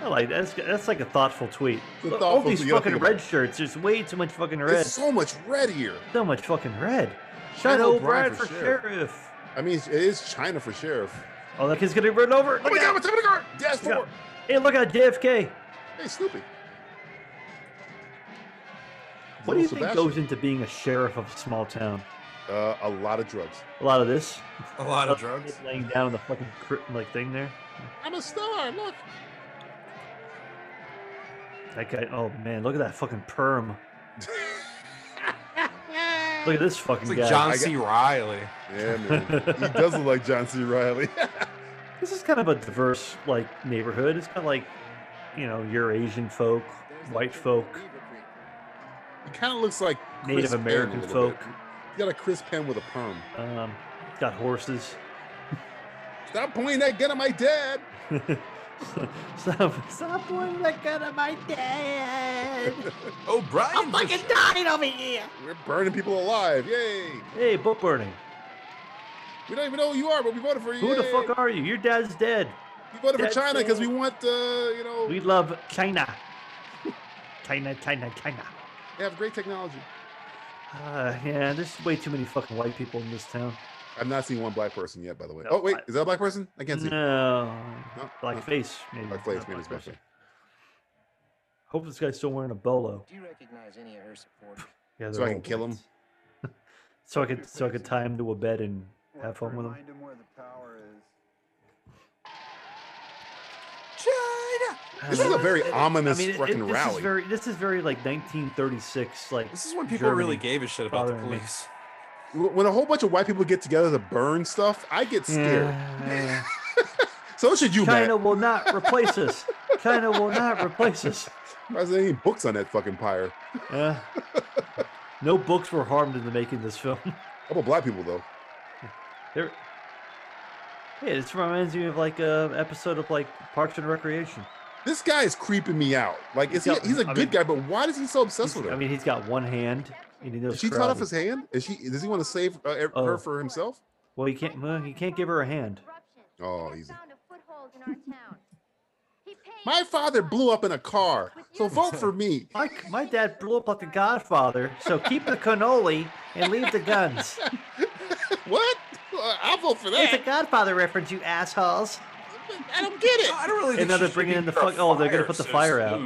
[SPEAKER 8] I like that. that's that's like a thoughtful tweet.
[SPEAKER 7] a
[SPEAKER 8] Look, All
[SPEAKER 7] thoughtful
[SPEAKER 8] these
[SPEAKER 7] tweet, you gotta
[SPEAKER 8] fucking
[SPEAKER 7] think about
[SPEAKER 8] red shirts. There's way too much fucking red.
[SPEAKER 7] <laughs> It's so much red here.
[SPEAKER 8] So much fucking red. Shine
[SPEAKER 7] O'Brien
[SPEAKER 8] O'Brien
[SPEAKER 7] for
[SPEAKER 8] for
[SPEAKER 7] sheriff.
[SPEAKER 8] sheriff.
[SPEAKER 7] I mean, it is China for sheriff.
[SPEAKER 8] Oh, that kid's gonna be run over.
[SPEAKER 7] Oh my
[SPEAKER 8] Look
[SPEAKER 7] God,
[SPEAKER 8] out.
[SPEAKER 7] what's happening? Guard? Dash
[SPEAKER 8] Look
[SPEAKER 7] four.
[SPEAKER 8] out. Hey, look out, JFK.
[SPEAKER 7] Hey, Snoopy.
[SPEAKER 8] What do you
[SPEAKER 7] Little
[SPEAKER 8] think goes into being a sheriff of a small town?
[SPEAKER 7] Uh, a lot of drugs.
[SPEAKER 8] A lot of this.
[SPEAKER 13] A lot of drugs.
[SPEAKER 8] Kid Laying down in the fucking cri- like thing there.
[SPEAKER 7] I'm a star. Look.
[SPEAKER 8] That guy. Oh man, look at that fucking
[SPEAKER 7] <laughs>
[SPEAKER 8] perm. look at this fucking
[SPEAKER 13] It's like
[SPEAKER 8] guy.
[SPEAKER 13] John C. Riley.
[SPEAKER 8] <laughs>
[SPEAKER 7] Yeah, man. he does look like John C. <laughs> Riley.
[SPEAKER 8] This is kind of a diverse like neighborhood. It's kind of like, you know, Eurasian folk, white folk,
[SPEAKER 7] he kind of looks like Chris
[SPEAKER 8] Native
[SPEAKER 7] Penn a
[SPEAKER 8] American
[SPEAKER 7] little
[SPEAKER 8] folk.
[SPEAKER 7] bit. He got a Chris Penn with a perm.
[SPEAKER 8] Um, it's got horses. <laughs>
[SPEAKER 7] Stop pointing that gun at my dad.
[SPEAKER 8] stop, stop pointing that gun at my dad.
[SPEAKER 7] <laughs>
[SPEAKER 13] Oh, Brian.
[SPEAKER 8] dying over here.
[SPEAKER 7] We're burning people alive. Yay.
[SPEAKER 8] Hey, book burning.
[SPEAKER 7] We don't even know who you are, but we voted for you.
[SPEAKER 8] Who the
[SPEAKER 7] Yay.
[SPEAKER 8] fuck are you? Your dad's dead.
[SPEAKER 7] We voted for
[SPEAKER 8] That's
[SPEAKER 7] China because
[SPEAKER 8] it.
[SPEAKER 7] we want, uh, you know,
[SPEAKER 8] We love China. <laughs> China, China, China.
[SPEAKER 7] they have great technology.
[SPEAKER 8] Uh, yeah, there's way too many fucking white people in this town.
[SPEAKER 7] I've not seen one black person yet, by the way.
[SPEAKER 8] No,
[SPEAKER 7] oh, wait.
[SPEAKER 8] I-
[SPEAKER 7] is that a black person? I can't see.
[SPEAKER 8] No.
[SPEAKER 7] No, no.
[SPEAKER 8] Black face, maybe.
[SPEAKER 7] Black face,
[SPEAKER 8] not
[SPEAKER 7] maybe it's black
[SPEAKER 8] person.
[SPEAKER 7] face.
[SPEAKER 8] Hope this guy's still wearing a bolo.
[SPEAKER 3] Do you recognize any of her supporters?
[SPEAKER 8] Yeah,
[SPEAKER 7] So
[SPEAKER 8] they're
[SPEAKER 7] I can
[SPEAKER 8] all
[SPEAKER 7] kill
[SPEAKER 8] white.
[SPEAKER 7] him?
[SPEAKER 8] so I could so I could tie him to a bed and <laughs> have fun with him.
[SPEAKER 4] Remind him where the power is.
[SPEAKER 13] China.
[SPEAKER 8] I
[SPEAKER 7] This
[SPEAKER 8] don't
[SPEAKER 7] is a
[SPEAKER 8] know.
[SPEAKER 7] very ominous
[SPEAKER 8] I mean, it- it-
[SPEAKER 7] fucking
[SPEAKER 8] this
[SPEAKER 7] rally.
[SPEAKER 8] Is very, this is very like 1936. Like
[SPEAKER 13] This is when people really
[SPEAKER 8] Germany.
[SPEAKER 13] gave a shit about the
[SPEAKER 8] bothering me.
[SPEAKER 13] police.
[SPEAKER 7] Wh- When a whole bunch of white people get together to burn stuff, I get scared. <laughs>
[SPEAKER 8] Yeah.
[SPEAKER 7] So should you,
[SPEAKER 8] China
[SPEAKER 7] China.
[SPEAKER 8] Uh, will not replace us. China will not
[SPEAKER 7] <laughs>
[SPEAKER 8] replace us.
[SPEAKER 7] Why is there any books on that fucking pyre?
[SPEAKER 8] Yeah. no books were harmed in the making this film. <laughs>
[SPEAKER 7] How about black people though?
[SPEAKER 8] There. Yeah, this reminds me of like a episode of like Parks and Recreation.
[SPEAKER 7] This guy is creeping me out. Like, is he?
[SPEAKER 8] Yeah,
[SPEAKER 7] He's a
[SPEAKER 8] I
[SPEAKER 7] good
[SPEAKER 8] mean-
[SPEAKER 7] guy, but why is he so obsessed with her?
[SPEAKER 8] I mean, he's got one hand, and he
[SPEAKER 7] Did
[SPEAKER 8] knows.
[SPEAKER 7] she cut off
[SPEAKER 8] karate.
[SPEAKER 7] his hand? Is she? Does he want to save uh, er- her
[SPEAKER 8] Oh.
[SPEAKER 7] for himself?
[SPEAKER 8] Well, he can't. Well, he can't give her a hand.
[SPEAKER 7] Oh,
[SPEAKER 6] He's
[SPEAKER 7] easy.
[SPEAKER 6] found a foothold in our town. He paid
[SPEAKER 7] My father blew up in a car, so vote for me. <laughs>
[SPEAKER 8] My my dad blew up like the Godfather, so keep the cannoli and leave the guns.
[SPEAKER 7] What? Uh, I'll vote for
[SPEAKER 8] It's a
[SPEAKER 7] that.
[SPEAKER 8] Godfather reference, you assholes.
[SPEAKER 14] I don't get it.
[SPEAKER 9] I don't really.
[SPEAKER 8] and now they're bringing in the fuck. Oh, they're gonna put the fire out.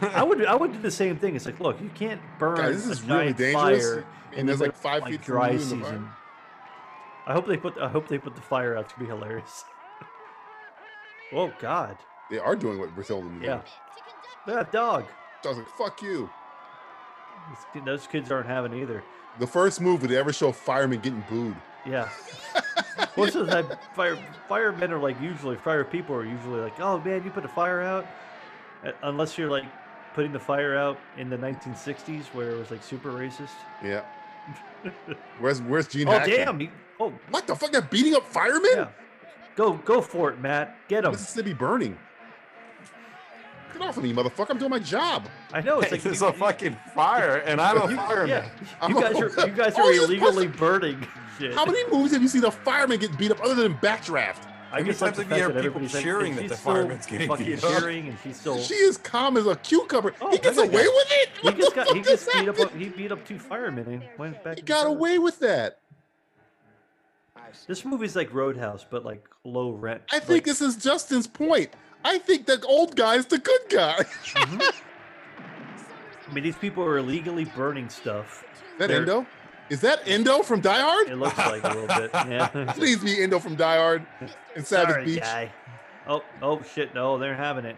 [SPEAKER 8] I would I would do the same thing. It's like, look, you can't burn
[SPEAKER 7] Guys, this
[SPEAKER 8] a
[SPEAKER 7] is really
[SPEAKER 8] giant
[SPEAKER 7] dangerous.
[SPEAKER 8] fire
[SPEAKER 7] I mean,
[SPEAKER 8] in the
[SPEAKER 7] there's like
[SPEAKER 8] middle of,
[SPEAKER 7] five
[SPEAKER 8] like,
[SPEAKER 7] feet from the
[SPEAKER 8] dry
[SPEAKER 7] moon in the
[SPEAKER 8] season. I hope they put I hope they put the fire out. It's gonna be hilarious. <laughs> oh God!
[SPEAKER 7] They are doing what we're telling them to
[SPEAKER 8] Yeah,
[SPEAKER 7] do.
[SPEAKER 8] that dog.
[SPEAKER 7] I was like, fuck you.
[SPEAKER 8] Those kid- Those kids aren't having it either.
[SPEAKER 7] The first movie to ever show firemen getting booed.
[SPEAKER 9] <laughs>
[SPEAKER 8] Yeah. Most of the time, fire firemen are like usually fire people are usually like, oh man, you put a fire out. Uh, Unless you're like putting the fire out in the 1960s where it was like super racist.
[SPEAKER 7] Yeah. Where's Where's Gene?
[SPEAKER 8] oh
[SPEAKER 7] Hackman?
[SPEAKER 8] damn! he- oh,
[SPEAKER 7] what the fuck? They're beating up firemen.
[SPEAKER 8] Go go for it, Matt.
[SPEAKER 9] <laughs>
[SPEAKER 8] Get him.
[SPEAKER 7] Mississippi burning. Get off of me, motherfucker! I'm doing my job.
[SPEAKER 8] I
[SPEAKER 13] <laughs>
[SPEAKER 8] know. It's
[SPEAKER 9] Hey,
[SPEAKER 8] like
[SPEAKER 9] there's
[SPEAKER 8] you-
[SPEAKER 9] a fucking fire, and I'm a
[SPEAKER 8] you-
[SPEAKER 9] fireman.
[SPEAKER 8] yeah,
[SPEAKER 7] I'm
[SPEAKER 8] you
[SPEAKER 7] a-
[SPEAKER 8] guys are you
[SPEAKER 9] <laughs>
[SPEAKER 8] guys
[SPEAKER 7] Oh,
[SPEAKER 8] are
[SPEAKER 7] this
[SPEAKER 8] illegally burning shit.
[SPEAKER 7] How many movies have you seen a fireman get beat up other than Backdraft?
[SPEAKER 8] I just like
[SPEAKER 9] times
[SPEAKER 8] the
[SPEAKER 9] have you
[SPEAKER 8] fact
[SPEAKER 9] heard
[SPEAKER 8] that
[SPEAKER 9] people
[SPEAKER 8] everybody's like,
[SPEAKER 9] cheering
[SPEAKER 8] "Hey,
[SPEAKER 9] that
[SPEAKER 8] she's
[SPEAKER 9] the
[SPEAKER 8] still
[SPEAKER 9] fireman's getting
[SPEAKER 8] fucking
[SPEAKER 9] beat up?"
[SPEAKER 8] cheering, and
[SPEAKER 9] <laughs>
[SPEAKER 8] she's still
[SPEAKER 7] She is calm as a cucumber. he
[SPEAKER 8] Oh, that
[SPEAKER 7] gets
[SPEAKER 8] guy
[SPEAKER 7] away
[SPEAKER 8] got-
[SPEAKER 7] with it.
[SPEAKER 8] he
[SPEAKER 7] What
[SPEAKER 8] just
[SPEAKER 7] the
[SPEAKER 8] got
[SPEAKER 9] <laughs>
[SPEAKER 7] fuck
[SPEAKER 8] he just
[SPEAKER 7] is
[SPEAKER 8] beat up
[SPEAKER 7] happening?
[SPEAKER 8] he beat up two firemen and went back.
[SPEAKER 7] He
[SPEAKER 8] to
[SPEAKER 7] got
[SPEAKER 8] the-
[SPEAKER 7] away with that.
[SPEAKER 8] This movie's like Roadhouse, but like low rent.
[SPEAKER 7] I think this is Justin's point. I think the old guy's the good guy. <laughs>
[SPEAKER 8] I mean, these people are illegally burning stuff.
[SPEAKER 7] that
[SPEAKER 8] They're-
[SPEAKER 7] Endo? Is that Endo from Die Hard?
[SPEAKER 8] It looks like a
[SPEAKER 7] <laughs>
[SPEAKER 8] little bit. Yeah. <laughs>
[SPEAKER 7] Please be Endo from Die Hard and Savage
[SPEAKER 8] Sorry,
[SPEAKER 7] Beach.
[SPEAKER 8] guy. Oh, oh shit! No, they're having it.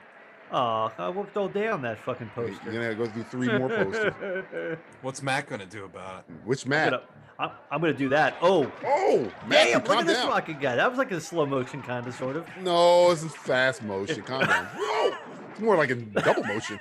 [SPEAKER 8] Oh, I worked all day on that fucking
[SPEAKER 7] You're
[SPEAKER 8] poster.
[SPEAKER 7] gonna go do three more
[SPEAKER 8] <laughs>
[SPEAKER 7] posters.
[SPEAKER 9] What's Matt gonna do about it?
[SPEAKER 7] Which
[SPEAKER 8] I'm
[SPEAKER 7] Matt?
[SPEAKER 8] gonna, I'm, I'm gonna do that. Oh,
[SPEAKER 7] Oh, Matt,
[SPEAKER 8] damn! Look
[SPEAKER 7] calm
[SPEAKER 8] at this
[SPEAKER 7] down.
[SPEAKER 8] fucking guy. That was like a slow motion kind of, sort of.
[SPEAKER 7] No, this is fast motion. Calm
[SPEAKER 8] <laughs>
[SPEAKER 7] down. Whoa! It's more like in double motion.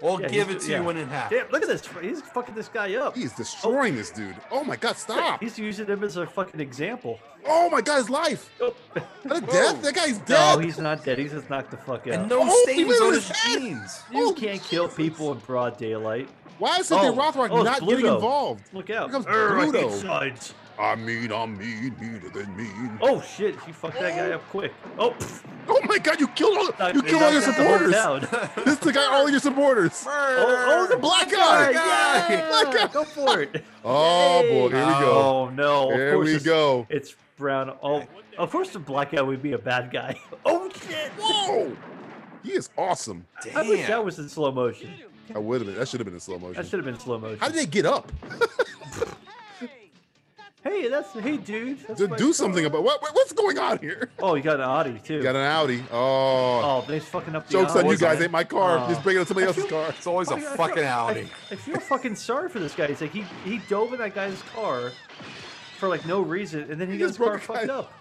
[SPEAKER 9] We'll
[SPEAKER 8] Yeah,
[SPEAKER 9] give
[SPEAKER 8] he's-
[SPEAKER 9] it to
[SPEAKER 8] yeah.
[SPEAKER 9] you when it happens.
[SPEAKER 8] Damn! Look at this. He's fucking this guy up.
[SPEAKER 7] He's destroying this dude. Oh my god, stop!
[SPEAKER 8] Oh. <laughs> He's using him as a fucking example.
[SPEAKER 7] Oh my god, his life.
[SPEAKER 8] <laughs> Oh.
[SPEAKER 7] Not a death. That guy's
[SPEAKER 8] No,
[SPEAKER 7] dead.
[SPEAKER 8] he's not dead. He's just knocked the fuck out.
[SPEAKER 9] And no
[SPEAKER 7] Oh, he
[SPEAKER 9] stains
[SPEAKER 7] went
[SPEAKER 9] on
[SPEAKER 7] on
[SPEAKER 9] his
[SPEAKER 7] his head.
[SPEAKER 9] jeans.
[SPEAKER 8] you can't kill people in broad daylight.
[SPEAKER 7] Why is Cynthia
[SPEAKER 8] Oh,
[SPEAKER 7] Rothrock
[SPEAKER 8] oh, it's
[SPEAKER 7] not getting
[SPEAKER 8] Pluto.
[SPEAKER 7] involved?
[SPEAKER 8] Look out!
[SPEAKER 7] Here comes
[SPEAKER 8] Err, I hate
[SPEAKER 7] Pluto.
[SPEAKER 8] sides.
[SPEAKER 7] I mean, I mean, meaner than mean.
[SPEAKER 8] Oh shit! She fucked that guy up quick. Oh, pff,
[SPEAKER 7] Oh my god, you killed all
[SPEAKER 8] knocked-
[SPEAKER 7] you
[SPEAKER 8] it
[SPEAKER 7] killed all your
[SPEAKER 8] knocked out the whole
[SPEAKER 7] supporters. <laughs>
[SPEAKER 8] town.
[SPEAKER 7] This is the guy all your supporters.
[SPEAKER 8] <laughs> Oh, oh, the
[SPEAKER 7] Black guy,
[SPEAKER 8] black guy!
[SPEAKER 7] yeah, <laughs> black guy.
[SPEAKER 8] Yeah, go for it.
[SPEAKER 7] <laughs> Oh boy, here we go.
[SPEAKER 8] Oh no! of
[SPEAKER 7] Here
[SPEAKER 8] course
[SPEAKER 7] we
[SPEAKER 8] it's-
[SPEAKER 7] go.
[SPEAKER 8] It's brown. Oh, of course the black guy would be a bad guy. <laughs> Oh shit!
[SPEAKER 7] Whoa! He is awesome.
[SPEAKER 8] I wish that
[SPEAKER 9] Damn.
[SPEAKER 8] was in slow motion.
[SPEAKER 7] I would have been. That should have been in slow motion.
[SPEAKER 8] That should have been slow motion.
[SPEAKER 7] How did they get up?
[SPEAKER 8] Hey, that's hey, dude. That's
[SPEAKER 7] To
[SPEAKER 8] my
[SPEAKER 7] do
[SPEAKER 8] car.
[SPEAKER 7] something about what? what- What's going on
[SPEAKER 8] <laughs>
[SPEAKER 7] here?
[SPEAKER 8] Oh, you got an Audi too.
[SPEAKER 7] Got an Audi. Oh,
[SPEAKER 8] oh, they're fucking up the
[SPEAKER 7] jokes on
[SPEAKER 8] Audi,
[SPEAKER 7] you guys.
[SPEAKER 8] man.
[SPEAKER 7] Ain't my car.
[SPEAKER 8] Oh.
[SPEAKER 7] Just bringing up somebody
[SPEAKER 8] I
[SPEAKER 7] else's
[SPEAKER 8] feel-
[SPEAKER 7] car.
[SPEAKER 9] It's always a
[SPEAKER 8] I- I
[SPEAKER 9] fucking
[SPEAKER 8] feel- I-
[SPEAKER 9] Audi.
[SPEAKER 8] I, feel fucking sorry for this guy. He's like he he dove in that guy's car for like no reason, and then he,
[SPEAKER 7] He
[SPEAKER 8] got
[SPEAKER 7] just
[SPEAKER 8] his car
[SPEAKER 7] broke a guy. <laughs>
[SPEAKER 8] fucked up.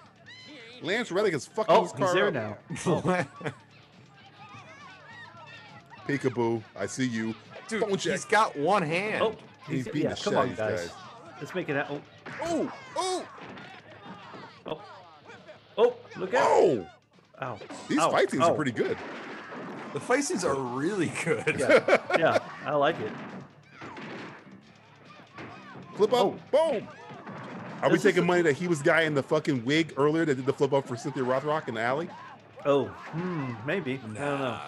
[SPEAKER 7] Lance Reddick is fucking
[SPEAKER 8] Oh,
[SPEAKER 7] his car
[SPEAKER 8] he's there
[SPEAKER 7] up. <laughs> Oh,
[SPEAKER 8] now.
[SPEAKER 7] Peekaboo, I see you.
[SPEAKER 9] Dude,
[SPEAKER 7] Phone check.
[SPEAKER 9] he's got one hand.
[SPEAKER 8] Oh,
[SPEAKER 7] He's
[SPEAKER 8] he's,
[SPEAKER 7] beating
[SPEAKER 8] yeah,
[SPEAKER 7] the shit
[SPEAKER 8] come
[SPEAKER 7] out
[SPEAKER 8] on,
[SPEAKER 7] of these
[SPEAKER 8] guys.
[SPEAKER 7] guys.
[SPEAKER 8] Let's make it out.
[SPEAKER 7] Oh, oh,
[SPEAKER 8] Oh, oh, look out!
[SPEAKER 7] oh!
[SPEAKER 8] Ow.
[SPEAKER 7] These
[SPEAKER 8] Ow. Oh.
[SPEAKER 7] fight scenes
[SPEAKER 8] Ow.
[SPEAKER 7] are pretty good.
[SPEAKER 9] The faces are really good.
[SPEAKER 7] <laughs>
[SPEAKER 8] Yeah, yeah, I like it.
[SPEAKER 7] Flip up, boom. Are we
[SPEAKER 8] Oh. This is
[SPEAKER 7] taking
[SPEAKER 8] the-
[SPEAKER 7] money that he was the guy in the fucking wig earlier that did the flip up for Cynthia Rothrock in the alley? <laughs>
[SPEAKER 8] Oh, hmm, maybe. I don't know.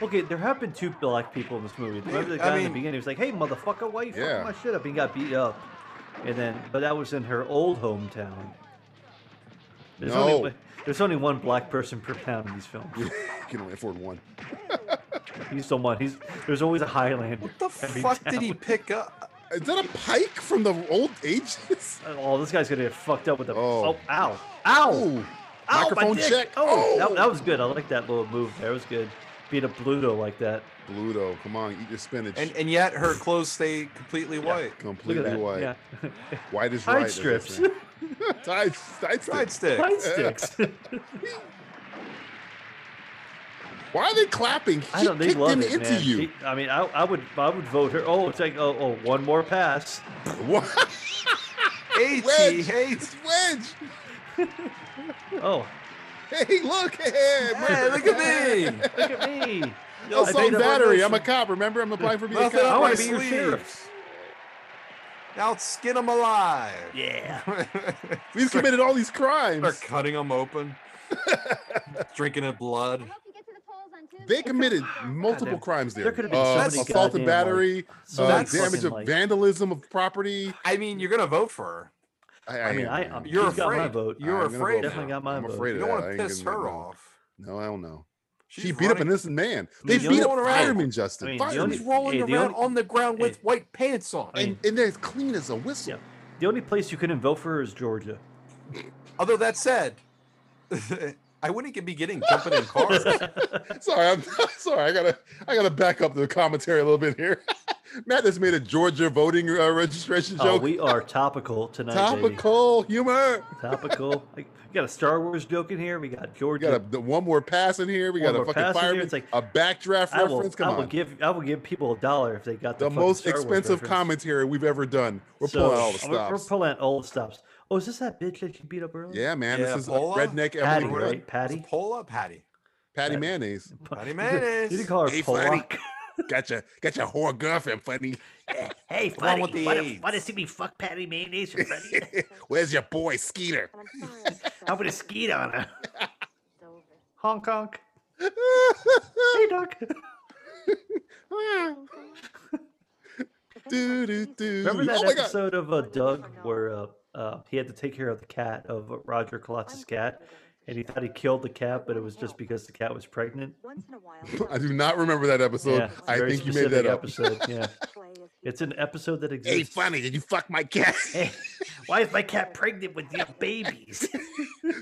[SPEAKER 8] Okay, there have been two black people in this movie. Remember the
[SPEAKER 9] I
[SPEAKER 8] guy in the
[SPEAKER 9] mean-
[SPEAKER 8] beginning? He was like, "Hey, motherfucker, why you
[SPEAKER 7] Yeah.
[SPEAKER 8] fucking my shit up?" He got beat up, and then, but that was in her old hometown. There's
[SPEAKER 7] No.
[SPEAKER 8] only there's only one black person per town in these films.
[SPEAKER 7] You can only afford one.
[SPEAKER 8] He's the one. He's there's always a Highlander.
[SPEAKER 9] What the fuck did he pick up?
[SPEAKER 7] Is that a pike from the old ages?
[SPEAKER 8] Oh, this guy's gonna get fucked up with a.
[SPEAKER 7] Oh.
[SPEAKER 8] Oh, ow, ow,
[SPEAKER 7] Ooh,
[SPEAKER 8] ow,
[SPEAKER 7] microphone
[SPEAKER 8] my dick.
[SPEAKER 7] check.
[SPEAKER 8] Oh,
[SPEAKER 7] Oh.
[SPEAKER 8] That, that was good. I like that little move. There That was good. Beat a Pluto like that.
[SPEAKER 7] Bluto, come on, eat your spinach.
[SPEAKER 9] And and yet her clothes stay completely white.
[SPEAKER 8] Look at
[SPEAKER 7] Completely
[SPEAKER 8] that.
[SPEAKER 7] white.
[SPEAKER 8] Yeah. <laughs>
[SPEAKER 7] White is
[SPEAKER 8] Side
[SPEAKER 7] right.
[SPEAKER 8] strips.
[SPEAKER 7] <laughs> Tied, tied
[SPEAKER 9] Side
[SPEAKER 7] strips.
[SPEAKER 9] stick.
[SPEAKER 8] Pine sticks.
[SPEAKER 7] <laughs> Why are they clapping?
[SPEAKER 8] I
[SPEAKER 7] She
[SPEAKER 8] don't. They
[SPEAKER 7] kicked
[SPEAKER 8] love
[SPEAKER 7] him
[SPEAKER 8] it,
[SPEAKER 7] into
[SPEAKER 8] man.
[SPEAKER 7] you.
[SPEAKER 8] She- I mean, I, I would, I would vote her. Oh, it's like, oh, oh, one more pass.
[SPEAKER 7] <laughs> What?
[SPEAKER 9] Hey, T,
[SPEAKER 7] Wedge.
[SPEAKER 9] hey,
[SPEAKER 7] It's Wedge.
[SPEAKER 8] Oh,
[SPEAKER 7] Hey, look. Hey,
[SPEAKER 9] hey, look at me.
[SPEAKER 8] look
[SPEAKER 7] <laughs>
[SPEAKER 8] at me.
[SPEAKER 7] I'm
[SPEAKER 8] I
[SPEAKER 7] some
[SPEAKER 8] made a
[SPEAKER 7] battery. I'm a
[SPEAKER 8] revolution.
[SPEAKER 7] cop. Remember, I'm applying for being a
[SPEAKER 9] Nothing
[SPEAKER 8] I
[SPEAKER 9] up
[SPEAKER 7] cop.
[SPEAKER 9] my
[SPEAKER 8] wanna be your
[SPEAKER 9] sleeves. Now skin them alive.
[SPEAKER 8] Yeah.
[SPEAKER 7] We've committed all
[SPEAKER 9] <laughs>
[SPEAKER 7] these
[SPEAKER 9] Start
[SPEAKER 7] crimes.
[SPEAKER 9] cutting them
[SPEAKER 7] <laughs>
[SPEAKER 9] open. Drinking it blood.
[SPEAKER 6] I hope you get to the polls on Tuesday.
[SPEAKER 7] They committed multiple
[SPEAKER 8] there-
[SPEAKER 7] crimes there.
[SPEAKER 8] there could've been
[SPEAKER 7] Uh,
[SPEAKER 8] so many
[SPEAKER 7] assault and
[SPEAKER 8] goddamn, like-
[SPEAKER 7] battery,
[SPEAKER 8] so
[SPEAKER 7] uh,
[SPEAKER 9] many
[SPEAKER 7] damage
[SPEAKER 8] fucking,
[SPEAKER 7] of
[SPEAKER 8] like-
[SPEAKER 7] vandalism of property.
[SPEAKER 9] I mean, you're gonna vote for her.
[SPEAKER 7] I,
[SPEAKER 8] I mean, I-
[SPEAKER 7] am.
[SPEAKER 8] I'm- You're he's got my afraid- vote.
[SPEAKER 9] you're
[SPEAKER 7] I'm gonna
[SPEAKER 9] afraid
[SPEAKER 7] vote
[SPEAKER 9] Definitely
[SPEAKER 7] for
[SPEAKER 8] got
[SPEAKER 7] him.
[SPEAKER 8] my
[SPEAKER 7] I'm
[SPEAKER 8] vote.
[SPEAKER 7] afraid
[SPEAKER 9] You
[SPEAKER 7] of
[SPEAKER 9] don't
[SPEAKER 7] that.
[SPEAKER 9] want
[SPEAKER 7] I
[SPEAKER 9] to
[SPEAKER 7] ain't
[SPEAKER 9] piss
[SPEAKER 7] gonna
[SPEAKER 9] her
[SPEAKER 7] vote.
[SPEAKER 9] off.
[SPEAKER 7] No, I don't know.
[SPEAKER 9] She's
[SPEAKER 7] she beat up an
[SPEAKER 9] running-
[SPEAKER 7] innocent man. They
[SPEAKER 8] the
[SPEAKER 7] beat
[SPEAKER 8] only-
[SPEAKER 7] up a
[SPEAKER 9] I mean,
[SPEAKER 7] fireman,
[SPEAKER 8] I
[SPEAKER 7] Justin.
[SPEAKER 8] mean, the
[SPEAKER 7] Fireman.
[SPEAKER 9] She's rolling
[SPEAKER 8] Hey, the
[SPEAKER 9] around
[SPEAKER 8] only-
[SPEAKER 9] on the ground with
[SPEAKER 8] hey.
[SPEAKER 9] white pants on.
[SPEAKER 8] I mean,
[SPEAKER 7] and, and they're as clean as a whistle.
[SPEAKER 8] yeah. The only place you couldn't vote for her is Georgia.
[SPEAKER 9] Although that said, <laughs> I wouldn't get- be getting jumping in
[SPEAKER 8] <laughs>
[SPEAKER 9] cars.
[SPEAKER 7] Sorry, I'm <laughs> sorry. I gotta I gotta back up the commentary a little bit here. <laughs> Matt has made a Georgia voting uh, registration
[SPEAKER 8] Oh,
[SPEAKER 7] joke.
[SPEAKER 8] we are topical tonight. baby.
[SPEAKER 7] Topical humor. <laughs>
[SPEAKER 8] Topical. Like, we got a Star Wars joke in here. We got
[SPEAKER 7] We got
[SPEAKER 8] Georgia.
[SPEAKER 7] a, the one more pass in here. We
[SPEAKER 8] One
[SPEAKER 7] got a
[SPEAKER 8] more
[SPEAKER 7] fucking
[SPEAKER 8] pass in here,
[SPEAKER 7] fireman.
[SPEAKER 8] it's like,
[SPEAKER 7] a backdraft
[SPEAKER 8] I will,
[SPEAKER 7] reference. Come
[SPEAKER 8] I will
[SPEAKER 7] on.
[SPEAKER 8] give I will give people a dollar if they got the,
[SPEAKER 7] the
[SPEAKER 8] fucking
[SPEAKER 7] most
[SPEAKER 8] Star Wars
[SPEAKER 7] expensive
[SPEAKER 8] reference.
[SPEAKER 7] commentary we've ever done. We're
[SPEAKER 8] So,
[SPEAKER 7] pulling all the
[SPEAKER 8] we're- We're,
[SPEAKER 7] stops.
[SPEAKER 8] pulling out all the stops. Oh, is this that bitch that you beat up earlier?
[SPEAKER 7] yeah, man.
[SPEAKER 9] Yeah,
[SPEAKER 7] this is uh,
[SPEAKER 9] Paula?
[SPEAKER 7] redneck
[SPEAKER 8] Patty,
[SPEAKER 7] Emily Rudd.
[SPEAKER 8] right? Patty.
[SPEAKER 9] Pull up, Hattie.
[SPEAKER 7] Patty
[SPEAKER 8] Patty. <laughs>
[SPEAKER 7] mayonnaise.
[SPEAKER 9] Patty
[SPEAKER 8] You
[SPEAKER 9] Mayonnaise.
[SPEAKER 8] didn't call her
[SPEAKER 7] Hey, Patty.
[SPEAKER 8] Pollock.
[SPEAKER 7] Gotcha. Gotcha. Whore girlfriend, funny.
[SPEAKER 8] <laughs>
[SPEAKER 7] <laughs>
[SPEAKER 8] Hey,
[SPEAKER 9] The one with the AIDS.
[SPEAKER 8] want to see me fuck Patty Mayonnaise
[SPEAKER 9] <laughs>
[SPEAKER 8] or <laughs> Freddy?
[SPEAKER 7] Where's your boy Skeeter?
[SPEAKER 2] And I'm sorry. it's
[SPEAKER 8] I'm gonna skeet on her.
[SPEAKER 2] over.
[SPEAKER 8] Honk honk. Hey,
[SPEAKER 7] <laughs>
[SPEAKER 8] Doc.
[SPEAKER 7] do, do, do.
[SPEAKER 8] Remember that
[SPEAKER 7] oh my God.
[SPEAKER 8] episode of uh, Doug where uh, uh, he had to take care of the cat of uh, Roger Colotte's cat, and he thought he killed the cat, but it was just because the cat was pregnant.
[SPEAKER 2] Once in a
[SPEAKER 7] <laughs>
[SPEAKER 2] while,
[SPEAKER 7] I do not remember that episode.
[SPEAKER 8] yeah,
[SPEAKER 7] I
[SPEAKER 8] very
[SPEAKER 7] think you made
[SPEAKER 8] specific
[SPEAKER 7] that up.
[SPEAKER 8] episode.
[SPEAKER 7] <laughs>
[SPEAKER 8] Yeah,
[SPEAKER 2] play is
[SPEAKER 8] it's an episode that
[SPEAKER 7] Hey,
[SPEAKER 8] exists.
[SPEAKER 7] funny, did you fuck my cat?
[SPEAKER 8] <laughs> Hey, <laughs> why is my cat pregnant
[SPEAKER 7] <laughs>
[SPEAKER 8] with your babies?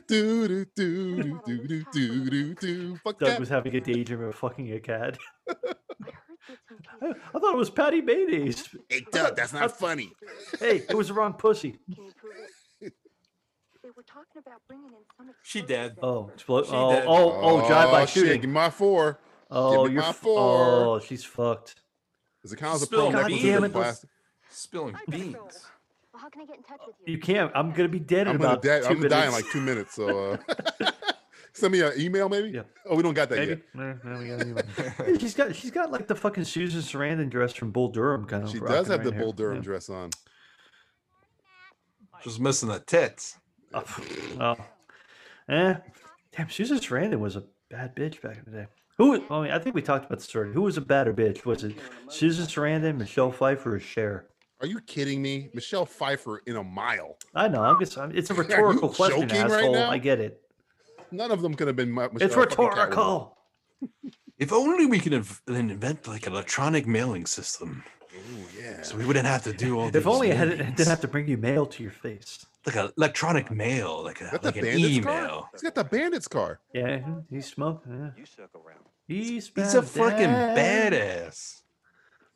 [SPEAKER 7] do, do, do, do, do, do, do, do, do. Fuck
[SPEAKER 8] Doug
[SPEAKER 7] that.
[SPEAKER 8] was having a daydream of fucking a cat.
[SPEAKER 2] I heard that some kids
[SPEAKER 8] I, I thought it was Patty Mayonnaise.
[SPEAKER 7] hey, Doug, that's not funny.
[SPEAKER 8] Hey, it was the wrong pussy.
[SPEAKER 2] can you prove it?
[SPEAKER 7] <laughs>
[SPEAKER 2] They were talking about bringing in some
[SPEAKER 9] She
[SPEAKER 2] explosive
[SPEAKER 9] dead.
[SPEAKER 8] Oh,
[SPEAKER 2] experts.
[SPEAKER 8] explo-
[SPEAKER 9] She
[SPEAKER 8] oh,
[SPEAKER 9] did.
[SPEAKER 8] oh, oh, drive by
[SPEAKER 7] Oh, shit,
[SPEAKER 8] shooting.
[SPEAKER 7] Give me my four.
[SPEAKER 8] oh,
[SPEAKER 7] me
[SPEAKER 8] you're
[SPEAKER 7] my
[SPEAKER 8] f-
[SPEAKER 7] four.
[SPEAKER 8] oh, she's fucked.
[SPEAKER 7] Is it counts of
[SPEAKER 9] Spill
[SPEAKER 7] pearl
[SPEAKER 9] my
[SPEAKER 7] necklaces
[SPEAKER 9] beans.
[SPEAKER 7] and plastic?
[SPEAKER 9] Spilling beans.
[SPEAKER 6] Well, how can I get in touch with you?
[SPEAKER 8] You can't. I'm gonna be dead in
[SPEAKER 7] I'm gonna,
[SPEAKER 8] about
[SPEAKER 7] die,
[SPEAKER 8] 2
[SPEAKER 7] I'm gonna
[SPEAKER 8] minutes.
[SPEAKER 7] die in like two minutes.
[SPEAKER 8] <laughs>
[SPEAKER 7] So uh, <laughs> send me an email, maybe.
[SPEAKER 8] Yeah.
[SPEAKER 7] Oh, we don't got that
[SPEAKER 8] <laughs> Maybe. No, no, we gotta leave it.
[SPEAKER 7] <laughs>
[SPEAKER 8] Yeah, she's got. She's got like the fucking Susan Sarandon dress from Bull Durham kind
[SPEAKER 7] yet.
[SPEAKER 8] of.
[SPEAKER 7] She
[SPEAKER 8] rocking
[SPEAKER 7] does have
[SPEAKER 8] right
[SPEAKER 7] the
[SPEAKER 8] here.
[SPEAKER 7] Bull Durham
[SPEAKER 8] Yeah.
[SPEAKER 7] dress on.
[SPEAKER 9] Just missing the tits.
[SPEAKER 8] Oh, pff, <laughs> oh. Eh. Damn, Susan Sarandon was a bad bitch back in the day. Who? wa- I mean, I think we talked about the story. Who was a badder bitch? Was it Susan Sarandon, Michelle Pfeiffer, or Cher?
[SPEAKER 7] Are you kidding me? Michelle Pfeiffer in a mile.
[SPEAKER 8] I know. I'm just. I'm,
[SPEAKER 7] <laughs>
[SPEAKER 8] it's a rhetorical question,
[SPEAKER 7] joking right
[SPEAKER 8] asshole.
[SPEAKER 7] now?
[SPEAKER 8] I get it.
[SPEAKER 7] None of them could have been. My,
[SPEAKER 8] It's rhetorical.
[SPEAKER 9] If only we could inv- invent like an electronic mailing system,
[SPEAKER 7] Oh yeah.
[SPEAKER 9] so we wouldn't have to do all.
[SPEAKER 8] If
[SPEAKER 9] these
[SPEAKER 8] only I had,
[SPEAKER 9] meetings.
[SPEAKER 8] didn't have to bring you mail to your face.
[SPEAKER 9] like an electronic mail, like a
[SPEAKER 7] Got
[SPEAKER 9] like
[SPEAKER 7] the
[SPEAKER 9] an
[SPEAKER 7] bandit's
[SPEAKER 9] email.
[SPEAKER 7] car. He's got the bandit's car.
[SPEAKER 8] Yeah, mhm, he's smoking. Yeah.
[SPEAKER 10] You suck around.
[SPEAKER 8] He's,
[SPEAKER 9] He's a fucking badass.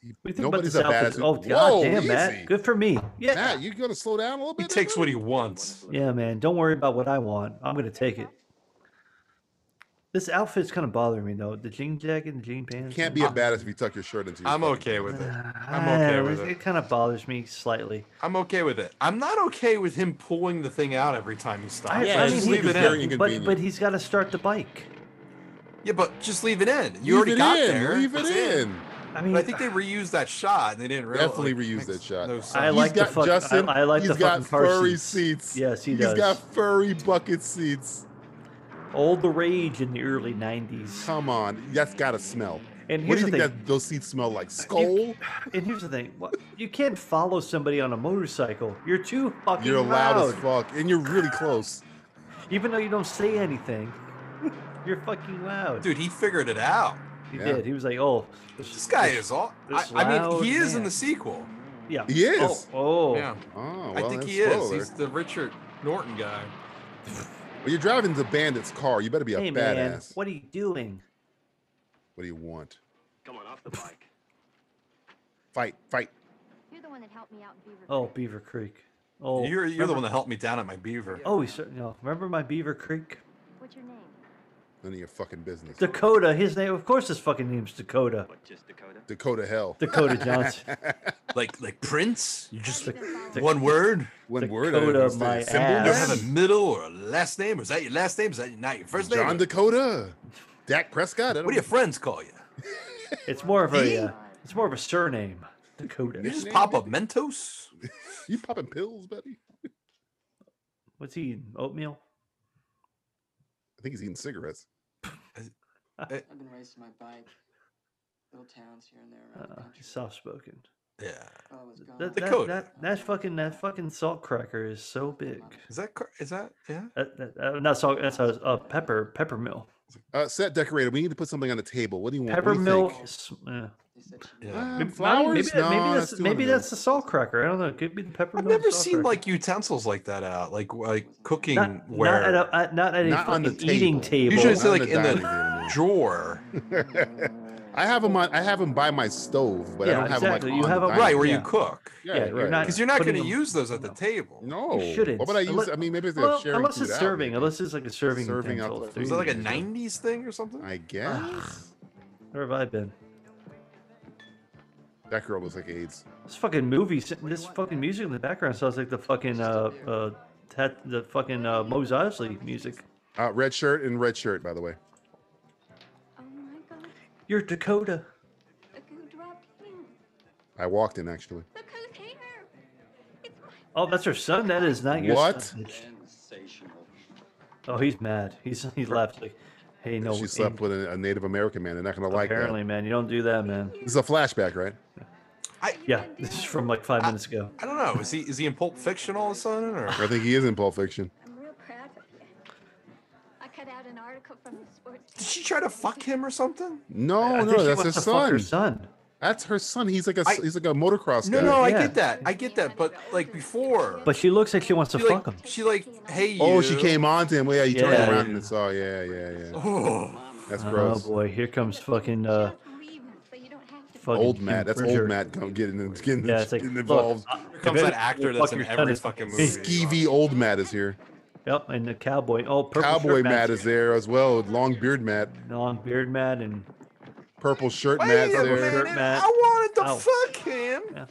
[SPEAKER 8] What do you think
[SPEAKER 7] Nobody's a
[SPEAKER 8] about this
[SPEAKER 7] badass.
[SPEAKER 8] outfit? Oh
[SPEAKER 7] who-
[SPEAKER 8] god
[SPEAKER 7] Whoa,
[SPEAKER 8] damn,
[SPEAKER 7] easy.
[SPEAKER 8] Matt. Good for me. Yeah.
[SPEAKER 7] Matt, you gonna slow down a little
[SPEAKER 9] He
[SPEAKER 7] bit?
[SPEAKER 9] takes what he wants.
[SPEAKER 8] Yeah, man. Don't worry about what I want. I'm gonna take it. This outfit's kind of bothering me though. The jean jacket and the jean pants.
[SPEAKER 7] Can't
[SPEAKER 8] <sighs> <laughs>
[SPEAKER 7] be a badass if you tuck your shirt into. Your
[SPEAKER 9] I'm
[SPEAKER 7] fucking-
[SPEAKER 9] okay with it. I'm
[SPEAKER 8] Ah,
[SPEAKER 9] okay with
[SPEAKER 8] it.
[SPEAKER 9] it.
[SPEAKER 8] It kind of bothers me slightly.
[SPEAKER 9] I'm okay with it. I'm not okay with him pulling the thing out every time he stops.
[SPEAKER 7] Yeah, I
[SPEAKER 9] just
[SPEAKER 7] mean,
[SPEAKER 9] leave
[SPEAKER 7] he-
[SPEAKER 9] it
[SPEAKER 7] very
[SPEAKER 9] in.
[SPEAKER 8] but
[SPEAKER 7] inconvenient.
[SPEAKER 8] but he's got to start the bike.
[SPEAKER 9] Yeah, but just leave it in. You
[SPEAKER 7] Leave
[SPEAKER 9] already
[SPEAKER 7] it
[SPEAKER 9] got
[SPEAKER 7] in,
[SPEAKER 9] there.
[SPEAKER 7] Leave it
[SPEAKER 9] It's
[SPEAKER 7] in.
[SPEAKER 8] I mean,
[SPEAKER 9] But I think they reused that shot and they didn't realize.
[SPEAKER 7] Definitely reused that shot.
[SPEAKER 9] No
[SPEAKER 8] I
[SPEAKER 9] sense.
[SPEAKER 7] He's
[SPEAKER 8] like the
[SPEAKER 7] got
[SPEAKER 8] fuck- I-
[SPEAKER 7] Justin.
[SPEAKER 8] I like the
[SPEAKER 7] he's got
[SPEAKER 8] fucking car
[SPEAKER 7] furry
[SPEAKER 8] seats.
[SPEAKER 7] seats.
[SPEAKER 8] Yes, he
[SPEAKER 7] He's
[SPEAKER 8] does.
[SPEAKER 7] got furry bucket seats.
[SPEAKER 8] all the rage in the early '90s.
[SPEAKER 7] Come on, that's gotta smell.
[SPEAKER 8] And
[SPEAKER 7] what
[SPEAKER 8] here's
[SPEAKER 7] do you
[SPEAKER 8] the
[SPEAKER 7] think
[SPEAKER 8] thing.
[SPEAKER 7] that those seats smell like? Skull.
[SPEAKER 8] You- and here's the thing: what, you can't follow somebody on a motorcycle. You're too fucking
[SPEAKER 7] You're
[SPEAKER 8] loud.
[SPEAKER 7] loud as fuck, and you're really close.
[SPEAKER 8] Even though you don't say anything, <laughs> you're fucking loud.
[SPEAKER 9] Dude, he figured it out.
[SPEAKER 8] he
[SPEAKER 7] yeah.
[SPEAKER 8] did. He was like, "Oh,
[SPEAKER 9] This guy is all. I,
[SPEAKER 8] this
[SPEAKER 9] I mean, he
[SPEAKER 8] loud
[SPEAKER 9] is in
[SPEAKER 8] man.
[SPEAKER 9] the sequel.
[SPEAKER 8] Yeah.
[SPEAKER 7] He is.
[SPEAKER 8] Oh,
[SPEAKER 9] Yeah,
[SPEAKER 7] Oh, well,
[SPEAKER 9] I think
[SPEAKER 7] that's
[SPEAKER 9] he is.
[SPEAKER 7] slow there.
[SPEAKER 9] He's the Richard Norton guy.
[SPEAKER 7] Well, you're driving the bandit's car. You better be a
[SPEAKER 8] hey man,
[SPEAKER 7] badass. What?
[SPEAKER 8] what are you doing?
[SPEAKER 7] do you want?
[SPEAKER 10] Come on, off the bike.
[SPEAKER 7] Fight, fight.
[SPEAKER 6] You're the one that helped me out in Beaver.
[SPEAKER 8] Oh, Beaver Creek. Oh,
[SPEAKER 9] you're you're the
[SPEAKER 8] remember-
[SPEAKER 9] one that helped me down at my
[SPEAKER 8] <laughs>
[SPEAKER 9] beaver.
[SPEAKER 8] Oh, he cer- no. Remember my Beaver Creek,
[SPEAKER 6] What's your name?
[SPEAKER 7] None of your fucking business.
[SPEAKER 8] Dakota. His name, of course, his fucking name's Dakota.
[SPEAKER 10] What, just Dakota?
[SPEAKER 7] Dakota hell.
[SPEAKER 8] Dakota Johnson.
[SPEAKER 9] Like like Prince, you just
[SPEAKER 8] Dak- Dak-
[SPEAKER 9] one word.
[SPEAKER 7] One word.
[SPEAKER 8] Dakota,
[SPEAKER 7] I don't understand.
[SPEAKER 8] my
[SPEAKER 7] Symbol
[SPEAKER 9] You don't have
[SPEAKER 8] ass.
[SPEAKER 7] man?
[SPEAKER 9] a middle or a last name. Is that your last name? Is that not your first name?
[SPEAKER 7] John Dakota. Dak Prescott. I
[SPEAKER 9] What do your
[SPEAKER 7] don't-
[SPEAKER 9] friends call you?
[SPEAKER 8] It's more of a. Uh, it's more of a surname. Dakota.
[SPEAKER 9] You just
[SPEAKER 7] Nickname,
[SPEAKER 9] pop up Mentos.
[SPEAKER 7] You popping pills, buddy?
[SPEAKER 8] What's he eating? Oatmeal.
[SPEAKER 7] I think he's eating cigarettes.
[SPEAKER 11] I've been racing my bike, little towns here and there
[SPEAKER 8] Uh,
[SPEAKER 11] around the country.
[SPEAKER 8] soft spoken.
[SPEAKER 9] Yeah.
[SPEAKER 8] That,
[SPEAKER 9] The
[SPEAKER 8] that,
[SPEAKER 9] code.
[SPEAKER 8] That, that fucking that fucking salt cracker is so big.
[SPEAKER 9] Is that cor- is that yeah?
[SPEAKER 8] That, that, uh, not salt. That's a uh, pepper pepper mill.
[SPEAKER 7] Uh, set decorator, we need to put something on the table. What do you want?
[SPEAKER 8] Pepper
[SPEAKER 7] what do you
[SPEAKER 8] mill.
[SPEAKER 7] think?
[SPEAKER 8] is- uh,
[SPEAKER 7] Um,
[SPEAKER 8] Maybe,
[SPEAKER 7] flowers?
[SPEAKER 8] maybe, that- maybe
[SPEAKER 7] No,
[SPEAKER 8] that's
[SPEAKER 7] that's too
[SPEAKER 8] maybe
[SPEAKER 7] unreal.
[SPEAKER 8] that's the salt cracker. I don't know. It could be the pepper.
[SPEAKER 9] I've
[SPEAKER 8] mill
[SPEAKER 9] never
[SPEAKER 8] salt
[SPEAKER 9] seen
[SPEAKER 8] cracker.
[SPEAKER 9] like utensils like that out, like like cooking
[SPEAKER 8] not,
[SPEAKER 9] where.
[SPEAKER 8] not at a uh, not at a
[SPEAKER 7] Not on the
[SPEAKER 8] fucking eating
[SPEAKER 7] table.
[SPEAKER 8] table.
[SPEAKER 9] Usually it's
[SPEAKER 7] Not on
[SPEAKER 9] like
[SPEAKER 7] the
[SPEAKER 9] in
[SPEAKER 7] dining
[SPEAKER 9] the drawer,
[SPEAKER 7] <laughs> I have them on. I have them by my stove, but I
[SPEAKER 8] Yeah,
[SPEAKER 7] don't have
[SPEAKER 8] exactly.
[SPEAKER 7] them
[SPEAKER 8] You
[SPEAKER 7] like on
[SPEAKER 8] have
[SPEAKER 7] the
[SPEAKER 8] 'em-
[SPEAKER 7] dining
[SPEAKER 9] right, where you
[SPEAKER 8] Yeah.
[SPEAKER 9] cook.
[SPEAKER 7] Yeah,
[SPEAKER 8] Yeah, you're
[SPEAKER 7] right.
[SPEAKER 8] not-
[SPEAKER 9] Because you're not
[SPEAKER 8] Putting
[SPEAKER 9] going to
[SPEAKER 8] them-
[SPEAKER 9] use those at the table.
[SPEAKER 7] No,
[SPEAKER 8] You shouldn't.
[SPEAKER 7] What would I use?
[SPEAKER 8] Unless-
[SPEAKER 7] I mean, maybe they're
[SPEAKER 8] well,
[SPEAKER 7] sharing
[SPEAKER 8] unless
[SPEAKER 7] food
[SPEAKER 8] it's
[SPEAKER 7] out,
[SPEAKER 8] serving,
[SPEAKER 7] maybe.
[SPEAKER 8] unless it's like a serving,
[SPEAKER 7] Serving
[SPEAKER 8] utensil,
[SPEAKER 7] outlet.
[SPEAKER 8] too.
[SPEAKER 9] Was that like a '90s thing or something?
[SPEAKER 7] I
[SPEAKER 8] Ah.
[SPEAKER 7] guess
[SPEAKER 8] Where have I been?
[SPEAKER 7] that girl was like AIDS.
[SPEAKER 8] This fucking movie, s- this fucking music in the background sounds like the fucking uh uh tat, the fucking uh Mose Isley music.
[SPEAKER 7] Uh, red shirt and red shirt, by the way.
[SPEAKER 6] Oh my god.
[SPEAKER 8] You're Dakota.
[SPEAKER 6] The goo dropped in.
[SPEAKER 7] I walked in actually.
[SPEAKER 6] Look who's here. It's my
[SPEAKER 8] Oh, that's her son. That is not your
[SPEAKER 7] What?
[SPEAKER 8] son, bitch. Oh, he's mad. He's he left like, hey, no.
[SPEAKER 7] she
[SPEAKER 8] ain't-
[SPEAKER 7] slept with a, a Native American man. They're not gonna like
[SPEAKER 8] apparently, man, you don't do that, man.
[SPEAKER 7] that. This is a flashback, right?
[SPEAKER 8] Yeah, <laughs> this is from like five minutes ago.
[SPEAKER 9] I don't know. Is he is he in Pulp Fiction all of a sudden? Or
[SPEAKER 7] <laughs> I think he is in Pulp Fiction.
[SPEAKER 6] I'm real proud of you. I cut out an article from the sports.
[SPEAKER 9] did she try to fuck him or something?
[SPEAKER 7] Oh, No,
[SPEAKER 8] I think
[SPEAKER 7] no,
[SPEAKER 8] she
[SPEAKER 7] that's
[SPEAKER 8] wants
[SPEAKER 7] his
[SPEAKER 8] to fuck her
[SPEAKER 7] son.
[SPEAKER 8] son.
[SPEAKER 7] That's her son. He's like a
[SPEAKER 9] I-
[SPEAKER 7] he's like a motocross
[SPEAKER 9] No,
[SPEAKER 7] guy.
[SPEAKER 9] no, I
[SPEAKER 8] Yeah.
[SPEAKER 9] get that. I get that. But like before,
[SPEAKER 8] But she looks like she wants to
[SPEAKER 9] she like
[SPEAKER 8] fuck him.
[SPEAKER 9] she like hey
[SPEAKER 7] oh, she
[SPEAKER 9] you. <sighs>
[SPEAKER 7] came on to him. Well, yeah, he turned
[SPEAKER 8] Yeah.
[SPEAKER 7] around and saw. Yeah, yeah, yeah.
[SPEAKER 9] Oh,
[SPEAKER 7] That's
[SPEAKER 8] Oh
[SPEAKER 7] gross.
[SPEAKER 8] boy, here comes fucking uh
[SPEAKER 6] Just leave him so you don't have to.
[SPEAKER 8] fucking
[SPEAKER 7] old
[SPEAKER 8] Jim
[SPEAKER 7] Matt. That's
[SPEAKER 8] Bridger.
[SPEAKER 7] old Matt come getting in- getting,
[SPEAKER 8] Yeah, it's like
[SPEAKER 7] getting
[SPEAKER 8] look,
[SPEAKER 7] involved.
[SPEAKER 8] uh,
[SPEAKER 9] here comes
[SPEAKER 8] if
[SPEAKER 9] that
[SPEAKER 8] any-
[SPEAKER 9] actor
[SPEAKER 8] fuck
[SPEAKER 9] that's in
[SPEAKER 8] your son
[SPEAKER 9] every
[SPEAKER 8] is-
[SPEAKER 9] fucking
[SPEAKER 8] <laughs>
[SPEAKER 9] movie.
[SPEAKER 7] Skeevy old Matt is here.
[SPEAKER 8] Yep, and the cowboy. Oh, purple
[SPEAKER 7] Cowboy
[SPEAKER 8] shirt
[SPEAKER 7] Matt is there as well. Long beard Matt.
[SPEAKER 8] long beard Matt, and
[SPEAKER 7] Purple shirt
[SPEAKER 9] Wait
[SPEAKER 7] Matt's
[SPEAKER 9] a
[SPEAKER 7] there.
[SPEAKER 9] minute!
[SPEAKER 8] Matt.
[SPEAKER 9] I wanted to
[SPEAKER 8] Ow.
[SPEAKER 9] fuck him.
[SPEAKER 8] Yeah.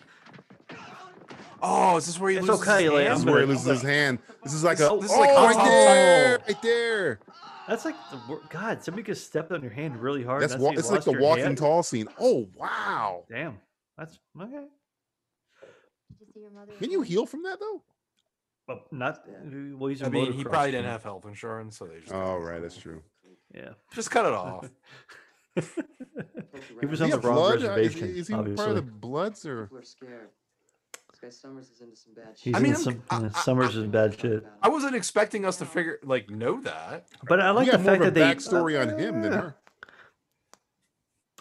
[SPEAKER 9] Oh, is this where he
[SPEAKER 8] It's
[SPEAKER 9] loses
[SPEAKER 8] okay,
[SPEAKER 9] his
[SPEAKER 8] like,
[SPEAKER 9] hand?
[SPEAKER 7] This is
[SPEAKER 8] I'm
[SPEAKER 7] where he
[SPEAKER 8] gonna-
[SPEAKER 7] loses his hand. This is like a
[SPEAKER 8] This-
[SPEAKER 7] oh,
[SPEAKER 8] this is like
[SPEAKER 7] right
[SPEAKER 8] hot
[SPEAKER 7] there,
[SPEAKER 9] tub.
[SPEAKER 7] right there.
[SPEAKER 8] that's like the wor- God. Somebody could step on your hand really hard.
[SPEAKER 7] That's
[SPEAKER 8] and
[SPEAKER 7] wa-
[SPEAKER 8] how you
[SPEAKER 7] it's like
[SPEAKER 8] lost
[SPEAKER 7] the
[SPEAKER 8] your
[SPEAKER 7] Walking
[SPEAKER 8] hand.
[SPEAKER 7] Tall scene. Oh wow!
[SPEAKER 8] Damn, that's okay.
[SPEAKER 6] Did you see your mother?
[SPEAKER 7] Can you heal from that though?
[SPEAKER 8] But not well. He's a
[SPEAKER 9] I mean, he
[SPEAKER 8] motocross
[SPEAKER 9] probably didn't
[SPEAKER 8] man.
[SPEAKER 9] have health insurance, so they just
[SPEAKER 7] Oh right, that's true.
[SPEAKER 8] Yeah.
[SPEAKER 9] just cut it off.
[SPEAKER 8] he was
[SPEAKER 7] Does
[SPEAKER 8] on
[SPEAKER 7] he
[SPEAKER 8] the
[SPEAKER 7] have
[SPEAKER 8] wrong
[SPEAKER 7] blood? Uh, Is,
[SPEAKER 8] reservation.
[SPEAKER 7] is he
[SPEAKER 8] obviously.
[SPEAKER 7] part of the Bloods or?
[SPEAKER 10] People are scared. This guy Summers is into some bad
[SPEAKER 8] He's
[SPEAKER 10] shit.
[SPEAKER 9] I mean,
[SPEAKER 8] in
[SPEAKER 9] I'm-
[SPEAKER 8] some
[SPEAKER 9] I-
[SPEAKER 8] uh,
[SPEAKER 9] I-
[SPEAKER 8] Summers is bad shit.
[SPEAKER 9] I wasn't expecting us to figure like know that.
[SPEAKER 8] But I like
[SPEAKER 7] we
[SPEAKER 8] the
[SPEAKER 7] got more
[SPEAKER 8] fact
[SPEAKER 7] of a
[SPEAKER 8] that they
[SPEAKER 7] backstory on him than
[SPEAKER 8] <laughs>
[SPEAKER 7] her.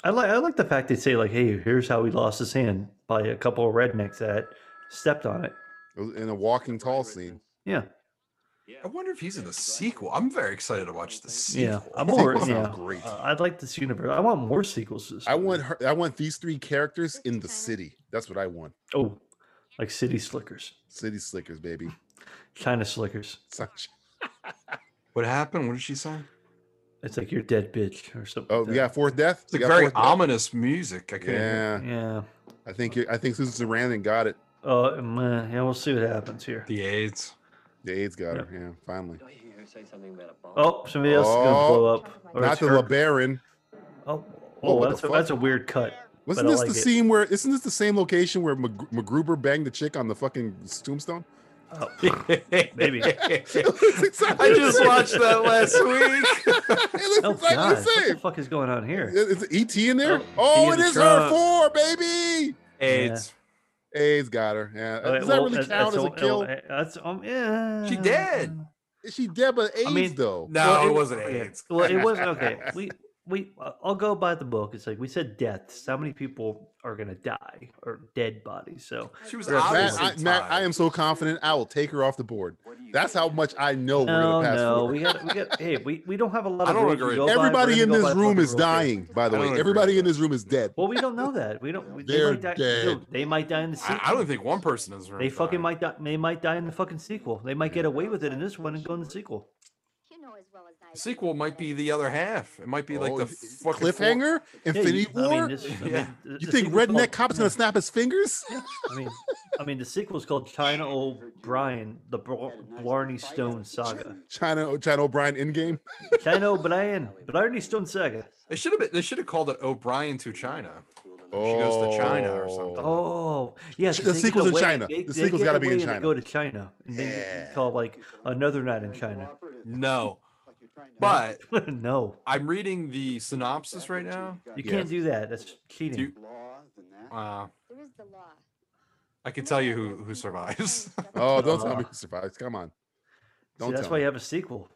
[SPEAKER 8] I like I like the fact they say like, "Hey, here's how he lost his hand by a couple of rednecks that stepped on it."
[SPEAKER 7] It was In a Walking Tall scene.
[SPEAKER 8] Yeah,
[SPEAKER 9] I wonder if he's in the sequel. I'm very excited to watch the sequel.
[SPEAKER 8] yeah. I'm
[SPEAKER 7] Sequel
[SPEAKER 8] over.
[SPEAKER 7] sounds
[SPEAKER 8] Yeah,
[SPEAKER 7] great.
[SPEAKER 8] Uh, I'd like this universe. I want more sequels. to this
[SPEAKER 7] I
[SPEAKER 8] movie.
[SPEAKER 7] want her. I want these three characters in the city. That's what I want.
[SPEAKER 8] Oh, like City Slickers,
[SPEAKER 7] City slickers, baby. <laughs>
[SPEAKER 8] China Slickers.
[SPEAKER 7] Such-
[SPEAKER 9] What happened? What did she say?
[SPEAKER 8] It's like you're dead bitch or something.
[SPEAKER 7] Oh,
[SPEAKER 8] like
[SPEAKER 7] we got fourth death.
[SPEAKER 9] It's like
[SPEAKER 7] We got
[SPEAKER 9] very
[SPEAKER 7] fourth death?
[SPEAKER 9] ominous music. I can't. hear.
[SPEAKER 7] Yeah,
[SPEAKER 8] <laughs> that. Yeah.
[SPEAKER 7] I think you I think Susan Sarandon got it.
[SPEAKER 8] Uh, mm, yeah, we'll see what happens here.
[SPEAKER 9] The AIDS.
[SPEAKER 7] The AIDS got her. Yeah, finally.
[SPEAKER 8] Oh, somebody else is gonna
[SPEAKER 7] Oh,
[SPEAKER 8] blow up. Or
[SPEAKER 7] Not
[SPEAKER 8] it's
[SPEAKER 7] the
[SPEAKER 8] her-
[SPEAKER 7] LeBaron.
[SPEAKER 8] Oh,
[SPEAKER 7] Whoa,
[SPEAKER 8] oh
[SPEAKER 7] what the
[SPEAKER 8] that's, a,
[SPEAKER 7] fuck?
[SPEAKER 8] that's a weird cut.
[SPEAKER 7] Wasn't
[SPEAKER 8] I
[SPEAKER 7] this
[SPEAKER 8] like
[SPEAKER 7] the
[SPEAKER 8] it.
[SPEAKER 7] scene where? Isn't this the same location where Mag- MacGruber banged the chick on the fucking tombstone? <laughs>
[SPEAKER 8] Oh, maybe. <laughs>
[SPEAKER 7] It's exactly
[SPEAKER 9] I
[SPEAKER 7] the
[SPEAKER 9] just
[SPEAKER 7] same. <laughs>
[SPEAKER 9] watched that <laughs> last week.
[SPEAKER 7] It looks
[SPEAKER 8] Oh
[SPEAKER 7] exactly the
[SPEAKER 8] God, what the
[SPEAKER 7] same.
[SPEAKER 8] fuck is going on <laughs> here?
[SPEAKER 7] Is is it ET in there?
[SPEAKER 8] Oh,
[SPEAKER 7] Oh,
[SPEAKER 8] he
[SPEAKER 7] it
[SPEAKER 8] in the
[SPEAKER 7] is her
[SPEAKER 8] trunk.
[SPEAKER 7] four, baby.
[SPEAKER 9] AIDS.
[SPEAKER 7] AIDS got her. Yeah.
[SPEAKER 8] Okay,
[SPEAKER 7] Does that
[SPEAKER 8] well,
[SPEAKER 7] really
[SPEAKER 8] that's-
[SPEAKER 7] count as
[SPEAKER 8] that's
[SPEAKER 7] a
[SPEAKER 8] all-
[SPEAKER 7] kill?
[SPEAKER 8] uh, That's um, yeah.
[SPEAKER 9] She dead.
[SPEAKER 7] Is she dead but AIDS
[SPEAKER 8] mean-
[SPEAKER 7] though?
[SPEAKER 9] No,
[SPEAKER 8] Well,
[SPEAKER 9] it wasn't
[SPEAKER 8] okay,
[SPEAKER 9] AIDS.
[SPEAKER 8] Well, it
[SPEAKER 9] <laughs>
[SPEAKER 8] wasn't okay. We we I- I'll go by the book. It's like we said deaths. How many people are gonna die or dead bodies? So
[SPEAKER 9] She was
[SPEAKER 7] Matt,
[SPEAKER 9] obviously
[SPEAKER 7] I, Matt, I
[SPEAKER 9] tied.
[SPEAKER 7] am so confident I will take her off the board. That's how much I know we're
[SPEAKER 8] no,
[SPEAKER 7] gonna pass
[SPEAKER 8] Oh, no,
[SPEAKER 7] forward.
[SPEAKER 8] we got we got. Hey, we, we don't have a lot
[SPEAKER 9] I
[SPEAKER 8] of.
[SPEAKER 9] don't
[SPEAKER 8] rules to
[SPEAKER 9] agree.
[SPEAKER 8] go by. We're
[SPEAKER 7] Everybody
[SPEAKER 8] gonna
[SPEAKER 7] in
[SPEAKER 8] go by
[SPEAKER 7] this
[SPEAKER 8] the
[SPEAKER 7] room
[SPEAKER 8] fucking
[SPEAKER 7] is
[SPEAKER 8] rules here.
[SPEAKER 7] dying, by the
[SPEAKER 9] I don't
[SPEAKER 7] way.
[SPEAKER 9] agree
[SPEAKER 7] Everybody
[SPEAKER 9] with
[SPEAKER 7] in this room is dead.
[SPEAKER 8] Well, we don't know that. We don't. we- they
[SPEAKER 7] They're
[SPEAKER 8] might die. dude, they might die in the
[SPEAKER 9] I,
[SPEAKER 8] sequel.
[SPEAKER 9] I don't think one person is.
[SPEAKER 8] they fucking might die. They might die in the fucking sequel. They might get away with it in this one and go in the sequel.
[SPEAKER 6] You know as well as I do.
[SPEAKER 9] Sequel might be the other half. It might be like
[SPEAKER 7] Oh,
[SPEAKER 9] the
[SPEAKER 7] y-
[SPEAKER 9] fucking
[SPEAKER 7] cliffhanger,
[SPEAKER 8] Yeah, you-
[SPEAKER 7] Infinity
[SPEAKER 8] I mean,
[SPEAKER 7] War. <laughs>
[SPEAKER 8] this- I mean,
[SPEAKER 9] Yeah.
[SPEAKER 8] th-
[SPEAKER 7] you
[SPEAKER 8] the
[SPEAKER 7] think
[SPEAKER 8] sequel's
[SPEAKER 7] Redneck
[SPEAKER 8] called-
[SPEAKER 7] Cop's gonna snap his fingers?
[SPEAKER 8] I mean, I mean, the sequel's called China O'Brien, the Bl- Blarney Stone Saga.
[SPEAKER 7] China, China O'Brien in game.
[SPEAKER 8] China O'Brien, Blarney Stone Saga.
[SPEAKER 9] They should have. been- They should have called it O'Brien to China.
[SPEAKER 7] Oh,
[SPEAKER 9] goes to China or something.
[SPEAKER 8] Oh, yeah.
[SPEAKER 7] Ch-
[SPEAKER 8] 'cause
[SPEAKER 7] the
[SPEAKER 8] they get
[SPEAKER 7] sequel's in
[SPEAKER 8] away-
[SPEAKER 7] China.
[SPEAKER 8] They,
[SPEAKER 7] The
[SPEAKER 8] they
[SPEAKER 7] sequel's
[SPEAKER 8] get
[SPEAKER 7] gotta be in
[SPEAKER 8] away and they
[SPEAKER 7] China.
[SPEAKER 8] Go to China, and then it's called like another night in China. <laughs>
[SPEAKER 7] <laughs>
[SPEAKER 9] No,
[SPEAKER 11] Like you're trying to.
[SPEAKER 9] but
[SPEAKER 8] no,
[SPEAKER 9] I'm reading the synopsis right now.
[SPEAKER 8] you
[SPEAKER 7] Yeah.
[SPEAKER 8] can't do that. That's cheating.
[SPEAKER 9] Do-
[SPEAKER 11] Law than that.
[SPEAKER 9] Uh,
[SPEAKER 6] There is
[SPEAKER 14] is the law.
[SPEAKER 9] I can tell you who who survives. <laughs>
[SPEAKER 7] Oh, don't tell me he survives. Come on.
[SPEAKER 8] See, that's
[SPEAKER 7] tell
[SPEAKER 8] why
[SPEAKER 7] me.
[SPEAKER 8] you have a sequel.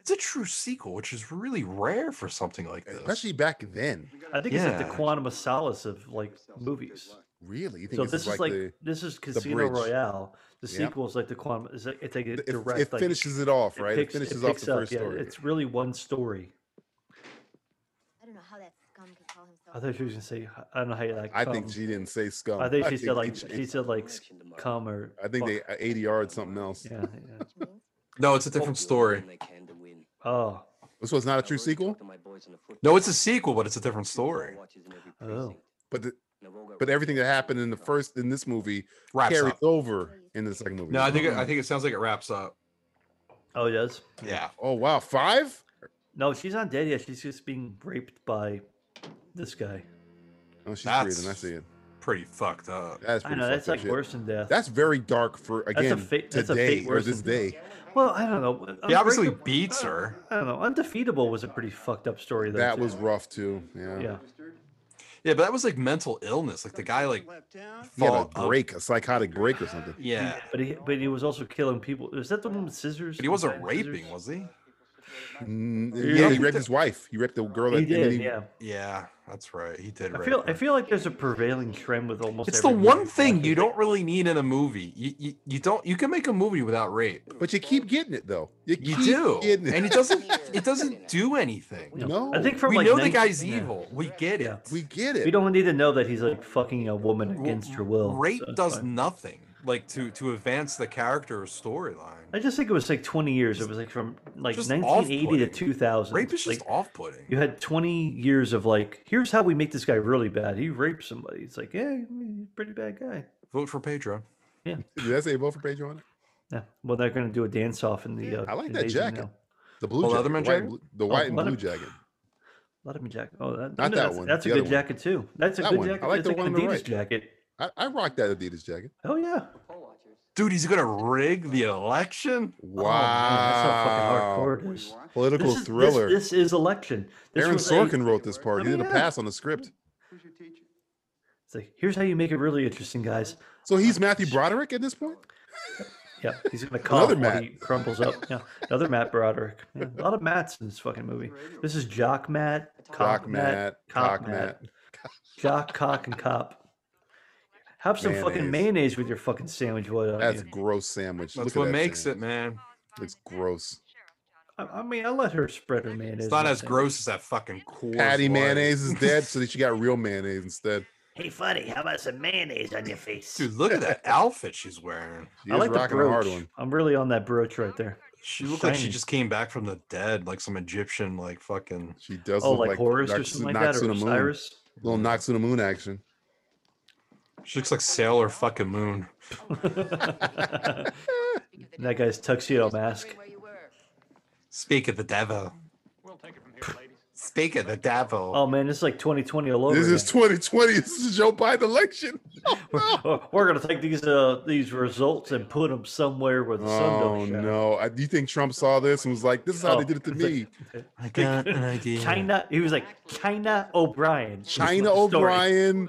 [SPEAKER 9] It's a true sequel, which is really rare for something like this.
[SPEAKER 7] Especially back then.
[SPEAKER 8] I think it's like
[SPEAKER 9] Yeah.
[SPEAKER 8] the quantum of solace of like movies.
[SPEAKER 7] Really? You think
[SPEAKER 8] so
[SPEAKER 7] this
[SPEAKER 8] this
[SPEAKER 7] is
[SPEAKER 8] is
[SPEAKER 7] like
[SPEAKER 8] like
[SPEAKER 7] the-
[SPEAKER 8] this is
[SPEAKER 7] the
[SPEAKER 8] Casino
[SPEAKER 7] bridge.
[SPEAKER 8] Royale. The
[SPEAKER 7] Yep.
[SPEAKER 8] sequel is like the quantum. Is like, it's like a
[SPEAKER 7] It- it
[SPEAKER 8] direct. like,
[SPEAKER 7] finishes it off, right? It
[SPEAKER 8] picks-
[SPEAKER 7] finishes off
[SPEAKER 8] picks
[SPEAKER 7] the
[SPEAKER 8] up,
[SPEAKER 7] first
[SPEAKER 8] yeah,
[SPEAKER 7] story.
[SPEAKER 8] It's really one story.
[SPEAKER 6] I don't know how that scum could call himself.
[SPEAKER 8] I thought she was gonna say. I don't know how you like.
[SPEAKER 7] I think
[SPEAKER 8] cum.
[SPEAKER 7] she didn't say scum.
[SPEAKER 8] I think she said
[SPEAKER 7] he
[SPEAKER 8] like
[SPEAKER 7] changed
[SPEAKER 8] she
[SPEAKER 7] it.
[SPEAKER 8] said like cum or.
[SPEAKER 7] I think they
[SPEAKER 8] fuck.
[SPEAKER 7] ADR'd something else.
[SPEAKER 8] Yeah, yeah.
[SPEAKER 9] No, it's a different story.
[SPEAKER 8] Oh.
[SPEAKER 7] This was not a true sequel?
[SPEAKER 9] No, it's a sequel, but it's a different story.
[SPEAKER 8] Oh.
[SPEAKER 7] But the, but everything that happened in the first in this movie
[SPEAKER 9] Wraps
[SPEAKER 7] carries
[SPEAKER 9] up.
[SPEAKER 7] over in the second movie.
[SPEAKER 9] No, I think it, I think it sounds like it wraps up.
[SPEAKER 8] Oh, it does.
[SPEAKER 9] Yeah.
[SPEAKER 7] Oh wow, five?
[SPEAKER 8] No, she's not dead yet. She's just being raped by this guy.
[SPEAKER 7] Oh, she's
[SPEAKER 9] That's
[SPEAKER 7] breathing. I see it.
[SPEAKER 9] Pretty fucked up.
[SPEAKER 7] That's
[SPEAKER 8] I
[SPEAKER 7] pretty
[SPEAKER 8] know, that's
[SPEAKER 7] fucked up
[SPEAKER 8] like
[SPEAKER 7] shit.
[SPEAKER 8] worse than death.
[SPEAKER 7] That's very dark for
[SPEAKER 8] That's a
[SPEAKER 7] again
[SPEAKER 8] fate- that's a
[SPEAKER 7] today
[SPEAKER 8] fate
[SPEAKER 7] or
[SPEAKER 8] worse
[SPEAKER 7] this
[SPEAKER 8] than
[SPEAKER 7] day.
[SPEAKER 8] Well, I don't know.
[SPEAKER 9] He obviously
[SPEAKER 8] Unbreakable-
[SPEAKER 9] beats her.
[SPEAKER 8] I don't know. Undefeatable was a pretty fucked up story though.
[SPEAKER 7] That
[SPEAKER 8] too.
[SPEAKER 7] was rough too. Yeah.
[SPEAKER 8] Yeah.
[SPEAKER 9] Yeah, but that was like mental illness. Like the guy like
[SPEAKER 7] He had
[SPEAKER 9] fall
[SPEAKER 7] a break, a psychotic break or something.
[SPEAKER 9] Yeah.
[SPEAKER 8] But he but he was also killing people. Was that the one with scissors?
[SPEAKER 9] But he wasn't
[SPEAKER 8] Giant
[SPEAKER 9] raping,
[SPEAKER 8] scissors?
[SPEAKER 9] was he?
[SPEAKER 7] Mm,
[SPEAKER 8] Yeah,
[SPEAKER 7] yeah,
[SPEAKER 8] he
[SPEAKER 7] he raped
[SPEAKER 8] did.
[SPEAKER 7] his wife. He raped the girl.
[SPEAKER 8] He
[SPEAKER 7] that, and then
[SPEAKER 8] did, yeah.
[SPEAKER 9] Yeah, that's right. He did
[SPEAKER 8] I
[SPEAKER 9] rape.
[SPEAKER 8] feel
[SPEAKER 9] her.
[SPEAKER 8] I feel like there's a prevailing trend with almost
[SPEAKER 9] it's the
[SPEAKER 8] every
[SPEAKER 9] one
[SPEAKER 8] movie.
[SPEAKER 9] thing you don't really need in a movie. You, you you don't you can make a movie without rape.
[SPEAKER 7] But you keep getting it though. You,
[SPEAKER 9] You
[SPEAKER 7] keep
[SPEAKER 9] do,
[SPEAKER 7] Getting it.
[SPEAKER 9] and it
[SPEAKER 7] <laughs>
[SPEAKER 9] doesn't it doesn't do anything.
[SPEAKER 7] No.
[SPEAKER 8] I think from
[SPEAKER 9] we
[SPEAKER 8] like
[SPEAKER 9] know the
[SPEAKER 8] 19
[SPEAKER 9] guy's
[SPEAKER 8] yeah.
[SPEAKER 9] evil. We get it.
[SPEAKER 8] Yeah.
[SPEAKER 7] we get it.
[SPEAKER 8] We don't need to know that he's like fucking a woman against her will.
[SPEAKER 9] Rape
[SPEAKER 8] so it's
[SPEAKER 9] does
[SPEAKER 8] fine.
[SPEAKER 9] nothing like to to advance the character or storyline.
[SPEAKER 8] I just think it was like 20 years. It was like from like
[SPEAKER 9] just
[SPEAKER 8] 1980 to
[SPEAKER 9] off-putting.
[SPEAKER 8] 2000.
[SPEAKER 9] Rape is just
[SPEAKER 8] like,
[SPEAKER 9] off-putting.
[SPEAKER 8] You had 20 years of like, here's how we make this guy really bad. He raped somebody. It's like, yeah, he's a pretty bad guy.
[SPEAKER 9] Vote for Pedro.
[SPEAKER 8] Yeah.
[SPEAKER 7] Did I say both for Patreon?
[SPEAKER 8] Yeah. Well, they're going to do a dance off in the. Uh,
[SPEAKER 7] I like that
[SPEAKER 8] invasion
[SPEAKER 7] jacket.
[SPEAKER 8] Now.
[SPEAKER 7] The blue
[SPEAKER 9] Oh,
[SPEAKER 7] jacket. The
[SPEAKER 9] Leatherman
[SPEAKER 7] white,
[SPEAKER 9] jacket?
[SPEAKER 7] and blue- the
[SPEAKER 8] Oh,
[SPEAKER 7] white and blue
[SPEAKER 8] Leatherman.
[SPEAKER 7] jacket.
[SPEAKER 8] Let him jacket. Oh,
[SPEAKER 7] Not
[SPEAKER 8] that,
[SPEAKER 7] that
[SPEAKER 8] that's,
[SPEAKER 7] one,
[SPEAKER 8] That's a
[SPEAKER 7] the
[SPEAKER 8] good
[SPEAKER 7] other one.
[SPEAKER 8] jacket too. That's a
[SPEAKER 7] That
[SPEAKER 8] good
[SPEAKER 7] one. I
[SPEAKER 8] jacket.
[SPEAKER 7] like
[SPEAKER 8] that's
[SPEAKER 7] the
[SPEAKER 8] like
[SPEAKER 7] one
[SPEAKER 8] an
[SPEAKER 7] on the
[SPEAKER 8] Adidas
[SPEAKER 7] right.
[SPEAKER 8] jacket.
[SPEAKER 7] I, I rocked that Adidas jacket.
[SPEAKER 8] Oh yeah.
[SPEAKER 9] Dude, he's gonna rig the election.
[SPEAKER 7] Wow.
[SPEAKER 8] Oh, man, that's Oh, how fucking hardcore it is.
[SPEAKER 7] Political
[SPEAKER 8] This is- this-
[SPEAKER 7] thriller.
[SPEAKER 8] This, is election. This
[SPEAKER 7] Aaron
[SPEAKER 8] was a-
[SPEAKER 7] Sorkin wrote this part.
[SPEAKER 8] I
[SPEAKER 7] he
[SPEAKER 8] mean,
[SPEAKER 7] did a
[SPEAKER 8] yeah.
[SPEAKER 7] pass on the script.
[SPEAKER 8] It's like, here's how you make it really interesting, guys.
[SPEAKER 7] So he's Matthew Broderick at this point?
[SPEAKER 8] Yeah,
[SPEAKER 7] <laughs>
[SPEAKER 8] he's gonna cough
[SPEAKER 7] Another
[SPEAKER 8] while
[SPEAKER 7] Matt.
[SPEAKER 8] he crumples up. Yeah, another Matt Broderick. Yeah, a lot of Matts in this fucking movie. This is Jock Matt, Cock,
[SPEAKER 7] Cock
[SPEAKER 8] Matt,
[SPEAKER 7] Matt,
[SPEAKER 8] Cock
[SPEAKER 7] Cock
[SPEAKER 8] Matt,
[SPEAKER 7] Matt.
[SPEAKER 8] Jock, Cock, and Cop. Have some fucking
[SPEAKER 7] Mayonnaise.
[SPEAKER 8] mayonnaise with your fucking sandwich, why don't
[SPEAKER 7] That's a
[SPEAKER 8] you?
[SPEAKER 7] gross sandwich.
[SPEAKER 9] That's
[SPEAKER 7] Look at
[SPEAKER 9] what
[SPEAKER 7] that
[SPEAKER 9] makes
[SPEAKER 7] sandwich.
[SPEAKER 9] it, man.
[SPEAKER 7] It's gross.
[SPEAKER 8] I, I mean, I let her spread her mayonnaise.
[SPEAKER 9] It's not
[SPEAKER 8] on
[SPEAKER 9] as
[SPEAKER 8] sandwich.
[SPEAKER 9] gross as that fucking Coors
[SPEAKER 7] Patty
[SPEAKER 9] Light.
[SPEAKER 7] mayonnaise is dead,
[SPEAKER 8] <laughs>
[SPEAKER 7] so that she got real mayonnaise instead.
[SPEAKER 8] Hey, funny, how about some mayonnaise on your face?
[SPEAKER 9] Dude, look at that outfit she's wearing.
[SPEAKER 7] She
[SPEAKER 8] I
[SPEAKER 7] is
[SPEAKER 8] like the
[SPEAKER 7] rocking a hard
[SPEAKER 8] brooch.
[SPEAKER 7] one.
[SPEAKER 8] I'm really on that brooch right there.
[SPEAKER 9] She looked like she
[SPEAKER 8] Shiny.
[SPEAKER 9] just came back from the dead, like some Egyptian, like fucking.
[SPEAKER 7] She does
[SPEAKER 8] Oh,
[SPEAKER 7] look
[SPEAKER 8] like,
[SPEAKER 7] like
[SPEAKER 8] Horus or
[SPEAKER 7] Nox-
[SPEAKER 8] something like that, or
[SPEAKER 7] Noxuna Moon. <laughs>
[SPEAKER 8] Osiris. <laughs>
[SPEAKER 7] Little knocks on the moon action.
[SPEAKER 9] She looks like Sailor fucking Moon.
[SPEAKER 8] And that guy's tuxedo mask.
[SPEAKER 9] Speak of the devil. <laughs> Speak of the devil.
[SPEAKER 8] Oh man, this is like 2020 all over.
[SPEAKER 7] This
[SPEAKER 8] again.
[SPEAKER 7] is 2020. This is Joe Biden election. Oh, no.
[SPEAKER 8] Oh, <laughs> we're gonna take these uh these results and put them somewhere where the sun
[SPEAKER 7] Oh
[SPEAKER 8] don't shine.
[SPEAKER 7] no! I, do you think Trump saw this and was like, "This is how
[SPEAKER 8] Oh,
[SPEAKER 7] they did it to
[SPEAKER 8] it's like-
[SPEAKER 7] me"?
[SPEAKER 9] <laughs> I got an idea.
[SPEAKER 8] China, he was like China O'Brien.
[SPEAKER 7] <laughs>
[SPEAKER 8] was
[SPEAKER 7] China
[SPEAKER 8] the story. <laughs>
[SPEAKER 7] O'Brien.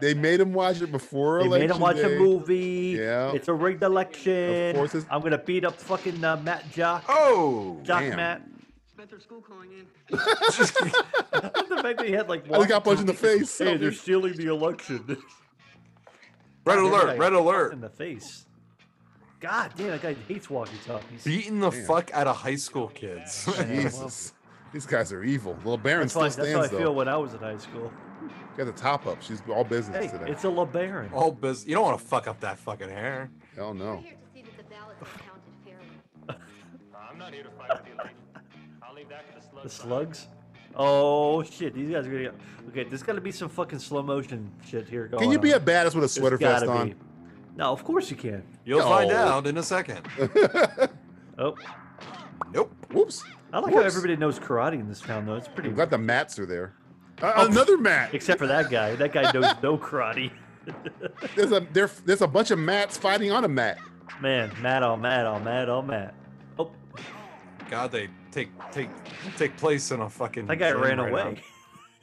[SPEAKER 7] They made him watch it before
[SPEAKER 8] They
[SPEAKER 7] election
[SPEAKER 8] made him watch
[SPEAKER 7] day.
[SPEAKER 8] a movie.
[SPEAKER 7] Yeah.
[SPEAKER 8] it's a rigged election.
[SPEAKER 7] Of course it's-
[SPEAKER 8] I'm gonna beat up fucking uh, Matt Jock.
[SPEAKER 9] Oh,
[SPEAKER 8] Jock
[SPEAKER 7] damn.
[SPEAKER 8] Matt.
[SPEAKER 11] Spent their school calling
[SPEAKER 7] <laughs>
[SPEAKER 11] in.
[SPEAKER 8] <laughs> the fact that he had like
[SPEAKER 7] I just Oh, got punched in the
[SPEAKER 8] walkie-talkies.
[SPEAKER 7] face.
[SPEAKER 8] Hey, they're stealing the election.
[SPEAKER 9] red
[SPEAKER 8] <laughs> That
[SPEAKER 9] alert!
[SPEAKER 8] guy
[SPEAKER 9] Red alert!
[SPEAKER 8] in the face. God damn, that guy hates walkie-talkies.
[SPEAKER 9] Beating the fuck out of high school kids. <laughs>
[SPEAKER 7] <laughs> Jesus, these guys are evil. Little Baron
[SPEAKER 8] That's, why,
[SPEAKER 7] still
[SPEAKER 8] that's how I
[SPEAKER 7] stands
[SPEAKER 8] feel
[SPEAKER 7] though.
[SPEAKER 8] when I was in high school.
[SPEAKER 7] Got the top up. She's all business
[SPEAKER 8] Hey,
[SPEAKER 7] today.
[SPEAKER 8] it's a LeBaron.
[SPEAKER 9] All biz. You don't want to fuck up that fucking hair.
[SPEAKER 7] Hell
[SPEAKER 6] We're
[SPEAKER 7] no.
[SPEAKER 6] here to see that the ballots are counted fairly.
[SPEAKER 5] I'm not here to fight with the elite. I'll leave that to the slugs.
[SPEAKER 8] The slugs. Oh shit! These guys are gonna. Okay, there's gotta be some fucking slow motion shit here. Going
[SPEAKER 7] Can you be a
[SPEAKER 8] on.
[SPEAKER 7] badass with a
[SPEAKER 8] There's
[SPEAKER 7] sweater vest
[SPEAKER 8] gotta
[SPEAKER 7] on?
[SPEAKER 8] be. No, of course you can.
[SPEAKER 9] You'll find
[SPEAKER 7] No.
[SPEAKER 9] out in a second.
[SPEAKER 8] Oh,
[SPEAKER 9] Nope.
[SPEAKER 7] Whoops.
[SPEAKER 8] I like how everybody knows karate in this town, though. It's pretty.
[SPEAKER 7] I'm glad the mats are there. Uh,
[SPEAKER 8] Oh.
[SPEAKER 7] another mat.
[SPEAKER 8] Except for that guy. That guy knows no karate.
[SPEAKER 7] There's a there, there's a bunch of mats fighting on a mat.
[SPEAKER 8] Man, mad all mad all mad all mad. Oh,
[SPEAKER 9] God, they take take take place in a fucking.
[SPEAKER 8] that guy
[SPEAKER 9] gym
[SPEAKER 8] ran
[SPEAKER 9] right now.
[SPEAKER 8] away.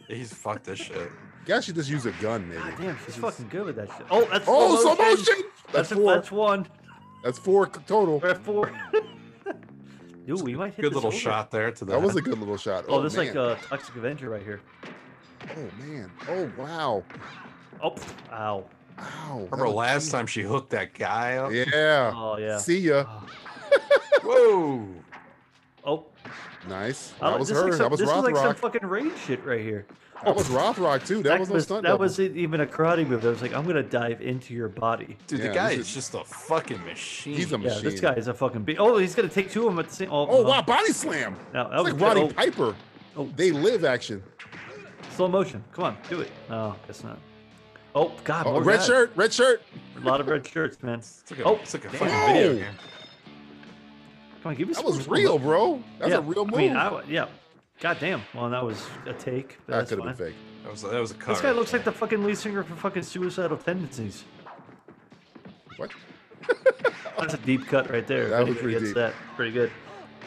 [SPEAKER 9] He's fucked this shit.
[SPEAKER 7] Guys should just use a gun, maybe.
[SPEAKER 8] Damn, she's fucking good with that shit. Oh, that's
[SPEAKER 7] Oh,
[SPEAKER 8] slow
[SPEAKER 7] slow
[SPEAKER 8] motion.
[SPEAKER 7] motion!
[SPEAKER 8] That's,
[SPEAKER 7] That's
[SPEAKER 8] a-
[SPEAKER 7] four.
[SPEAKER 8] that's one.
[SPEAKER 7] That's four c- total.
[SPEAKER 8] We're at four. <laughs> Dude, we might hit
[SPEAKER 13] Good
[SPEAKER 8] this
[SPEAKER 13] little
[SPEAKER 8] over.
[SPEAKER 13] shot there to the. <laughs>
[SPEAKER 7] That was a good little shot.
[SPEAKER 8] Oh,
[SPEAKER 7] Oh,
[SPEAKER 8] this is
[SPEAKER 7] man.
[SPEAKER 8] like a Toxic Avenger right here.
[SPEAKER 7] oh man. Oh wow.
[SPEAKER 8] Oh, pff,
[SPEAKER 7] Ow.
[SPEAKER 8] ow.
[SPEAKER 7] that
[SPEAKER 13] Remember
[SPEAKER 7] was-
[SPEAKER 13] last time she hooked that guy up?
[SPEAKER 7] Yeah.
[SPEAKER 8] Oh, yeah.
[SPEAKER 7] See ya.
[SPEAKER 13] Whoa!
[SPEAKER 8] Oh,
[SPEAKER 7] Nice.
[SPEAKER 8] I
[SPEAKER 7] That
[SPEAKER 8] like-
[SPEAKER 7] was
[SPEAKER 8] this is
[SPEAKER 7] her.
[SPEAKER 8] like some-
[SPEAKER 7] that was
[SPEAKER 8] This is like some
[SPEAKER 7] Rothrock.
[SPEAKER 8] fucking rage shit right here.
[SPEAKER 7] that was Rothrock too. That, was no stunt
[SPEAKER 8] that
[SPEAKER 7] double.
[SPEAKER 8] wasn't even a karate move. That was like, I'm gonna dive into your body.
[SPEAKER 13] Dude,
[SPEAKER 7] Yeah,
[SPEAKER 13] the guy
[SPEAKER 7] this
[SPEAKER 13] is
[SPEAKER 7] is-
[SPEAKER 13] just a fucking machine.
[SPEAKER 7] He's a
[SPEAKER 8] Yeah,
[SPEAKER 7] machine.
[SPEAKER 8] this guy is a fucking be- Oh, he's gonna take two of them at the same. Oh,
[SPEAKER 7] Oh
[SPEAKER 8] no.
[SPEAKER 7] wow, body slam.
[SPEAKER 8] No, that
[SPEAKER 7] It's
[SPEAKER 8] was
[SPEAKER 7] like
[SPEAKER 8] good.
[SPEAKER 7] Roddy
[SPEAKER 8] Oh.
[SPEAKER 7] Piper.
[SPEAKER 8] Oh.
[SPEAKER 7] They live action.
[SPEAKER 8] Slow motion. Come on, do it. No, guess not. Oh God,
[SPEAKER 7] Oh,
[SPEAKER 8] more
[SPEAKER 7] red
[SPEAKER 8] guys.
[SPEAKER 7] shirt, red shirt.
[SPEAKER 8] A lot of red shirts,
[SPEAKER 13] <laughs>
[SPEAKER 8] man.
[SPEAKER 13] It's like a,
[SPEAKER 8] oh,
[SPEAKER 13] it's like a
[SPEAKER 8] damn.
[SPEAKER 13] fucking video
[SPEAKER 7] Damn.
[SPEAKER 13] game.
[SPEAKER 8] Come on, give me
[SPEAKER 7] That
[SPEAKER 8] some.
[SPEAKER 7] was
[SPEAKER 8] some-
[SPEAKER 7] real, bro. That's
[SPEAKER 8] yeah,
[SPEAKER 7] a real move.
[SPEAKER 8] I mean, I, wa- yeah. God damn. Well, that was a take. But
[SPEAKER 7] that
[SPEAKER 8] that's
[SPEAKER 7] could have been
[SPEAKER 8] fine.
[SPEAKER 7] fake.
[SPEAKER 13] That was that was a car.
[SPEAKER 8] This guy looks like the fucking lead singer for fucking Suicidal Tendencies.
[SPEAKER 7] What?
[SPEAKER 8] Oh, That's a deep cut right there.
[SPEAKER 7] That
[SPEAKER 8] If
[SPEAKER 7] was
[SPEAKER 8] anybody
[SPEAKER 7] pretty
[SPEAKER 8] gets
[SPEAKER 7] deep.
[SPEAKER 8] That pretty good.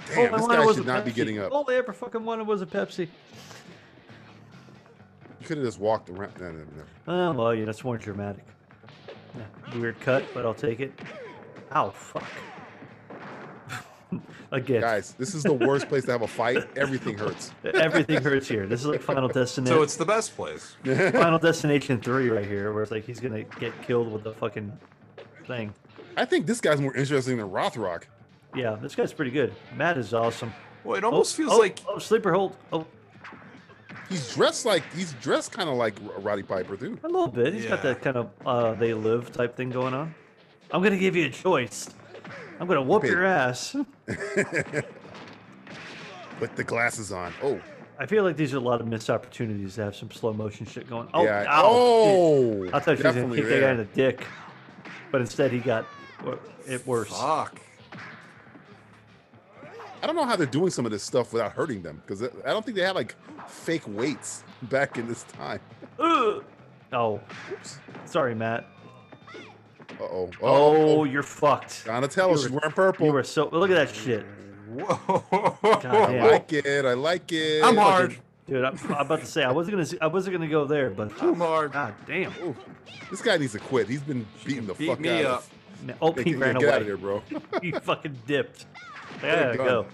[SPEAKER 7] Damn,
[SPEAKER 8] All I
[SPEAKER 7] this
[SPEAKER 8] wanted
[SPEAKER 7] guy
[SPEAKER 8] was
[SPEAKER 7] should
[SPEAKER 8] a
[SPEAKER 7] not be
[SPEAKER 8] Pepsi.
[SPEAKER 7] getting up.
[SPEAKER 8] All I ever fucking wanted was a Pepsi.
[SPEAKER 7] You could have just walked around. No, no, no.
[SPEAKER 8] Oh, well, yeah, that's more dramatic. Yeah, weird cut, but I'll take it. Ow, fuck. <laughs> Again,
[SPEAKER 7] Guys, this is the worst place to have a fight. Everything hurts.
[SPEAKER 8] everything hurts here. This is like Final Destination.
[SPEAKER 13] <laughs> So it's the best place.
[SPEAKER 7] <laughs>
[SPEAKER 8] Final Destination 3 right here, where it's like he's gonna get killed with the fucking thing.
[SPEAKER 7] I think this guy's more interesting than Rothrock.
[SPEAKER 8] Yeah, this guy's pretty good. Matt is awesome.
[SPEAKER 13] Well, it almost
[SPEAKER 8] Oh,
[SPEAKER 13] feels
[SPEAKER 8] oh,
[SPEAKER 13] like
[SPEAKER 8] Oh, sleeper hold. Oh,
[SPEAKER 7] He's dressed like he's dressed kind of like R- Roddy Piper, dude.
[SPEAKER 8] a little bit. He's got
[SPEAKER 13] Yeah.
[SPEAKER 8] that kind of uh, they live type thing going on. I'm gonna give you a choice. I'm gonna whoop
[SPEAKER 7] Okay.
[SPEAKER 8] your ass. <laughs>
[SPEAKER 7] Put the glasses on. Oh,
[SPEAKER 8] I feel like these are a lot of missed opportunities to have some slow motion shit going. Oh,
[SPEAKER 7] yeah.
[SPEAKER 8] ow,
[SPEAKER 7] oh,
[SPEAKER 8] shit. I thought she was gonna
[SPEAKER 7] definitely
[SPEAKER 8] kick that guy
[SPEAKER 7] there.
[SPEAKER 8] in the dick, but instead he got wor- it worse.
[SPEAKER 13] fuck.
[SPEAKER 7] I don't know how they're doing some of this stuff without hurting them because I don't think they had like fake weights back in this time.
[SPEAKER 8] Ugh. Oh, sorry, Matt.
[SPEAKER 7] Uh oh.
[SPEAKER 8] Oh, you're fucked.
[SPEAKER 7] Donatella, she's wearing purple.
[SPEAKER 8] You were so look at that shit,
[SPEAKER 7] I
[SPEAKER 8] damn.
[SPEAKER 13] Whoa!
[SPEAKER 7] like it. I like
[SPEAKER 13] <laughs>
[SPEAKER 7] it.
[SPEAKER 13] I'm hard.
[SPEAKER 8] dude. I'm, I'm about to say I wasn't gonna see, I wasn't gonna go there, but
[SPEAKER 13] I'm hard.
[SPEAKER 8] god damn.
[SPEAKER 7] Ooh, this guy needs to quit. He's been beating the
[SPEAKER 13] beat
[SPEAKER 7] fuck
[SPEAKER 13] me
[SPEAKER 7] out
[SPEAKER 13] up.
[SPEAKER 7] of.
[SPEAKER 8] Man, Oh,
[SPEAKER 7] Hey,
[SPEAKER 8] he
[SPEAKER 7] get-
[SPEAKER 8] ran
[SPEAKER 7] get out of
[SPEAKER 8] away.
[SPEAKER 7] here, bro.
[SPEAKER 8] He fucking
[SPEAKER 7] <laughs>
[SPEAKER 8] dipped. I
[SPEAKER 7] a
[SPEAKER 8] gotta
[SPEAKER 7] gun.
[SPEAKER 8] go.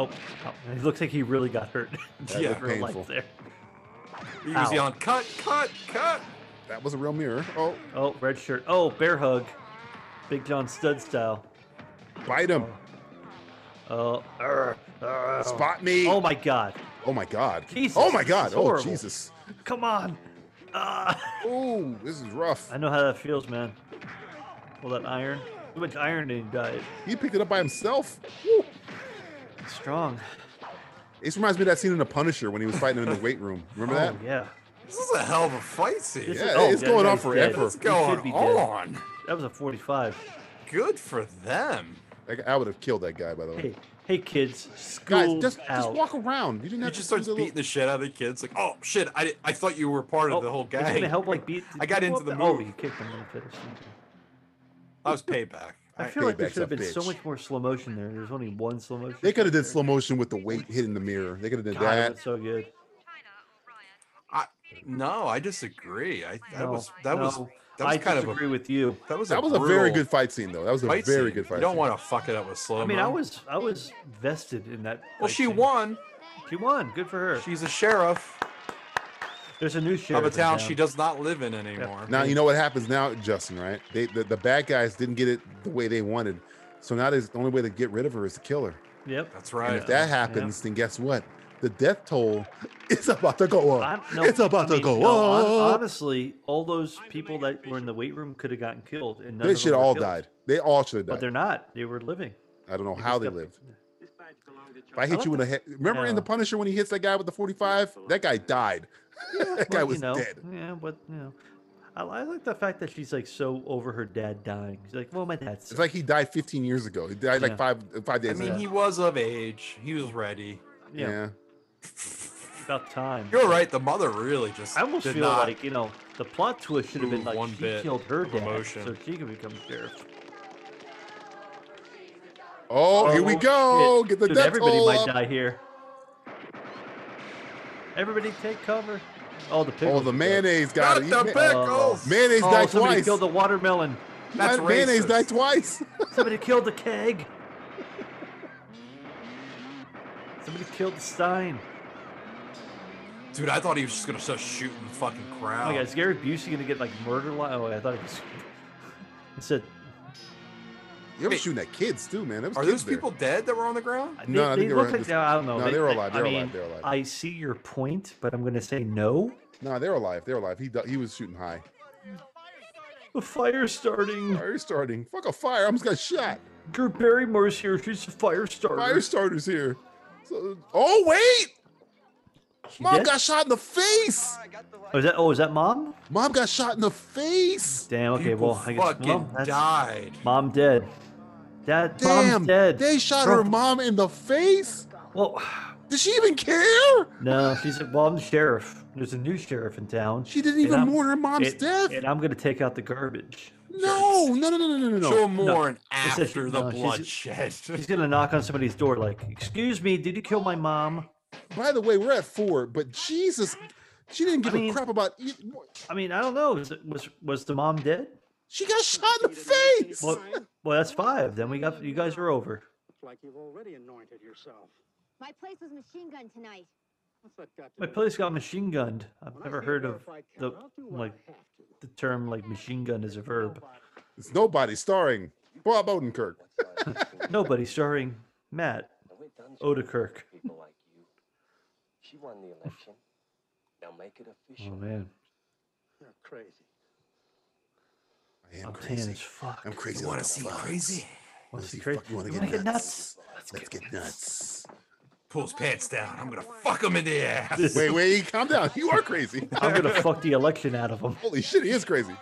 [SPEAKER 8] Oh, oh, it looks like he really got hurt. <laughs>
[SPEAKER 7] That
[SPEAKER 13] Yeah.
[SPEAKER 7] looked
[SPEAKER 8] Real life
[SPEAKER 7] painful.
[SPEAKER 8] there.
[SPEAKER 13] He was
[SPEAKER 8] Ow.
[SPEAKER 13] yelling, "Cut! Cut! Cut!"
[SPEAKER 7] That was a real mirror. Oh,
[SPEAKER 8] Oh, red shirt. Oh, bear hug. Big John Stud style.
[SPEAKER 7] bite him.
[SPEAKER 8] Oh, arr, arr.
[SPEAKER 7] Spot me.
[SPEAKER 8] Oh my God.
[SPEAKER 7] Oh my god.
[SPEAKER 8] Jesus,
[SPEAKER 7] oh my
[SPEAKER 8] this
[SPEAKER 7] god.
[SPEAKER 8] is
[SPEAKER 7] Oh
[SPEAKER 8] horrible.
[SPEAKER 7] Jesus.
[SPEAKER 8] Come on. Ah.
[SPEAKER 7] Ooh, this is rough.
[SPEAKER 8] I know how that feels, man. All that iron. Too much iron in your diet.
[SPEAKER 7] He picked it up by himself.
[SPEAKER 8] Strong.
[SPEAKER 7] This reminds me of that scene in The Punisher when he was fighting him in
[SPEAKER 8] <laughs>
[SPEAKER 7] the weight room. Remember that?
[SPEAKER 8] Oh yeah.
[SPEAKER 13] This is a hell of a fight scene.
[SPEAKER 8] This
[SPEAKER 7] Yeah,
[SPEAKER 8] oh,
[SPEAKER 7] it's
[SPEAKER 8] that
[SPEAKER 7] going on
[SPEAKER 8] guy's dead.
[SPEAKER 7] forever. It's
[SPEAKER 13] What's
[SPEAKER 8] He should be
[SPEAKER 13] going
[SPEAKER 8] dead.
[SPEAKER 13] on?
[SPEAKER 8] That was a 45.
[SPEAKER 13] Good for them.
[SPEAKER 7] Like, I would have killed that guy, by the way.
[SPEAKER 8] Hey, hey, kids.
[SPEAKER 7] Guys,
[SPEAKER 8] School
[SPEAKER 7] just, just
[SPEAKER 8] out.
[SPEAKER 7] walk around. You didn't
[SPEAKER 13] He
[SPEAKER 7] have to
[SPEAKER 13] just
[SPEAKER 7] do
[SPEAKER 13] starts
[SPEAKER 7] the
[SPEAKER 13] beating the shit out of the kids. Like, oh shit! I, I thought you were part of the whole
[SPEAKER 8] It's
[SPEAKER 13] gang.
[SPEAKER 8] gonna Oh, help like beat.
[SPEAKER 13] I got
[SPEAKER 8] Who
[SPEAKER 13] into
[SPEAKER 8] up
[SPEAKER 13] the
[SPEAKER 8] Oh,
[SPEAKER 13] move.
[SPEAKER 8] you kicked him in the face. didn't you?
[SPEAKER 13] That was payback.
[SPEAKER 8] I
[SPEAKER 13] I-
[SPEAKER 8] feel like there
[SPEAKER 7] payback's
[SPEAKER 8] should have
[SPEAKER 7] a
[SPEAKER 8] been so
[SPEAKER 7] bitch.
[SPEAKER 8] much more slow motion there. There's only one slow motion.
[SPEAKER 7] They could have
[SPEAKER 8] shot
[SPEAKER 7] did slow motion with the weight hitting the mirror. They could have did
[SPEAKER 8] there. God, it
[SPEAKER 7] that.
[SPEAKER 8] was so good.
[SPEAKER 13] I, no, I disagree. I that
[SPEAKER 8] No,
[SPEAKER 13] was that was
[SPEAKER 8] no,
[SPEAKER 13] that was
[SPEAKER 8] I
[SPEAKER 13] kind of
[SPEAKER 8] disagree
[SPEAKER 13] a
[SPEAKER 8] with you.
[SPEAKER 13] that was
[SPEAKER 7] That
[SPEAKER 13] a
[SPEAKER 7] was a very
[SPEAKER 13] brutal
[SPEAKER 7] good fight scene, though. That was a
[SPEAKER 13] fight
[SPEAKER 7] very
[SPEAKER 13] scene.
[SPEAKER 7] good fight.
[SPEAKER 13] You don't
[SPEAKER 7] scene.
[SPEAKER 13] want to fuck it up with slow.
[SPEAKER 8] I mean, I was I was vested in that.
[SPEAKER 13] Well,
[SPEAKER 8] fight
[SPEAKER 13] she
[SPEAKER 8] scene.
[SPEAKER 13] won.
[SPEAKER 8] She won. Good for her.
[SPEAKER 13] She's a sheriff
[SPEAKER 8] There's a new
[SPEAKER 13] of
[SPEAKER 8] sheriff
[SPEAKER 13] a
[SPEAKER 8] in
[SPEAKER 13] town she does not live in anymore.
[SPEAKER 7] Now you know what happens now, Justin. Right? They the, the bad guys didn't get it the way they wanted, so now there's the only way to get rid of her is to kill her.
[SPEAKER 8] Yep.
[SPEAKER 13] That's
[SPEAKER 7] And
[SPEAKER 13] right.
[SPEAKER 7] if that happens, then guess what? The death toll is about to go
[SPEAKER 8] I
[SPEAKER 7] up.
[SPEAKER 8] don't know-
[SPEAKER 7] it's about
[SPEAKER 8] I mean,
[SPEAKER 7] to go
[SPEAKER 8] no, hon-
[SPEAKER 7] up.
[SPEAKER 8] honestly, all those people that were in the weight room could have gotten killed, and none
[SPEAKER 7] They
[SPEAKER 8] of them
[SPEAKER 7] should
[SPEAKER 8] were
[SPEAKER 7] all
[SPEAKER 8] killed.
[SPEAKER 7] died. They all should have
[SPEAKER 8] But they're
[SPEAKER 7] died.
[SPEAKER 8] not. They were living.
[SPEAKER 7] I don't know how they
[SPEAKER 8] got-
[SPEAKER 7] lived.
[SPEAKER 5] This badge belongs to
[SPEAKER 7] If I hit
[SPEAKER 8] like
[SPEAKER 7] you in the head, remember in
[SPEAKER 8] Yeah.
[SPEAKER 7] the Punisher when he hits that guy with the forty-five? That guy died. <laughs> that guy
[SPEAKER 8] Well,
[SPEAKER 7] was
[SPEAKER 8] you know,
[SPEAKER 7] dead.
[SPEAKER 8] Yeah, but you know, I, I like the fact that she's like so over her dad dying. She's like, well, my dad's.
[SPEAKER 7] It's like he died 15 years ago. He died like
[SPEAKER 8] Yeah.
[SPEAKER 7] five five
[SPEAKER 13] I
[SPEAKER 7] days.
[SPEAKER 13] mean,
[SPEAKER 7] ago.
[SPEAKER 13] he was of age. He was ready.
[SPEAKER 8] yeah,
[SPEAKER 7] yeah.
[SPEAKER 8] about time.
[SPEAKER 13] You're right. The mother really just
[SPEAKER 8] I almost
[SPEAKER 13] did
[SPEAKER 8] feel
[SPEAKER 13] not.
[SPEAKER 8] like you know the plot twist should have been
[SPEAKER 13] move
[SPEAKER 8] like
[SPEAKER 13] one
[SPEAKER 8] she
[SPEAKER 13] bit
[SPEAKER 8] killed her
[SPEAKER 13] of
[SPEAKER 8] dad
[SPEAKER 13] emotion.
[SPEAKER 8] so she can become sheriff.
[SPEAKER 7] Oh, here we
[SPEAKER 8] Oh,
[SPEAKER 7] go.
[SPEAKER 8] shit.
[SPEAKER 7] Get the
[SPEAKER 8] Dude,
[SPEAKER 7] death
[SPEAKER 8] Everybody
[SPEAKER 7] toll
[SPEAKER 8] might
[SPEAKER 7] up.
[SPEAKER 8] die here. Everybody take cover. Oh, the pickles.
[SPEAKER 7] Oh, the mayonnaise got
[SPEAKER 15] Not
[SPEAKER 7] it.
[SPEAKER 15] the
[SPEAKER 7] <laughs> You-
[SPEAKER 15] pickles!
[SPEAKER 7] Mayonnaise
[SPEAKER 8] oh,
[SPEAKER 7] died
[SPEAKER 8] somebody
[SPEAKER 7] twice.
[SPEAKER 8] killed the watermelon.
[SPEAKER 15] That's
[SPEAKER 7] My mayonnaise
[SPEAKER 15] racist.
[SPEAKER 7] died twice. <laughs>
[SPEAKER 8] Somebody killed the keg. Somebody killed the Stein.
[SPEAKER 9] Dude, I thought he was just gonna start shooting the fucking
[SPEAKER 8] Oh
[SPEAKER 9] crowd.
[SPEAKER 8] my god, is Gary Busey gonna get like murder? Li- oh, wait, I thought it was. <laughs> I said
[SPEAKER 7] They were
[SPEAKER 9] Wait.
[SPEAKER 7] shooting at kids too, man. There was
[SPEAKER 9] Are
[SPEAKER 7] kids
[SPEAKER 9] those
[SPEAKER 7] there.
[SPEAKER 9] people dead that were on the ground?
[SPEAKER 8] Uh, they,
[SPEAKER 7] No, I think
[SPEAKER 8] they
[SPEAKER 7] they were
[SPEAKER 8] look like
[SPEAKER 7] just-
[SPEAKER 8] they- I don't know.
[SPEAKER 7] no, they were
[SPEAKER 8] I-
[SPEAKER 7] alive,
[SPEAKER 8] I,
[SPEAKER 7] they were
[SPEAKER 8] mean,
[SPEAKER 7] alive, they were alive.
[SPEAKER 8] I see your point, but I'm gonna say no.
[SPEAKER 7] No, they're alive. They're alive. He di- he was shooting high.
[SPEAKER 8] The fire starting.
[SPEAKER 7] Fire starting. Fuck a fire. I almost got shot.
[SPEAKER 8] Gert Barrymore's here. She's a fire starter.
[SPEAKER 7] Fire starters here. So, oh wait,
[SPEAKER 8] She
[SPEAKER 7] mom
[SPEAKER 8] dead?
[SPEAKER 7] got shot in the face.
[SPEAKER 8] Oh, is that? Oh, is that mom?
[SPEAKER 7] Mom got shot in the face.
[SPEAKER 8] Damn. Okay.
[SPEAKER 9] People
[SPEAKER 8] well, I guess
[SPEAKER 9] fucking
[SPEAKER 8] mom, that's-
[SPEAKER 9] died.
[SPEAKER 8] Mom dead. Dad.
[SPEAKER 7] Damn,
[SPEAKER 8] Mom's dead.
[SPEAKER 7] they shot
[SPEAKER 8] Bro,
[SPEAKER 7] her mom in the face.
[SPEAKER 8] Well, <sighs>
[SPEAKER 7] Did she even care?
[SPEAKER 8] no. She's a mom sheriff. There's a new sheriff in town.
[SPEAKER 7] She didn't
[SPEAKER 8] and
[SPEAKER 7] even
[SPEAKER 8] I'm-
[SPEAKER 7] mourn her mom's
[SPEAKER 8] and-
[SPEAKER 7] death.
[SPEAKER 8] And I'm gonna take out the garbage.
[SPEAKER 7] no, no, no, no, no, no, no.
[SPEAKER 9] She'll mourn
[SPEAKER 8] It's a-
[SPEAKER 9] after the
[SPEAKER 8] no, she's-
[SPEAKER 9] bloodshed.
[SPEAKER 8] She's gonna knock on somebody's door, like, "Excuse me, did you kill my mom?"
[SPEAKER 7] By the way, we're at four, but Jesus, she didn't give a
[SPEAKER 8] mean-
[SPEAKER 7] crap about. e-
[SPEAKER 8] I mean, I don't know. Was it- was, was the mom dead?
[SPEAKER 7] She got shot in the face.
[SPEAKER 8] Well, well, that's five. Then we got you guys are over.
[SPEAKER 3] Like you've already anointed yourself.
[SPEAKER 6] My place was machine gun tonight.
[SPEAKER 3] What's that got to
[SPEAKER 8] My
[SPEAKER 3] do
[SPEAKER 8] police got machine gunned. I've
[SPEAKER 3] When I
[SPEAKER 8] never
[SPEAKER 3] say
[SPEAKER 8] heard
[SPEAKER 3] where
[SPEAKER 8] of
[SPEAKER 3] if I can,
[SPEAKER 8] the
[SPEAKER 3] I'll do what I
[SPEAKER 8] like
[SPEAKER 3] have to.
[SPEAKER 8] the term like machine gun as a verb.
[SPEAKER 7] It's nobody starring Bob Odenkirk.
[SPEAKER 8] Nobody starring Matt Odekirk.
[SPEAKER 10] people like you. She won the election. Now make it
[SPEAKER 8] Oh
[SPEAKER 10] official.
[SPEAKER 8] man,
[SPEAKER 3] You're crazy.
[SPEAKER 7] I am
[SPEAKER 8] I'm tan
[SPEAKER 7] crazy.
[SPEAKER 8] as fuck.
[SPEAKER 7] I'm crazy.
[SPEAKER 9] You
[SPEAKER 7] like
[SPEAKER 9] wanna
[SPEAKER 7] a
[SPEAKER 9] see
[SPEAKER 7] fox.
[SPEAKER 9] crazy?
[SPEAKER 8] What's
[SPEAKER 7] see,
[SPEAKER 8] the crazy?
[SPEAKER 7] fuck, you wanna
[SPEAKER 8] Wanna
[SPEAKER 7] get
[SPEAKER 8] get
[SPEAKER 7] nuts?
[SPEAKER 8] nuts?
[SPEAKER 7] Let's get nuts.
[SPEAKER 9] Pulls pants down. I'm gonna fuck him in the ass.
[SPEAKER 7] Wait, wait, calm down. You are crazy.
[SPEAKER 8] I'm gonna fuck the election out of him.
[SPEAKER 7] Holy shit, he is crazy.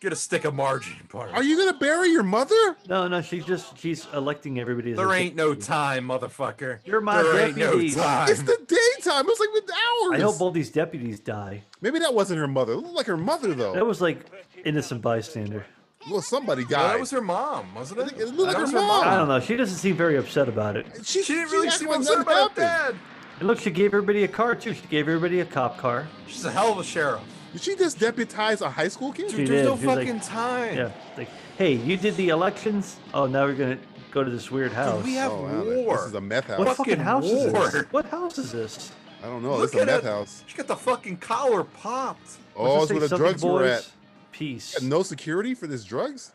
[SPEAKER 9] Get a stick of margarine, part.
[SPEAKER 7] Are you gonna bury your mother?
[SPEAKER 8] No, no, she's just she's electing everybody. As
[SPEAKER 9] There
[SPEAKER 8] a
[SPEAKER 9] ain't no time, motherfucker.
[SPEAKER 8] You're my
[SPEAKER 9] there ain't no
[SPEAKER 8] deputy.
[SPEAKER 9] time.
[SPEAKER 7] It's the daytime. It's like the hours.
[SPEAKER 8] I hope all these deputies die.
[SPEAKER 7] Maybe that wasn't her mother. It looked like her mother
[SPEAKER 8] That
[SPEAKER 7] though.
[SPEAKER 8] was like innocent bystander.
[SPEAKER 7] Well, somebody
[SPEAKER 9] No,
[SPEAKER 7] died.
[SPEAKER 9] that was her mom, wasn't it?
[SPEAKER 7] it looked like
[SPEAKER 9] That
[SPEAKER 7] her
[SPEAKER 9] was
[SPEAKER 7] mom.
[SPEAKER 8] I don't know. She doesn't seem very upset about it.
[SPEAKER 7] she,
[SPEAKER 9] She didn't really
[SPEAKER 7] acted
[SPEAKER 9] seem
[SPEAKER 7] like
[SPEAKER 9] upset
[SPEAKER 7] nothing
[SPEAKER 9] about her
[SPEAKER 7] happened.
[SPEAKER 9] dad.
[SPEAKER 8] And look, she gave everybody a car too. She gave everybody a cop car.
[SPEAKER 9] She's a hell of a sheriff.
[SPEAKER 7] Did she just deputize a high school kid?
[SPEAKER 8] She
[SPEAKER 9] Dude, there's
[SPEAKER 8] did.
[SPEAKER 9] no
[SPEAKER 8] She was like-
[SPEAKER 9] fucking time.
[SPEAKER 8] Yeah, like, hey, you did the elections. Oh, now we're gonna go to this weird house.
[SPEAKER 9] Dude, we have
[SPEAKER 7] Oh, wow, that-
[SPEAKER 9] war.
[SPEAKER 7] This is a meth house.
[SPEAKER 8] what fucking
[SPEAKER 9] fucking
[SPEAKER 8] house is this?
[SPEAKER 9] war.
[SPEAKER 8] What house is this?
[SPEAKER 7] I don't know.
[SPEAKER 9] Look
[SPEAKER 7] Oh, This is a
[SPEAKER 9] at it.
[SPEAKER 7] meth house.
[SPEAKER 9] She got the fucking collar popped.
[SPEAKER 7] Oh,
[SPEAKER 8] What's
[SPEAKER 7] that's
[SPEAKER 8] it
[SPEAKER 7] where
[SPEAKER 8] say?
[SPEAKER 7] the
[SPEAKER 8] Something
[SPEAKER 7] drugs were at.
[SPEAKER 8] boys? Peace.
[SPEAKER 7] No security for this drugs.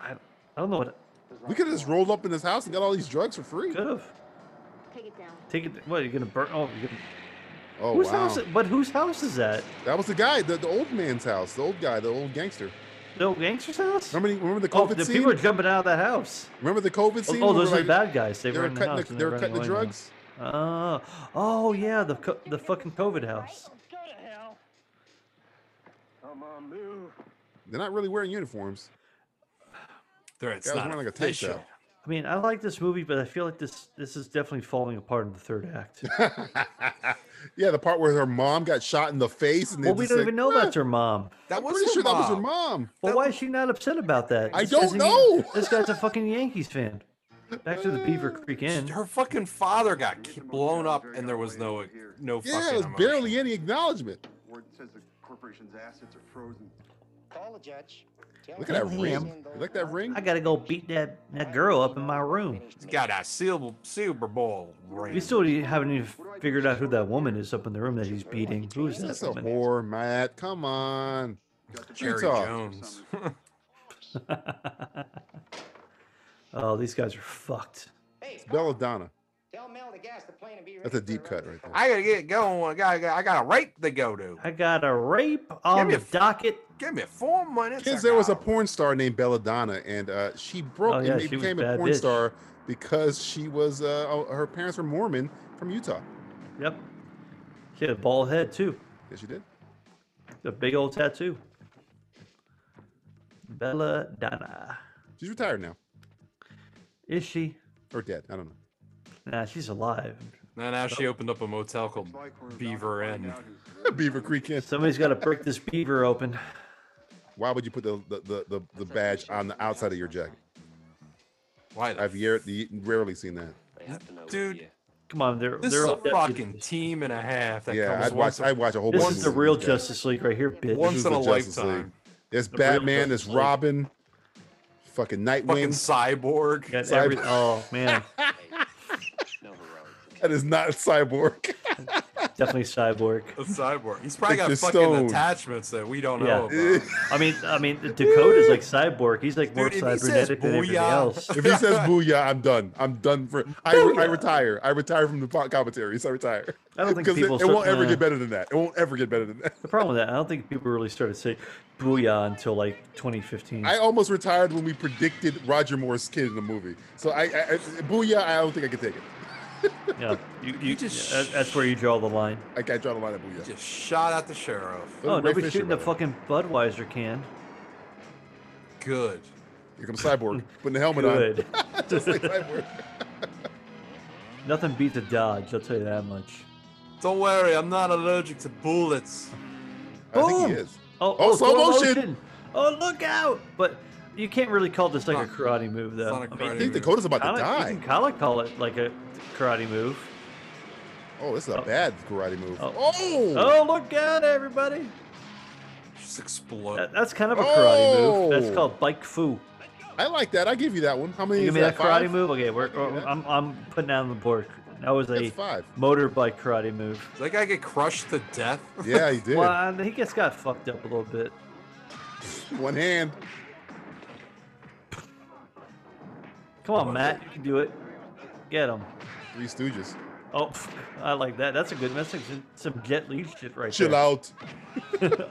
[SPEAKER 8] I, I don't know what.
[SPEAKER 7] We could have just rolled up in this house and got all these drugs for free.
[SPEAKER 8] Could have.
[SPEAKER 6] Take it down.
[SPEAKER 8] Take it. What? You're gonna burn? Oh, you're gonna.
[SPEAKER 7] Oh
[SPEAKER 8] whose
[SPEAKER 7] wow,
[SPEAKER 8] house? But whose house is that?
[SPEAKER 7] that was the guy, the, the old man's house, the old guy, the old gangster.
[SPEAKER 8] The old gangster's house?
[SPEAKER 7] Remember, the- remember the
[SPEAKER 8] oh,
[SPEAKER 7] COVID
[SPEAKER 8] the
[SPEAKER 7] scene?
[SPEAKER 8] people are jumping out of that house.
[SPEAKER 7] Remember the COVID scene?
[SPEAKER 8] Oh,
[SPEAKER 7] where
[SPEAKER 8] those are
[SPEAKER 7] like-
[SPEAKER 8] the bad guys. They,
[SPEAKER 7] They
[SPEAKER 8] were
[SPEAKER 7] were
[SPEAKER 8] in the
[SPEAKER 7] cutting the-
[SPEAKER 8] house. and
[SPEAKER 7] they were
[SPEAKER 8] running
[SPEAKER 7] cutting the
[SPEAKER 8] away now.
[SPEAKER 7] drugs?
[SPEAKER 8] Oh, oh yeah, the co- the fucking COVID house.
[SPEAKER 16] Go to hell.
[SPEAKER 3] Come on, move.
[SPEAKER 7] They're not really wearing uniforms.
[SPEAKER 9] There, it's
[SPEAKER 7] Guy was
[SPEAKER 9] not
[SPEAKER 7] wearing like a tank
[SPEAKER 9] official.
[SPEAKER 7] top.
[SPEAKER 8] I mean, I like this movie, but I feel like this this is definitely falling apart in the third
[SPEAKER 7] <laughs>
[SPEAKER 8] act.
[SPEAKER 7] yeah, the part where her mom got shot in the face, and they
[SPEAKER 8] well, we
[SPEAKER 7] just
[SPEAKER 8] don't
[SPEAKER 7] like,
[SPEAKER 8] even know
[SPEAKER 7] "Ah."
[SPEAKER 8] that's her mom.
[SPEAKER 9] That
[SPEAKER 7] I'm
[SPEAKER 9] was
[SPEAKER 7] pretty
[SPEAKER 9] her
[SPEAKER 7] sure
[SPEAKER 9] mom.
[SPEAKER 7] that was her mom.
[SPEAKER 8] Well, why is she not upset about that?
[SPEAKER 7] I
[SPEAKER 8] This
[SPEAKER 7] don't
[SPEAKER 8] guy's a Yan-
[SPEAKER 7] know.
[SPEAKER 8] <laughs> This guy's a fucking Yankees fan. Back to the Beaver Creek Inn.
[SPEAKER 9] Her fucking father got ki- blown up, and there was no no
[SPEAKER 7] Yeah,
[SPEAKER 9] fucking.
[SPEAKER 7] there's
[SPEAKER 9] emotion.
[SPEAKER 7] barely any acknowledgement.
[SPEAKER 17] Ward says the corporation's assets are frozen.
[SPEAKER 10] Call the judge. Tell
[SPEAKER 7] Look
[SPEAKER 10] him
[SPEAKER 7] at that
[SPEAKER 10] he's
[SPEAKER 7] ring.
[SPEAKER 10] in the
[SPEAKER 7] You like that ring?
[SPEAKER 8] I gotta go beat that that girl up in my room.
[SPEAKER 9] He's got a silver Super Bowl
[SPEAKER 8] We
[SPEAKER 9] ring.
[SPEAKER 8] still haven't even figured out who that woman is up in the room that he's beating. Who is
[SPEAKER 7] That's
[SPEAKER 8] that
[SPEAKER 7] a
[SPEAKER 8] woman?
[SPEAKER 7] whore, Matt. Come on.
[SPEAKER 9] Jerry
[SPEAKER 7] talk.
[SPEAKER 9] Jones.
[SPEAKER 8] <laughs> oh, these guys are fucked.
[SPEAKER 10] Hey, Scott,
[SPEAKER 7] Belladonna.
[SPEAKER 10] tell Mel to gas the plane and be ready.
[SPEAKER 7] That's a
[SPEAKER 10] for
[SPEAKER 7] deep
[SPEAKER 10] ride.
[SPEAKER 7] cut right there.
[SPEAKER 9] <laughs> I gotta get going. I gotta, I got a rape to go to.
[SPEAKER 8] I got a rape on
[SPEAKER 9] me
[SPEAKER 8] the
[SPEAKER 9] a f-
[SPEAKER 8] docket.
[SPEAKER 9] Give me four minutes.
[SPEAKER 7] Kids,
[SPEAKER 9] I
[SPEAKER 7] there was a
[SPEAKER 9] got-
[SPEAKER 7] porn star named Belladonna, and uh, she broke
[SPEAKER 8] Oh, yeah,
[SPEAKER 7] and
[SPEAKER 8] she was
[SPEAKER 7] became a
[SPEAKER 8] bad
[SPEAKER 7] porn
[SPEAKER 8] bitch.
[SPEAKER 7] star because she was uh, oh, her parents were Mormon from Utah.
[SPEAKER 8] Yep. She had a bald head too.
[SPEAKER 7] Yes, she did.
[SPEAKER 8] A big old tattoo. Bella Donna.
[SPEAKER 7] She's retired now
[SPEAKER 8] Is she?
[SPEAKER 7] or dead. I don't know. <laughs>
[SPEAKER 8] Nah, she's alive.
[SPEAKER 9] Now, now she opened up a motel called Beaver Inn.
[SPEAKER 7] Beaver Creek Inn.
[SPEAKER 8] Somebody's got to break this beaver open.
[SPEAKER 7] Why would you put the the, the, the, the badge on the outside of your jacket?
[SPEAKER 9] Why? the
[SPEAKER 7] I've yer- the- rarely seen that.
[SPEAKER 10] They have to know we're
[SPEAKER 9] Dude,
[SPEAKER 10] here.
[SPEAKER 8] Come on, they're
[SPEAKER 9] This
[SPEAKER 8] they're
[SPEAKER 9] is
[SPEAKER 8] all
[SPEAKER 9] a fucking team and a half. That
[SPEAKER 7] Yeah,
[SPEAKER 9] comes
[SPEAKER 7] I'd
[SPEAKER 9] once
[SPEAKER 7] watch. I watch a whole.
[SPEAKER 8] This
[SPEAKER 7] bunch
[SPEAKER 8] is
[SPEAKER 7] of
[SPEAKER 8] the
[SPEAKER 7] movies
[SPEAKER 8] real
[SPEAKER 7] like that.
[SPEAKER 8] Justice League right here, bitch.
[SPEAKER 7] This
[SPEAKER 9] Once
[SPEAKER 7] is
[SPEAKER 9] in
[SPEAKER 7] the
[SPEAKER 9] a
[SPEAKER 7] Justice
[SPEAKER 9] lifetime.
[SPEAKER 7] League. There's
[SPEAKER 8] The real
[SPEAKER 7] Batman. There's
[SPEAKER 8] Justice League.
[SPEAKER 7] Robin. Fucking
[SPEAKER 9] fucking
[SPEAKER 7] Nightwing.
[SPEAKER 9] cyborg.
[SPEAKER 8] Got
[SPEAKER 7] Cyber-
[SPEAKER 8] every- oh man,
[SPEAKER 7] That is not cyborg.
[SPEAKER 8] definitely cyborg.
[SPEAKER 9] <laughs> A cyborg. He's probably got
[SPEAKER 7] Victor
[SPEAKER 9] fucking
[SPEAKER 7] Stone.
[SPEAKER 9] attachments that we don't
[SPEAKER 8] Yeah.
[SPEAKER 9] know about.
[SPEAKER 7] <laughs>
[SPEAKER 8] I mean, I mean, Dakota's like cyborg. He's like more
[SPEAKER 9] Dude, if he says
[SPEAKER 8] cybernetic than everybody
[SPEAKER 9] booyah-
[SPEAKER 8] else.
[SPEAKER 7] If he
[SPEAKER 8] <laughs>
[SPEAKER 7] says "booyah," I'm done. I'm done for. I, re- I retire. I retire from the po- commentaries. I retire.
[SPEAKER 8] I don't think
[SPEAKER 7] 'Cause it-
[SPEAKER 8] people
[SPEAKER 7] It, won't
[SPEAKER 8] cer-
[SPEAKER 7] ever
[SPEAKER 8] uh,
[SPEAKER 7] get better than that. It won't ever get better than that.
[SPEAKER 8] The problem with that, I don't think people really started saying "booyah" until like 2015.
[SPEAKER 7] I almost retired when we predicted Roger Moore's kid in the movie. So I, I, I "booyah," I don't think I can take it.
[SPEAKER 9] <laughs>
[SPEAKER 8] yeah, you, you,
[SPEAKER 9] just-
[SPEAKER 8] yeah, that- that's where you draw the line.
[SPEAKER 7] I can't draw the line at "booyah."
[SPEAKER 9] Just shot at the sheriff.
[SPEAKER 7] Those
[SPEAKER 8] Oh,
[SPEAKER 7] are Ray
[SPEAKER 8] nobody's
[SPEAKER 7] Fisher,
[SPEAKER 8] shooting
[SPEAKER 7] by
[SPEAKER 8] the
[SPEAKER 7] the way.
[SPEAKER 8] fucking Budweiser can.
[SPEAKER 9] Good.
[SPEAKER 7] Here comes Cyborg
[SPEAKER 8] <laughs>
[SPEAKER 7] putting the helmet
[SPEAKER 8] Good. <laughs>
[SPEAKER 7] on. <laughs> Just like Cyborg.
[SPEAKER 8] Nothing beats a Dodge. I'll tell you that much.
[SPEAKER 9] Don't worry, I'm not allergic to bullets.
[SPEAKER 7] I think he
[SPEAKER 8] Boom!
[SPEAKER 7] is. Oh, slow motion!
[SPEAKER 8] Oh, look out! But you can't really call this like a karate move, though.
[SPEAKER 9] not a
[SPEAKER 7] I
[SPEAKER 9] karate
[SPEAKER 7] think
[SPEAKER 9] move.
[SPEAKER 7] Dakota's about to
[SPEAKER 8] kinda- You
[SPEAKER 7] die.
[SPEAKER 8] can kind of call it like a karate move.
[SPEAKER 7] Oh, this is a
[SPEAKER 8] Oh.
[SPEAKER 7] bad karate move.
[SPEAKER 8] Oh.
[SPEAKER 7] Oh,
[SPEAKER 8] Oh, look out, everybody!
[SPEAKER 9] Just explode.
[SPEAKER 8] That, that's kind of a karate move.
[SPEAKER 7] Oh.
[SPEAKER 8] That's called bike fu.
[SPEAKER 7] I like that. I give you that one. How
[SPEAKER 8] You
[SPEAKER 7] many
[SPEAKER 8] give
[SPEAKER 7] is
[SPEAKER 8] me that
[SPEAKER 7] that?
[SPEAKER 8] karate
[SPEAKER 7] Five?
[SPEAKER 8] move? Okay, we're, I'm, I'm putting down the board. That was a
[SPEAKER 7] That's five.
[SPEAKER 8] motorbike karate move.
[SPEAKER 9] Did that guy get crushed to death?
[SPEAKER 7] Yeah,
[SPEAKER 8] <laughs>
[SPEAKER 7] he did.
[SPEAKER 8] Well, and he gets got fucked up a little bit.
[SPEAKER 7] One hand.
[SPEAKER 8] Come on, Matt, you can do it. Get him.
[SPEAKER 7] Three Stooges.
[SPEAKER 8] Oh, <laughs> pff, I like that. That's a good message. Some Jet Li shit right
[SPEAKER 7] Chill
[SPEAKER 8] there.
[SPEAKER 7] out.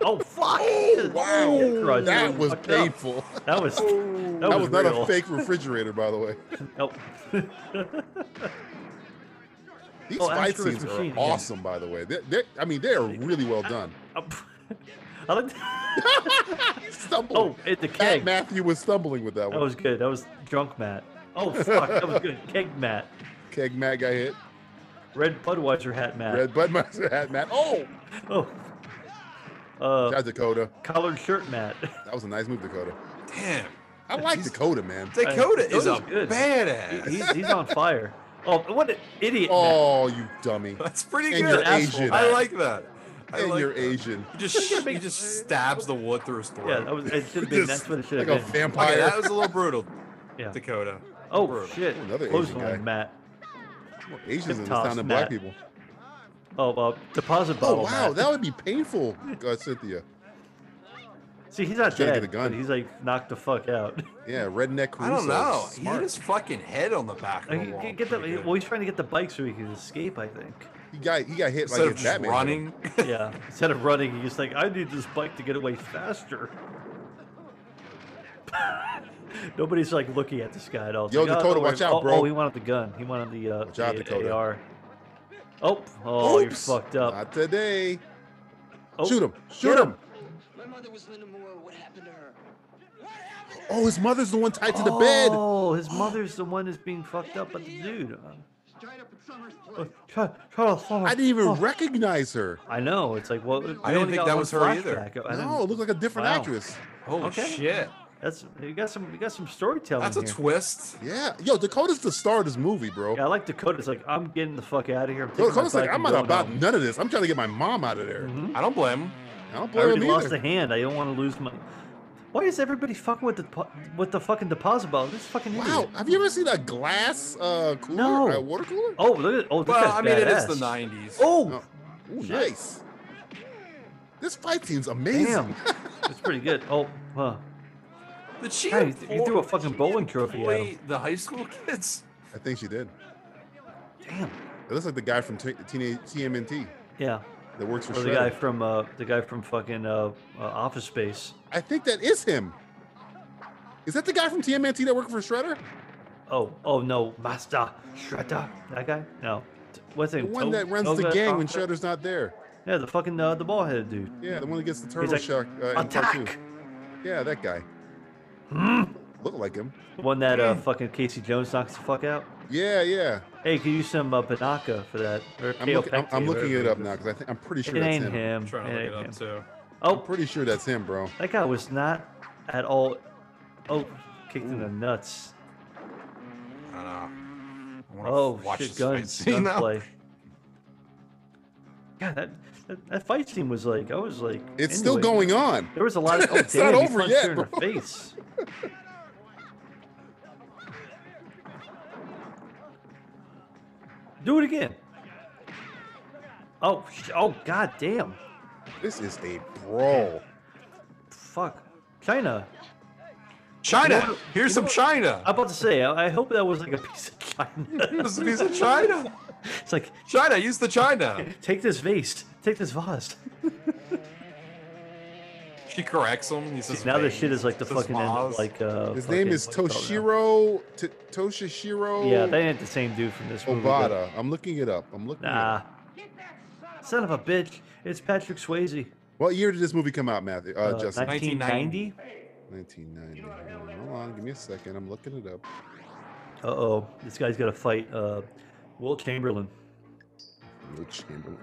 [SPEAKER 8] oh fuck!
[SPEAKER 7] Wow,
[SPEAKER 8] Yeah, Christ,
[SPEAKER 7] that was
[SPEAKER 8] fucked up.
[SPEAKER 7] painful. Oh.
[SPEAKER 8] That was that,
[SPEAKER 7] That,
[SPEAKER 8] was,
[SPEAKER 7] was, not
[SPEAKER 8] real. Oh,
[SPEAKER 7] a fake refrigerator, by the
[SPEAKER 8] <laughs>
[SPEAKER 7] way.
[SPEAKER 8] Nope.
[SPEAKER 7] These
[SPEAKER 8] Oh,
[SPEAKER 7] fight
[SPEAKER 8] Astro is
[SPEAKER 7] scenes
[SPEAKER 8] machine
[SPEAKER 7] are
[SPEAKER 8] again.
[SPEAKER 7] awesome, by the way. They're, they're, I mean, they are really well done.
[SPEAKER 8] Oh, pff. I like that.
[SPEAKER 7] Stumbling.
[SPEAKER 8] Oh, hit the
[SPEAKER 7] Pat
[SPEAKER 8] keg. That
[SPEAKER 7] Matthew was stumbling with that one.
[SPEAKER 8] was good. That was drunk Matt. Oh fuck, that was good. Keg Matt.
[SPEAKER 7] Keg Matt got hit.
[SPEAKER 8] Red Budweiser hat Matt.
[SPEAKER 7] Red Budmeister hat Matt. Oh,
[SPEAKER 8] <laughs> Oh. Uh,
[SPEAKER 7] shot Dakota.
[SPEAKER 8] collared shirt Matt. <laughs>
[SPEAKER 7] That was a nice move, Dakota.
[SPEAKER 9] Damn.
[SPEAKER 7] I like Dakota, man.
[SPEAKER 9] Dakota is a
[SPEAKER 8] Dakota's good.
[SPEAKER 9] badass.
[SPEAKER 8] <laughs> He's, he's on fire. Oh, what an idiot! Matt.
[SPEAKER 7] Oh, you
[SPEAKER 8] <laughs>
[SPEAKER 7] dummy.
[SPEAKER 9] That's pretty
[SPEAKER 7] And
[SPEAKER 9] good.
[SPEAKER 7] you're Asian.
[SPEAKER 9] I like that. I
[SPEAKER 7] And
[SPEAKER 9] like
[SPEAKER 7] you're
[SPEAKER 9] that.
[SPEAKER 7] Asian.
[SPEAKER 9] He just, he just stabs the wood through his throat.
[SPEAKER 8] Yeah, that was. It should have been.
[SPEAKER 7] Just
[SPEAKER 8] That's what it should
[SPEAKER 7] Like
[SPEAKER 8] have
[SPEAKER 7] a
[SPEAKER 8] been.
[SPEAKER 9] Okay, that
[SPEAKER 7] vampire.
[SPEAKER 9] was a little brutal,
[SPEAKER 8] Yeah.
[SPEAKER 9] Dakota.
[SPEAKER 8] Oh
[SPEAKER 9] brutal.
[SPEAKER 8] shit!
[SPEAKER 7] Another Asian
[SPEAKER 8] Clothesline
[SPEAKER 7] guy.
[SPEAKER 8] Matt.
[SPEAKER 7] Asians in this
[SPEAKER 8] Toss
[SPEAKER 7] town and black
[SPEAKER 8] Matt.
[SPEAKER 7] people.
[SPEAKER 8] Oh, uh, deposit
[SPEAKER 7] Oh,
[SPEAKER 8] bottle.
[SPEAKER 7] wow.
[SPEAKER 8] Matt.
[SPEAKER 7] That would be painful, uh, Cynthia.
[SPEAKER 8] See, he's not
[SPEAKER 7] He's trying to
[SPEAKER 8] dead.
[SPEAKER 7] get a gun.
[SPEAKER 8] but He's like knocked the fuck out. <laughs>
[SPEAKER 7] Yeah, redneck
[SPEAKER 9] I
[SPEAKER 7] Caruso.
[SPEAKER 9] don't know. He
[SPEAKER 7] Smart.
[SPEAKER 9] hit his fucking head on the back of
[SPEAKER 8] Like,
[SPEAKER 9] the
[SPEAKER 8] he
[SPEAKER 9] wall.
[SPEAKER 8] can't get the,
[SPEAKER 9] pretty good.
[SPEAKER 8] well, he's trying to get the bike so he can escape. I think.
[SPEAKER 7] <laughs> He got he got hit
[SPEAKER 9] Instead of
[SPEAKER 7] like in
[SPEAKER 9] just
[SPEAKER 7] Batman. did.
[SPEAKER 9] running,
[SPEAKER 8] Yeah. Instead of running, he's like, I need this bike to get away faster. <laughs> Nobody's like looking at this guy at all. It's
[SPEAKER 7] Yo,
[SPEAKER 8] like, "Oh,
[SPEAKER 7] Dakota,
[SPEAKER 8] don't worry."
[SPEAKER 7] watch out,
[SPEAKER 8] Oh,
[SPEAKER 7] bro.
[SPEAKER 8] Oh, he wanted the gun. He wanted the, uh,
[SPEAKER 7] Watch out,
[SPEAKER 8] the
[SPEAKER 7] Dakota.
[SPEAKER 8] AR. Oh, oh, you're
[SPEAKER 9] Oops.
[SPEAKER 8] fucked up.
[SPEAKER 7] Not today.
[SPEAKER 8] Oh,
[SPEAKER 7] Shoot him. Shoot
[SPEAKER 8] get
[SPEAKER 7] him.
[SPEAKER 10] My mother was Linda Moore. What happened to her?
[SPEAKER 7] Oh, his mother's the one tied to the bed.
[SPEAKER 8] Oh, his mother's the one who's being fucked up by the dude.
[SPEAKER 11] She's tied up at Summer's
[SPEAKER 8] Uh,
[SPEAKER 9] Oh,
[SPEAKER 11] place.
[SPEAKER 8] try- try to follow-
[SPEAKER 7] I didn't even
[SPEAKER 8] oh.
[SPEAKER 7] recognize her.
[SPEAKER 8] I know. It's like, well,
[SPEAKER 9] I didn't think that was her either.
[SPEAKER 7] No, it looked like a different
[SPEAKER 8] Wow.
[SPEAKER 7] actress.
[SPEAKER 9] holy
[SPEAKER 8] Okay.
[SPEAKER 9] shit!
[SPEAKER 8] That's you got some you got some storytelling.
[SPEAKER 9] That's a
[SPEAKER 8] here.
[SPEAKER 9] twist.
[SPEAKER 7] Yeah. Yo, Dakota's the star of this movie, bro.
[SPEAKER 8] Yeah, I like Dakota's like I'm getting the fuck out of here. I'm
[SPEAKER 7] Yo,
[SPEAKER 8] taking my
[SPEAKER 7] Dakota's like,
[SPEAKER 8] bike
[SPEAKER 7] I'm
[SPEAKER 8] and
[SPEAKER 7] not
[SPEAKER 8] going
[SPEAKER 7] about
[SPEAKER 8] home."
[SPEAKER 7] none of this. I'm trying to get my mom out of there.
[SPEAKER 9] I don't blame him.
[SPEAKER 7] I don't
[SPEAKER 8] Mm-hmm. I
[SPEAKER 7] blame
[SPEAKER 8] already
[SPEAKER 7] him
[SPEAKER 8] lost a
[SPEAKER 7] either.
[SPEAKER 8] hand. I don't want to lose my. Why is everybody fucking with the po- with the fucking deposit bottle? This fucking idiot.
[SPEAKER 7] Wow. Have you ever seen a glass uh, cooler?
[SPEAKER 8] No.
[SPEAKER 7] Uh, water cooler?
[SPEAKER 8] Oh look at oh. This
[SPEAKER 9] Well,
[SPEAKER 8] guy's
[SPEAKER 9] I mean, it is the
[SPEAKER 8] badass.
[SPEAKER 9] '90s.
[SPEAKER 8] Oh,
[SPEAKER 7] No. Ooh, nice. This fight scene's amazing.
[SPEAKER 9] <laughs>
[SPEAKER 8] damn, it's pretty good. Oh, huh.
[SPEAKER 9] Did she?
[SPEAKER 8] Hey, you threw a
[SPEAKER 9] employ-
[SPEAKER 8] fucking
[SPEAKER 9] did she
[SPEAKER 8] bowling trophy at
[SPEAKER 9] employ
[SPEAKER 8] him.
[SPEAKER 9] The high school kids.
[SPEAKER 7] I think she did.
[SPEAKER 8] damn.
[SPEAKER 7] It looks like the guy from t- teenage TMNT
[SPEAKER 8] Yeah,
[SPEAKER 7] that works for
[SPEAKER 8] or the guy
[SPEAKER 7] Shredder.
[SPEAKER 8] from uh the guy from fucking uh, uh Office Space.
[SPEAKER 7] I think that is him. Is that the guy from TMNT that worked for Shredder?
[SPEAKER 8] Oh, oh no, Master Shredder. That guy? No. T- What's
[SPEAKER 7] The
[SPEAKER 8] it?
[SPEAKER 7] one that runs the gang when Shredder's not there.
[SPEAKER 8] Yeah, the fucking uh, the ball headed dude.
[SPEAKER 7] Yeah, the one that gets the turtle
[SPEAKER 8] like,
[SPEAKER 7] shark uh, in part two.
[SPEAKER 8] "Attack!" Hmm?
[SPEAKER 7] Yeah, that guy. Look like him.
[SPEAKER 8] The one that uh, fucking Casey Jones knocks the fuck out.
[SPEAKER 7] Yeah, yeah.
[SPEAKER 8] Hey, could you use some uh, Banaka for that? Or
[SPEAKER 7] I'm,
[SPEAKER 8] Kale
[SPEAKER 7] looking. I'm, I'm
[SPEAKER 8] Pectate,
[SPEAKER 7] looking it
[SPEAKER 8] whatever.
[SPEAKER 7] up now because I think I'm pretty sure
[SPEAKER 8] it
[SPEAKER 7] that's
[SPEAKER 8] ain't
[SPEAKER 7] him.
[SPEAKER 8] him.
[SPEAKER 9] I'm trying
[SPEAKER 8] It
[SPEAKER 9] to
[SPEAKER 8] ain't
[SPEAKER 9] look it up too.
[SPEAKER 8] him.
[SPEAKER 7] I'm
[SPEAKER 8] Oh,
[SPEAKER 7] pretty sure that's him, bro.
[SPEAKER 8] that guy was not at all. Oh, kicked in the nuts.
[SPEAKER 9] I don't know. wanna
[SPEAKER 8] Oh
[SPEAKER 9] watch
[SPEAKER 8] shit,
[SPEAKER 9] this fight
[SPEAKER 7] <laughs>
[SPEAKER 8] guns,
[SPEAKER 9] scene now.
[SPEAKER 8] gunplay. God, that, that that fight scene was like I was like.
[SPEAKER 7] It's still
[SPEAKER 8] into it.
[SPEAKER 7] going on.
[SPEAKER 8] There was a lot. Of, oh,
[SPEAKER 7] <laughs> It's
[SPEAKER 8] damn,
[SPEAKER 7] not
[SPEAKER 8] he
[SPEAKER 7] over
[SPEAKER 8] punched
[SPEAKER 7] yet,
[SPEAKER 8] her in
[SPEAKER 7] bro.
[SPEAKER 8] the face. Do it again. Oh, sh- oh, god damn.
[SPEAKER 7] This is a brawl.
[SPEAKER 8] Fuck, China.
[SPEAKER 9] China,
[SPEAKER 8] You know what-
[SPEAKER 9] here's
[SPEAKER 8] you
[SPEAKER 9] some
[SPEAKER 8] know what-
[SPEAKER 9] China.
[SPEAKER 8] <laughs> I'm about to say. I, I hope that was like a piece of China. <laughs>
[SPEAKER 9] This is a piece of China.
[SPEAKER 8] It's like
[SPEAKER 9] China, use the China.
[SPEAKER 8] Take this vase. Take this vase.
[SPEAKER 9] She corrects him. He says,
[SPEAKER 8] Now this
[SPEAKER 9] "Hey,
[SPEAKER 8] shit is like the
[SPEAKER 9] this
[SPEAKER 8] fucking end of
[SPEAKER 9] Maz."
[SPEAKER 8] like uh.
[SPEAKER 7] His name
[SPEAKER 8] fucking-
[SPEAKER 7] is
[SPEAKER 8] what do you call
[SPEAKER 7] Toshiro
[SPEAKER 8] it now?
[SPEAKER 7] T- Toshishiro.
[SPEAKER 8] Yeah, they ain't the same dude from this movie. but-
[SPEAKER 7] Obata. I'm looking it up. I'm looking. it
[SPEAKER 8] Nah.
[SPEAKER 7] up.
[SPEAKER 8] Son of a bitch. It's Patrick Swayze.
[SPEAKER 7] What year did this movie come out, Matthew? Uh,
[SPEAKER 8] Uh,
[SPEAKER 7] Justin.
[SPEAKER 8] 1990?
[SPEAKER 7] 1990. Hold on, Hold on, give me a second. I'm looking it up.
[SPEAKER 8] Uh oh. This guy's got to fight uh, Will Chamberlain.
[SPEAKER 7] Will Chamberlain.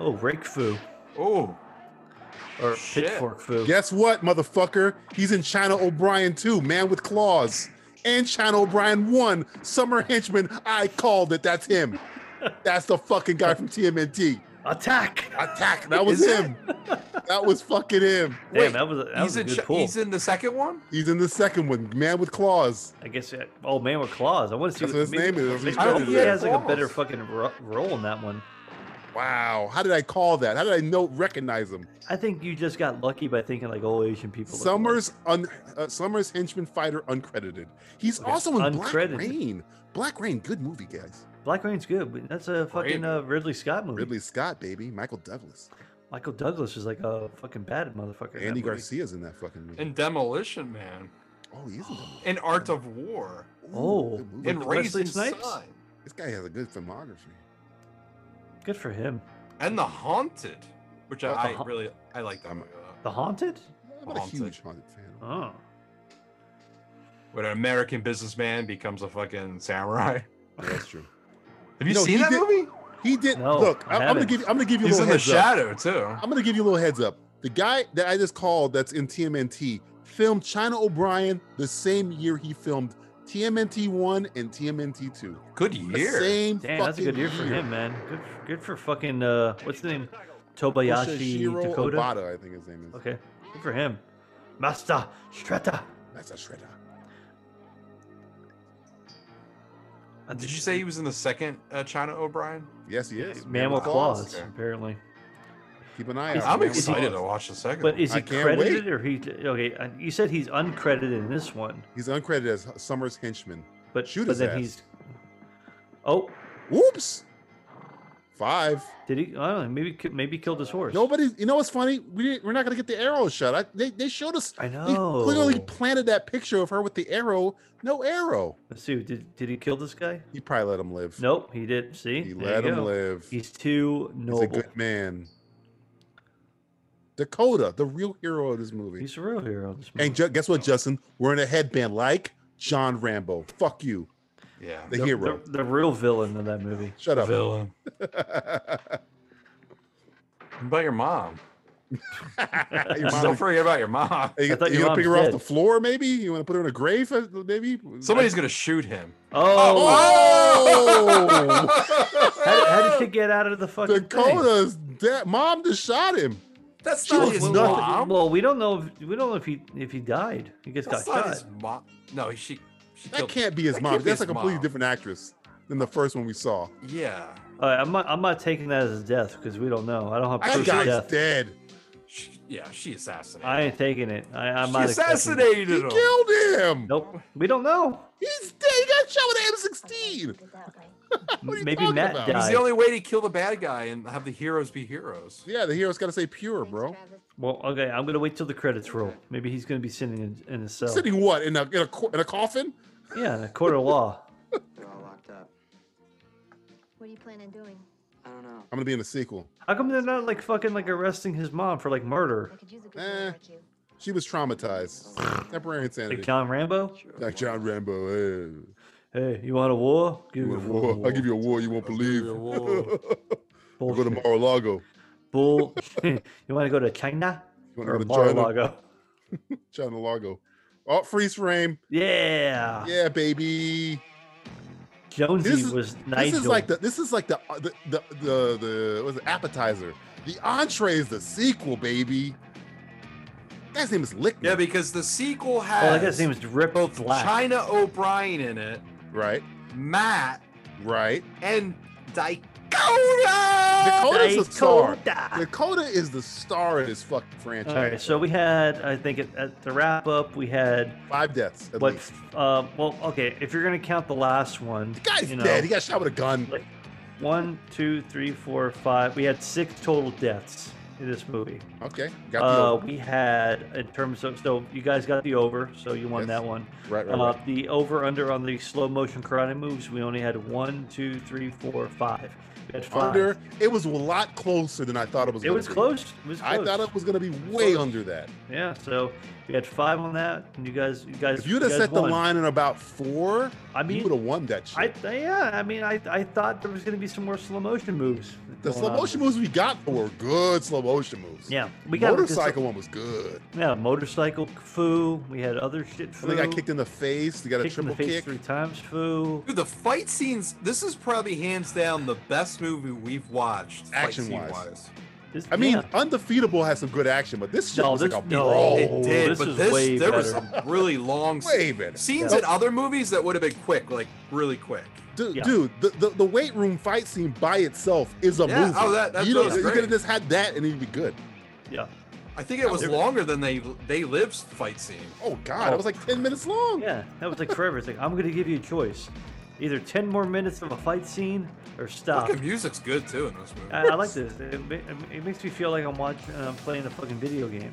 [SPEAKER 8] Oh, Rake Fu.
[SPEAKER 9] Oh.
[SPEAKER 8] Or
[SPEAKER 9] Shit.
[SPEAKER 8] Pitchfork Fu.
[SPEAKER 7] Guess what, motherfucker? He's in China O'Brien too, man with claws. And China O'Brien won. Summer Henchman, I called it. That's him. That's the fucking guy from TMNT.
[SPEAKER 8] Attack!
[SPEAKER 7] Attack. That was
[SPEAKER 9] Is it?
[SPEAKER 7] him. That was fucking him.
[SPEAKER 8] Damn,
[SPEAKER 9] Wait,
[SPEAKER 8] that was a, that
[SPEAKER 9] he's
[SPEAKER 8] was a
[SPEAKER 9] in
[SPEAKER 8] good
[SPEAKER 9] Chi-
[SPEAKER 8] pull.
[SPEAKER 9] he's in the second one.
[SPEAKER 7] He's in the second one, man with claws.
[SPEAKER 8] I guess. that- Oh, man with claws. I want to see
[SPEAKER 7] That's what his
[SPEAKER 8] maybe-
[SPEAKER 7] name is. He's
[SPEAKER 8] I hope
[SPEAKER 7] credited
[SPEAKER 8] he
[SPEAKER 7] as.
[SPEAKER 8] has like a better
[SPEAKER 9] Claws.
[SPEAKER 8] fucking ro- role in that one.
[SPEAKER 7] Wow. How did I call that? How did I know recognize him?
[SPEAKER 8] I think you just got lucky by thinking like all Asian people. look alike.
[SPEAKER 7] Summers un, uh, Summers henchman fighter uncredited. He's
[SPEAKER 8] Okay,
[SPEAKER 7] also in
[SPEAKER 8] uncredited.
[SPEAKER 7] Black Rain. Black Rain, good movie, guys.
[SPEAKER 8] Black Rain's good. But that's a fucking uh, Ridley Scott movie.
[SPEAKER 7] Ridley Scott, baby. Michael Douglas.
[SPEAKER 8] Michael Douglas is like a fucking bad motherfucker. in that
[SPEAKER 7] Andy
[SPEAKER 8] movie.
[SPEAKER 7] Garcia's in that fucking movie.
[SPEAKER 9] In Demolition Man,
[SPEAKER 7] oh, he is in that movie.
[SPEAKER 9] in Art of War,
[SPEAKER 8] Oh,
[SPEAKER 7] good movie.
[SPEAKER 9] in
[SPEAKER 8] Like Wesley
[SPEAKER 9] Raising
[SPEAKER 8] Snipes?
[SPEAKER 9] Sun,
[SPEAKER 7] This guy has a good filmography.
[SPEAKER 8] Good for him.
[SPEAKER 9] and The Haunted, which
[SPEAKER 8] Oh, The
[SPEAKER 9] I, I
[SPEAKER 8] Haun-
[SPEAKER 9] really I like that movie. a lot.
[SPEAKER 8] The Haunted?
[SPEAKER 7] I'm not a
[SPEAKER 9] Haunted.
[SPEAKER 7] huge haunted fan.
[SPEAKER 8] Oh.
[SPEAKER 9] When an American businessman becomes a fucking samurai.
[SPEAKER 7] Yeah, that's true.
[SPEAKER 9] Have you
[SPEAKER 7] No,
[SPEAKER 9] seen
[SPEAKER 7] he
[SPEAKER 9] that
[SPEAKER 7] did-
[SPEAKER 9] movie?
[SPEAKER 7] He did.
[SPEAKER 8] No,
[SPEAKER 7] look,
[SPEAKER 8] I
[SPEAKER 7] I am gonna
[SPEAKER 8] haven't.
[SPEAKER 7] give. you- I'm gonna give you a
[SPEAKER 9] He's
[SPEAKER 7] little
[SPEAKER 9] in the
[SPEAKER 7] heads up.
[SPEAKER 9] shadow too.
[SPEAKER 7] I'm gonna give you a little heads up. The guy that I just called that's in TMNT filmed China O'Brien the same year he filmed TMNT one and TMNT two.
[SPEAKER 9] Good
[SPEAKER 7] The
[SPEAKER 9] year.
[SPEAKER 7] same
[SPEAKER 8] Damn, that's a
[SPEAKER 7] fucking
[SPEAKER 8] good year for him, man. Good for, good for fucking uh what's the name? Tobayashi
[SPEAKER 7] Toshihiro
[SPEAKER 8] Dakota.
[SPEAKER 7] Obata, I think his name is.
[SPEAKER 8] Okay. Good for him. Master Strata.
[SPEAKER 7] That's a shredder.
[SPEAKER 8] Uh,
[SPEAKER 9] Did you say he was in the second uh, China O'Brien?
[SPEAKER 7] Yes, he is.
[SPEAKER 8] man with claws, apparently.
[SPEAKER 7] Keep an eye
[SPEAKER 8] He's-
[SPEAKER 7] out.
[SPEAKER 9] I'm
[SPEAKER 7] Man with
[SPEAKER 9] excited to
[SPEAKER 7] Claws.
[SPEAKER 9] watch the second.
[SPEAKER 8] But
[SPEAKER 9] one.
[SPEAKER 8] is
[SPEAKER 7] I
[SPEAKER 8] he
[SPEAKER 7] can't wait.
[SPEAKER 8] credited or he okay, uh, you said he's uncredited in this one.
[SPEAKER 7] He's uncredited as Summer's henchman.
[SPEAKER 8] But
[SPEAKER 7] Shoot
[SPEAKER 8] but
[SPEAKER 7] his
[SPEAKER 8] then
[SPEAKER 7] ass.
[SPEAKER 8] he's Oh,
[SPEAKER 7] Whoops. Five.
[SPEAKER 8] did he I don't know, maybe ki- maybe he killed his horse.
[SPEAKER 7] Nobody. You know what's funny? We didn't, we're not gonna get the arrow shot. I, they they showed us.
[SPEAKER 8] I
[SPEAKER 7] They clearly
[SPEAKER 8] know.
[SPEAKER 7] planted that picture of her with the arrow. No arrow.
[SPEAKER 8] Let's see, did did he kill this guy?
[SPEAKER 7] He probably let him live.
[SPEAKER 8] Nope, he did. See?
[SPEAKER 7] He
[SPEAKER 8] There
[SPEAKER 7] let
[SPEAKER 8] you
[SPEAKER 7] him
[SPEAKER 8] go.
[SPEAKER 7] live. He's,
[SPEAKER 8] He's too noble.
[SPEAKER 7] a good man. Dakota, the real hero of this movie.
[SPEAKER 8] He's a real hero. This
[SPEAKER 7] and
[SPEAKER 8] movie.
[SPEAKER 7] ju- guess what, Justin? We're in a headband like John Rambo. Fuck you,
[SPEAKER 9] yeah,
[SPEAKER 7] the
[SPEAKER 8] the,
[SPEAKER 7] hero.
[SPEAKER 8] the, the real villain in that movie.
[SPEAKER 7] Shut <laughs> up.
[SPEAKER 9] villain. What about your mom? <laughs>
[SPEAKER 7] Your mom-
[SPEAKER 9] Don't forget about your mom.
[SPEAKER 7] you
[SPEAKER 8] I thought
[SPEAKER 7] you gonna
[SPEAKER 8] your mom
[SPEAKER 7] pick her
[SPEAKER 8] was
[SPEAKER 7] off
[SPEAKER 8] dead.
[SPEAKER 7] the floor, maybe? You want to put her in a grave, uh, maybe?
[SPEAKER 9] <laughs> Somebody's gonna shoot him.
[SPEAKER 8] Oh,
[SPEAKER 7] <laughs> Oh!
[SPEAKER 8] how, did- how did she get out of the fucking thing?
[SPEAKER 7] Dakota's dead. Mom just shot him.
[SPEAKER 9] That's
[SPEAKER 7] She
[SPEAKER 9] not
[SPEAKER 7] was
[SPEAKER 9] his
[SPEAKER 8] Well,
[SPEAKER 7] nothing.
[SPEAKER 9] mom.
[SPEAKER 8] well, we don't know. If, we don't know if he if he died. He just
[SPEAKER 9] That's
[SPEAKER 8] got
[SPEAKER 9] not
[SPEAKER 8] shot.
[SPEAKER 9] his mom. No, she. she
[SPEAKER 7] That
[SPEAKER 9] killed-
[SPEAKER 7] can't be his
[SPEAKER 9] that
[SPEAKER 7] mom.
[SPEAKER 9] can't be
[SPEAKER 7] That's a
[SPEAKER 9] his
[SPEAKER 7] completely
[SPEAKER 9] mom.
[SPEAKER 7] different actress than the first one we saw.
[SPEAKER 9] Yeah,
[SPEAKER 8] All right, I'm not. I'm not taking that as death because we don't know. I don't have
[SPEAKER 7] That
[SPEAKER 8] proof of
[SPEAKER 7] guy's
[SPEAKER 8] death.
[SPEAKER 7] dead.
[SPEAKER 9] she, yeah, she assassinated.
[SPEAKER 8] I ain't taking it. I, I'm
[SPEAKER 9] she
[SPEAKER 8] not accepting it.
[SPEAKER 9] assassinated
[SPEAKER 7] He
[SPEAKER 9] him.
[SPEAKER 7] killed him.
[SPEAKER 8] Nope. We don't know.
[SPEAKER 7] He's dead. He got shot with an M16.
[SPEAKER 6] That way.
[SPEAKER 7] What are you
[SPEAKER 8] Maybe
[SPEAKER 7] talking
[SPEAKER 8] Matt
[SPEAKER 7] about?
[SPEAKER 8] died.
[SPEAKER 9] It's the only way to kill the bad guy and have the heroes be heroes.
[SPEAKER 7] Yeah, the hero's got to say pure, bro.
[SPEAKER 6] Travis.
[SPEAKER 8] Well, okay. I'm gonna wait till the credits roll. Maybe he's gonna be sitting in, in his cell.
[SPEAKER 7] Sitting what in a in a, co- in a coffin?
[SPEAKER 8] Yeah, in a court of law.
[SPEAKER 10] They're all locked up.
[SPEAKER 6] What do you plan on doing?
[SPEAKER 10] I don't know.
[SPEAKER 7] I'm gonna be in the sequel.
[SPEAKER 8] How come they're not like fucking like arresting his mom for like murder?
[SPEAKER 6] I could use a good
[SPEAKER 7] Eh.
[SPEAKER 6] man like you.
[SPEAKER 7] She was traumatized. Temporary insanity.
[SPEAKER 8] Like John Rambo?
[SPEAKER 7] Like John Rambo. Hey.
[SPEAKER 8] Hey, you want a war? Give
[SPEAKER 7] You
[SPEAKER 8] me
[SPEAKER 7] want a war? I'll give you a war you won't believe.
[SPEAKER 9] you a war.
[SPEAKER 7] <laughs> We'll go to
[SPEAKER 8] Bullshit.
[SPEAKER 7] Mar-a-Lago.
[SPEAKER 8] Bull. <laughs> you want to go to China
[SPEAKER 7] You wanna
[SPEAKER 8] or
[SPEAKER 7] go to China?
[SPEAKER 8] Mar-a-Lago?
[SPEAKER 7] China Lago. Oh, freeze frame.
[SPEAKER 8] Yeah.
[SPEAKER 7] Yeah, baby.
[SPEAKER 8] Jonesy
[SPEAKER 7] This is-
[SPEAKER 8] was
[SPEAKER 7] This
[SPEAKER 8] Nigel.
[SPEAKER 7] is like the this is like the uh, the the the, the what's it, appetizer. The entree is the sequel, baby. Guy's name is Lickman.
[SPEAKER 9] Yeah, because the sequel
[SPEAKER 8] oh,
[SPEAKER 9] has
[SPEAKER 8] that guy's name is Rip Black.
[SPEAKER 9] China O'Brien in it,
[SPEAKER 7] Right.
[SPEAKER 9] Matt,
[SPEAKER 7] Right.
[SPEAKER 9] and Dakota.
[SPEAKER 7] Dakota's the star.
[SPEAKER 8] Dakota.
[SPEAKER 7] Dakota is the star of this fucking franchise.
[SPEAKER 8] All right, so we had, I think, at, at the wrap up, we had
[SPEAKER 7] Five deaths at
[SPEAKER 8] what?
[SPEAKER 7] least.
[SPEAKER 8] Uh, well, okay, if you're gonna count the last one, the
[SPEAKER 7] guy's dead. He got shot with a gun.
[SPEAKER 8] Like, one, two, three, four, five. We had six total deaths in this movie.
[SPEAKER 7] Okay. Got the
[SPEAKER 8] Uh,
[SPEAKER 7] over.
[SPEAKER 8] we had in terms of so you guys got the over, so you won
[SPEAKER 7] Yes.
[SPEAKER 8] that one.
[SPEAKER 7] Right, right,
[SPEAKER 8] uh,
[SPEAKER 7] right.
[SPEAKER 8] The over under on the slow motion karate moves, we only had one, two, three, four, five. We had five.
[SPEAKER 7] under. It was a lot closer than I thought it was.
[SPEAKER 8] It
[SPEAKER 7] gonna
[SPEAKER 8] was
[SPEAKER 7] be.
[SPEAKER 8] close. It was
[SPEAKER 7] I
[SPEAKER 8] close.
[SPEAKER 7] thought it was going to be way under that.
[SPEAKER 8] Yeah, so we had five on that, and you guys, you guys,
[SPEAKER 7] If you'd have
[SPEAKER 8] guys
[SPEAKER 7] set
[SPEAKER 8] won.
[SPEAKER 7] the line in about four,
[SPEAKER 8] I mean,
[SPEAKER 7] you would have won that shit.
[SPEAKER 8] I yeah, I mean, I I thought there was gonna be some more slow motion moves.
[SPEAKER 7] the
[SPEAKER 8] going
[SPEAKER 7] slow
[SPEAKER 8] on.
[SPEAKER 7] motion moves we got were good slow motion moves.
[SPEAKER 8] Yeah,
[SPEAKER 7] we
[SPEAKER 8] we
[SPEAKER 7] got
[SPEAKER 8] got-
[SPEAKER 7] motorcycle one was good.
[SPEAKER 8] Yeah, motorcycle foo. We had other shit. Foo.
[SPEAKER 7] When they got kicked in the face, they got a
[SPEAKER 8] Kicked in the
[SPEAKER 7] triple
[SPEAKER 8] face
[SPEAKER 7] kick.
[SPEAKER 8] three times. Foo.
[SPEAKER 9] Dude, the fight scenes. This is probably hands down the best movie we've watched.
[SPEAKER 7] Action wise.
[SPEAKER 9] wise.
[SPEAKER 8] This-
[SPEAKER 7] I mean,
[SPEAKER 8] yeah.
[SPEAKER 7] undefeatable has some good action, but this shit
[SPEAKER 8] No,
[SPEAKER 7] was
[SPEAKER 8] this-
[SPEAKER 7] like a
[SPEAKER 8] no.
[SPEAKER 7] brawl.
[SPEAKER 9] It did,
[SPEAKER 8] Oh, this
[SPEAKER 9] but
[SPEAKER 8] is
[SPEAKER 9] this
[SPEAKER 8] way
[SPEAKER 9] there was
[SPEAKER 8] better.
[SPEAKER 9] some really
[SPEAKER 8] <laughs>
[SPEAKER 9] long
[SPEAKER 7] Way better.
[SPEAKER 9] scenes
[SPEAKER 7] Yeah.
[SPEAKER 9] in other movies that would have been quick, like really quick.
[SPEAKER 7] Dude,
[SPEAKER 8] Yeah.
[SPEAKER 7] dude the, the, the weight room fight scene by itself is a
[SPEAKER 9] Yeah,
[SPEAKER 7] movie.
[SPEAKER 9] oh, that- that's
[SPEAKER 7] you
[SPEAKER 9] what
[SPEAKER 7] know,
[SPEAKER 9] was
[SPEAKER 7] you
[SPEAKER 9] great.
[SPEAKER 7] could have just had that and it'd be good.
[SPEAKER 8] Yeah.
[SPEAKER 9] I think it was
[SPEAKER 8] There-
[SPEAKER 9] longer than they they lives fight scene.
[SPEAKER 7] Oh God, it was like ten minutes long.
[SPEAKER 8] Yeah, that was like forever. It's like I'm gonna give you a choice, either ten more minutes of a fight scene or stop.
[SPEAKER 9] Fucking music's good too in this movie.
[SPEAKER 8] I, I like this. It, ma- it makes me feel like I'm watching, I'm playing a fucking video game.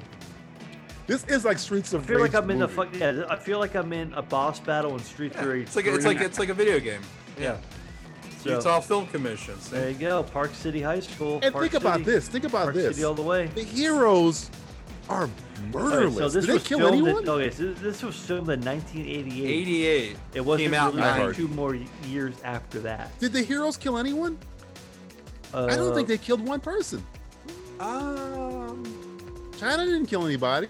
[SPEAKER 7] This is like Streets of
[SPEAKER 8] I feel
[SPEAKER 7] Rage.
[SPEAKER 8] like I'm in a
[SPEAKER 7] movie.
[SPEAKER 8] fuck. Yeah, I feel like I'm in a boss battle in Street
[SPEAKER 9] Yeah,
[SPEAKER 8] Fighter.
[SPEAKER 9] it's like it's like it's like a video game. Yeah.
[SPEAKER 8] So-
[SPEAKER 9] Utah Film Commission. same
[SPEAKER 8] There you go, Park City High School.
[SPEAKER 7] And
[SPEAKER 8] Park
[SPEAKER 7] think about
[SPEAKER 8] City.
[SPEAKER 7] this. Think about
[SPEAKER 8] Park
[SPEAKER 7] this.
[SPEAKER 8] City all the way.
[SPEAKER 7] The heroes are
[SPEAKER 8] All right,
[SPEAKER 7] murderless.
[SPEAKER 8] so this
[SPEAKER 7] Did they
[SPEAKER 8] was
[SPEAKER 7] kill
[SPEAKER 8] filmed in-
[SPEAKER 7] anyone?
[SPEAKER 8] okay, so this was filmed in 1988.
[SPEAKER 9] 88.
[SPEAKER 8] It wasn't
[SPEAKER 9] Came out in
[SPEAKER 8] released
[SPEAKER 9] 90.
[SPEAKER 8] two more years after that.
[SPEAKER 7] Did the heroes kill anyone? I don't think
[SPEAKER 8] Uh,
[SPEAKER 7] they killed one person.
[SPEAKER 9] Um,
[SPEAKER 7] China didn't kill anybody.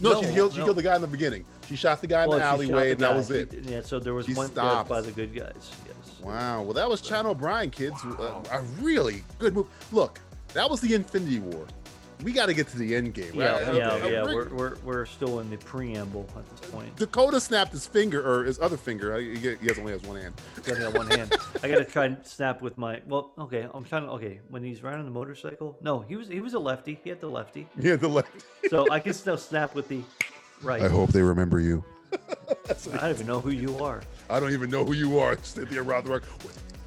[SPEAKER 7] No,
[SPEAKER 8] No,
[SPEAKER 7] she killed. She
[SPEAKER 8] no.
[SPEAKER 7] killed the guy in the beginning. She shot the guy in
[SPEAKER 8] well,
[SPEAKER 7] the
[SPEAKER 8] she Uh, shot
[SPEAKER 7] alleyway,
[SPEAKER 8] the
[SPEAKER 7] and that
[SPEAKER 8] guy.
[SPEAKER 7] was
[SPEAKER 8] She
[SPEAKER 7] it.
[SPEAKER 8] did- Yeah, so there was
[SPEAKER 7] She
[SPEAKER 8] one
[SPEAKER 7] stopped.
[SPEAKER 8] death by the good guys. Yes.
[SPEAKER 7] Wow. Well, that was China O'Brien, kids. Uh, A really good move. Look, that was the Infinity War. We got to get to the end game.
[SPEAKER 8] Yeah,
[SPEAKER 7] right?
[SPEAKER 8] yeah,
[SPEAKER 7] Okay.
[SPEAKER 8] yeah.
[SPEAKER 7] Uh,
[SPEAKER 8] We're, we're, we're still in the preamble at this point.
[SPEAKER 7] Dakota snapped his finger or his other finger. Uh, He he has only has one hand. <laughs>
[SPEAKER 8] I got one hand. I gotta try and snap with my. Well, okay. I'm trying to. Okay, when he's riding the motorcycle. No, he was he was a lefty. He had the lefty.
[SPEAKER 7] Yeah, the left.
[SPEAKER 8] So I can still snap with the right.
[SPEAKER 7] I hope they remember you.
[SPEAKER 8] I don't even know who you are.
[SPEAKER 7] I don't even know who you are, Cynthia Rothrock.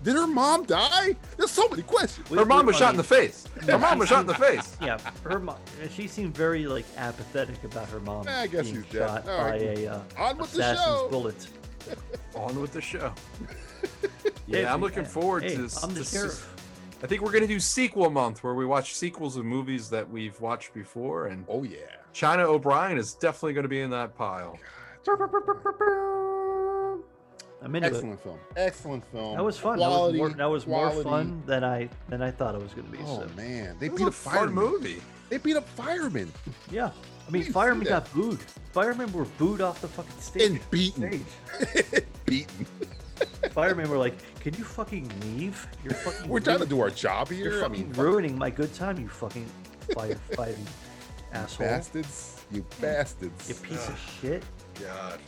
[SPEAKER 7] Did her mom die? There's so many questions.
[SPEAKER 8] We-
[SPEAKER 9] Her mom
[SPEAKER 8] we-
[SPEAKER 9] was
[SPEAKER 8] I
[SPEAKER 9] shot in
[SPEAKER 8] mean,
[SPEAKER 9] the face. Her mom was shot in the face.
[SPEAKER 8] Yeah, her mom. She seemed very like apathetic about her mom.
[SPEAKER 7] Eh, I guess
[SPEAKER 8] being
[SPEAKER 7] she's dead.
[SPEAKER 8] shot
[SPEAKER 7] All right.
[SPEAKER 8] by a uh,
[SPEAKER 7] On with the
[SPEAKER 8] assassin's
[SPEAKER 7] show.
[SPEAKER 8] bullet.
[SPEAKER 9] <laughs> On with the show. Yeah, I'm looking
[SPEAKER 8] hey,
[SPEAKER 9] forward
[SPEAKER 8] hey,
[SPEAKER 9] to this.
[SPEAKER 8] I'm the
[SPEAKER 9] this-
[SPEAKER 8] sheriff.
[SPEAKER 9] I think we're gonna do sequel month where we watch sequels of movies that we've watched before, and
[SPEAKER 7] Oh yeah.
[SPEAKER 9] China O'Brien is definitely gonna be in that pile.
[SPEAKER 8] I'm into it.
[SPEAKER 7] Excellent film. Excellent film.
[SPEAKER 8] That was fun.
[SPEAKER 7] Quality,
[SPEAKER 8] that was more, that was more
[SPEAKER 7] quality.
[SPEAKER 8] fun than I than I thought it was going to be.
[SPEAKER 7] Oh
[SPEAKER 8] so.
[SPEAKER 7] man, they
[SPEAKER 9] It was
[SPEAKER 7] beat
[SPEAKER 9] a
[SPEAKER 7] up
[SPEAKER 9] fun
[SPEAKER 7] firemen.
[SPEAKER 9] movie.
[SPEAKER 7] They beat up firemen <laughs>
[SPEAKER 8] Yeah, I mean,
[SPEAKER 7] didn't see
[SPEAKER 8] firemen
[SPEAKER 7] that.
[SPEAKER 8] got booed. Firemen were booed off the fucking stage.
[SPEAKER 7] and beaten.
[SPEAKER 8] Stage.
[SPEAKER 7] beaten.
[SPEAKER 8] Firemen were like, "Can you fucking leave? You're fucking.
[SPEAKER 7] We're trying to
[SPEAKER 8] ruin-
[SPEAKER 7] do our job here.
[SPEAKER 8] You're
[SPEAKER 7] I
[SPEAKER 8] fucking
[SPEAKER 7] mean, fuck
[SPEAKER 8] ruining my good time. You fucking <laughs> firefighting asshole.
[SPEAKER 7] bastards. You bastards.
[SPEAKER 8] You piece of shit.
[SPEAKER 9] God.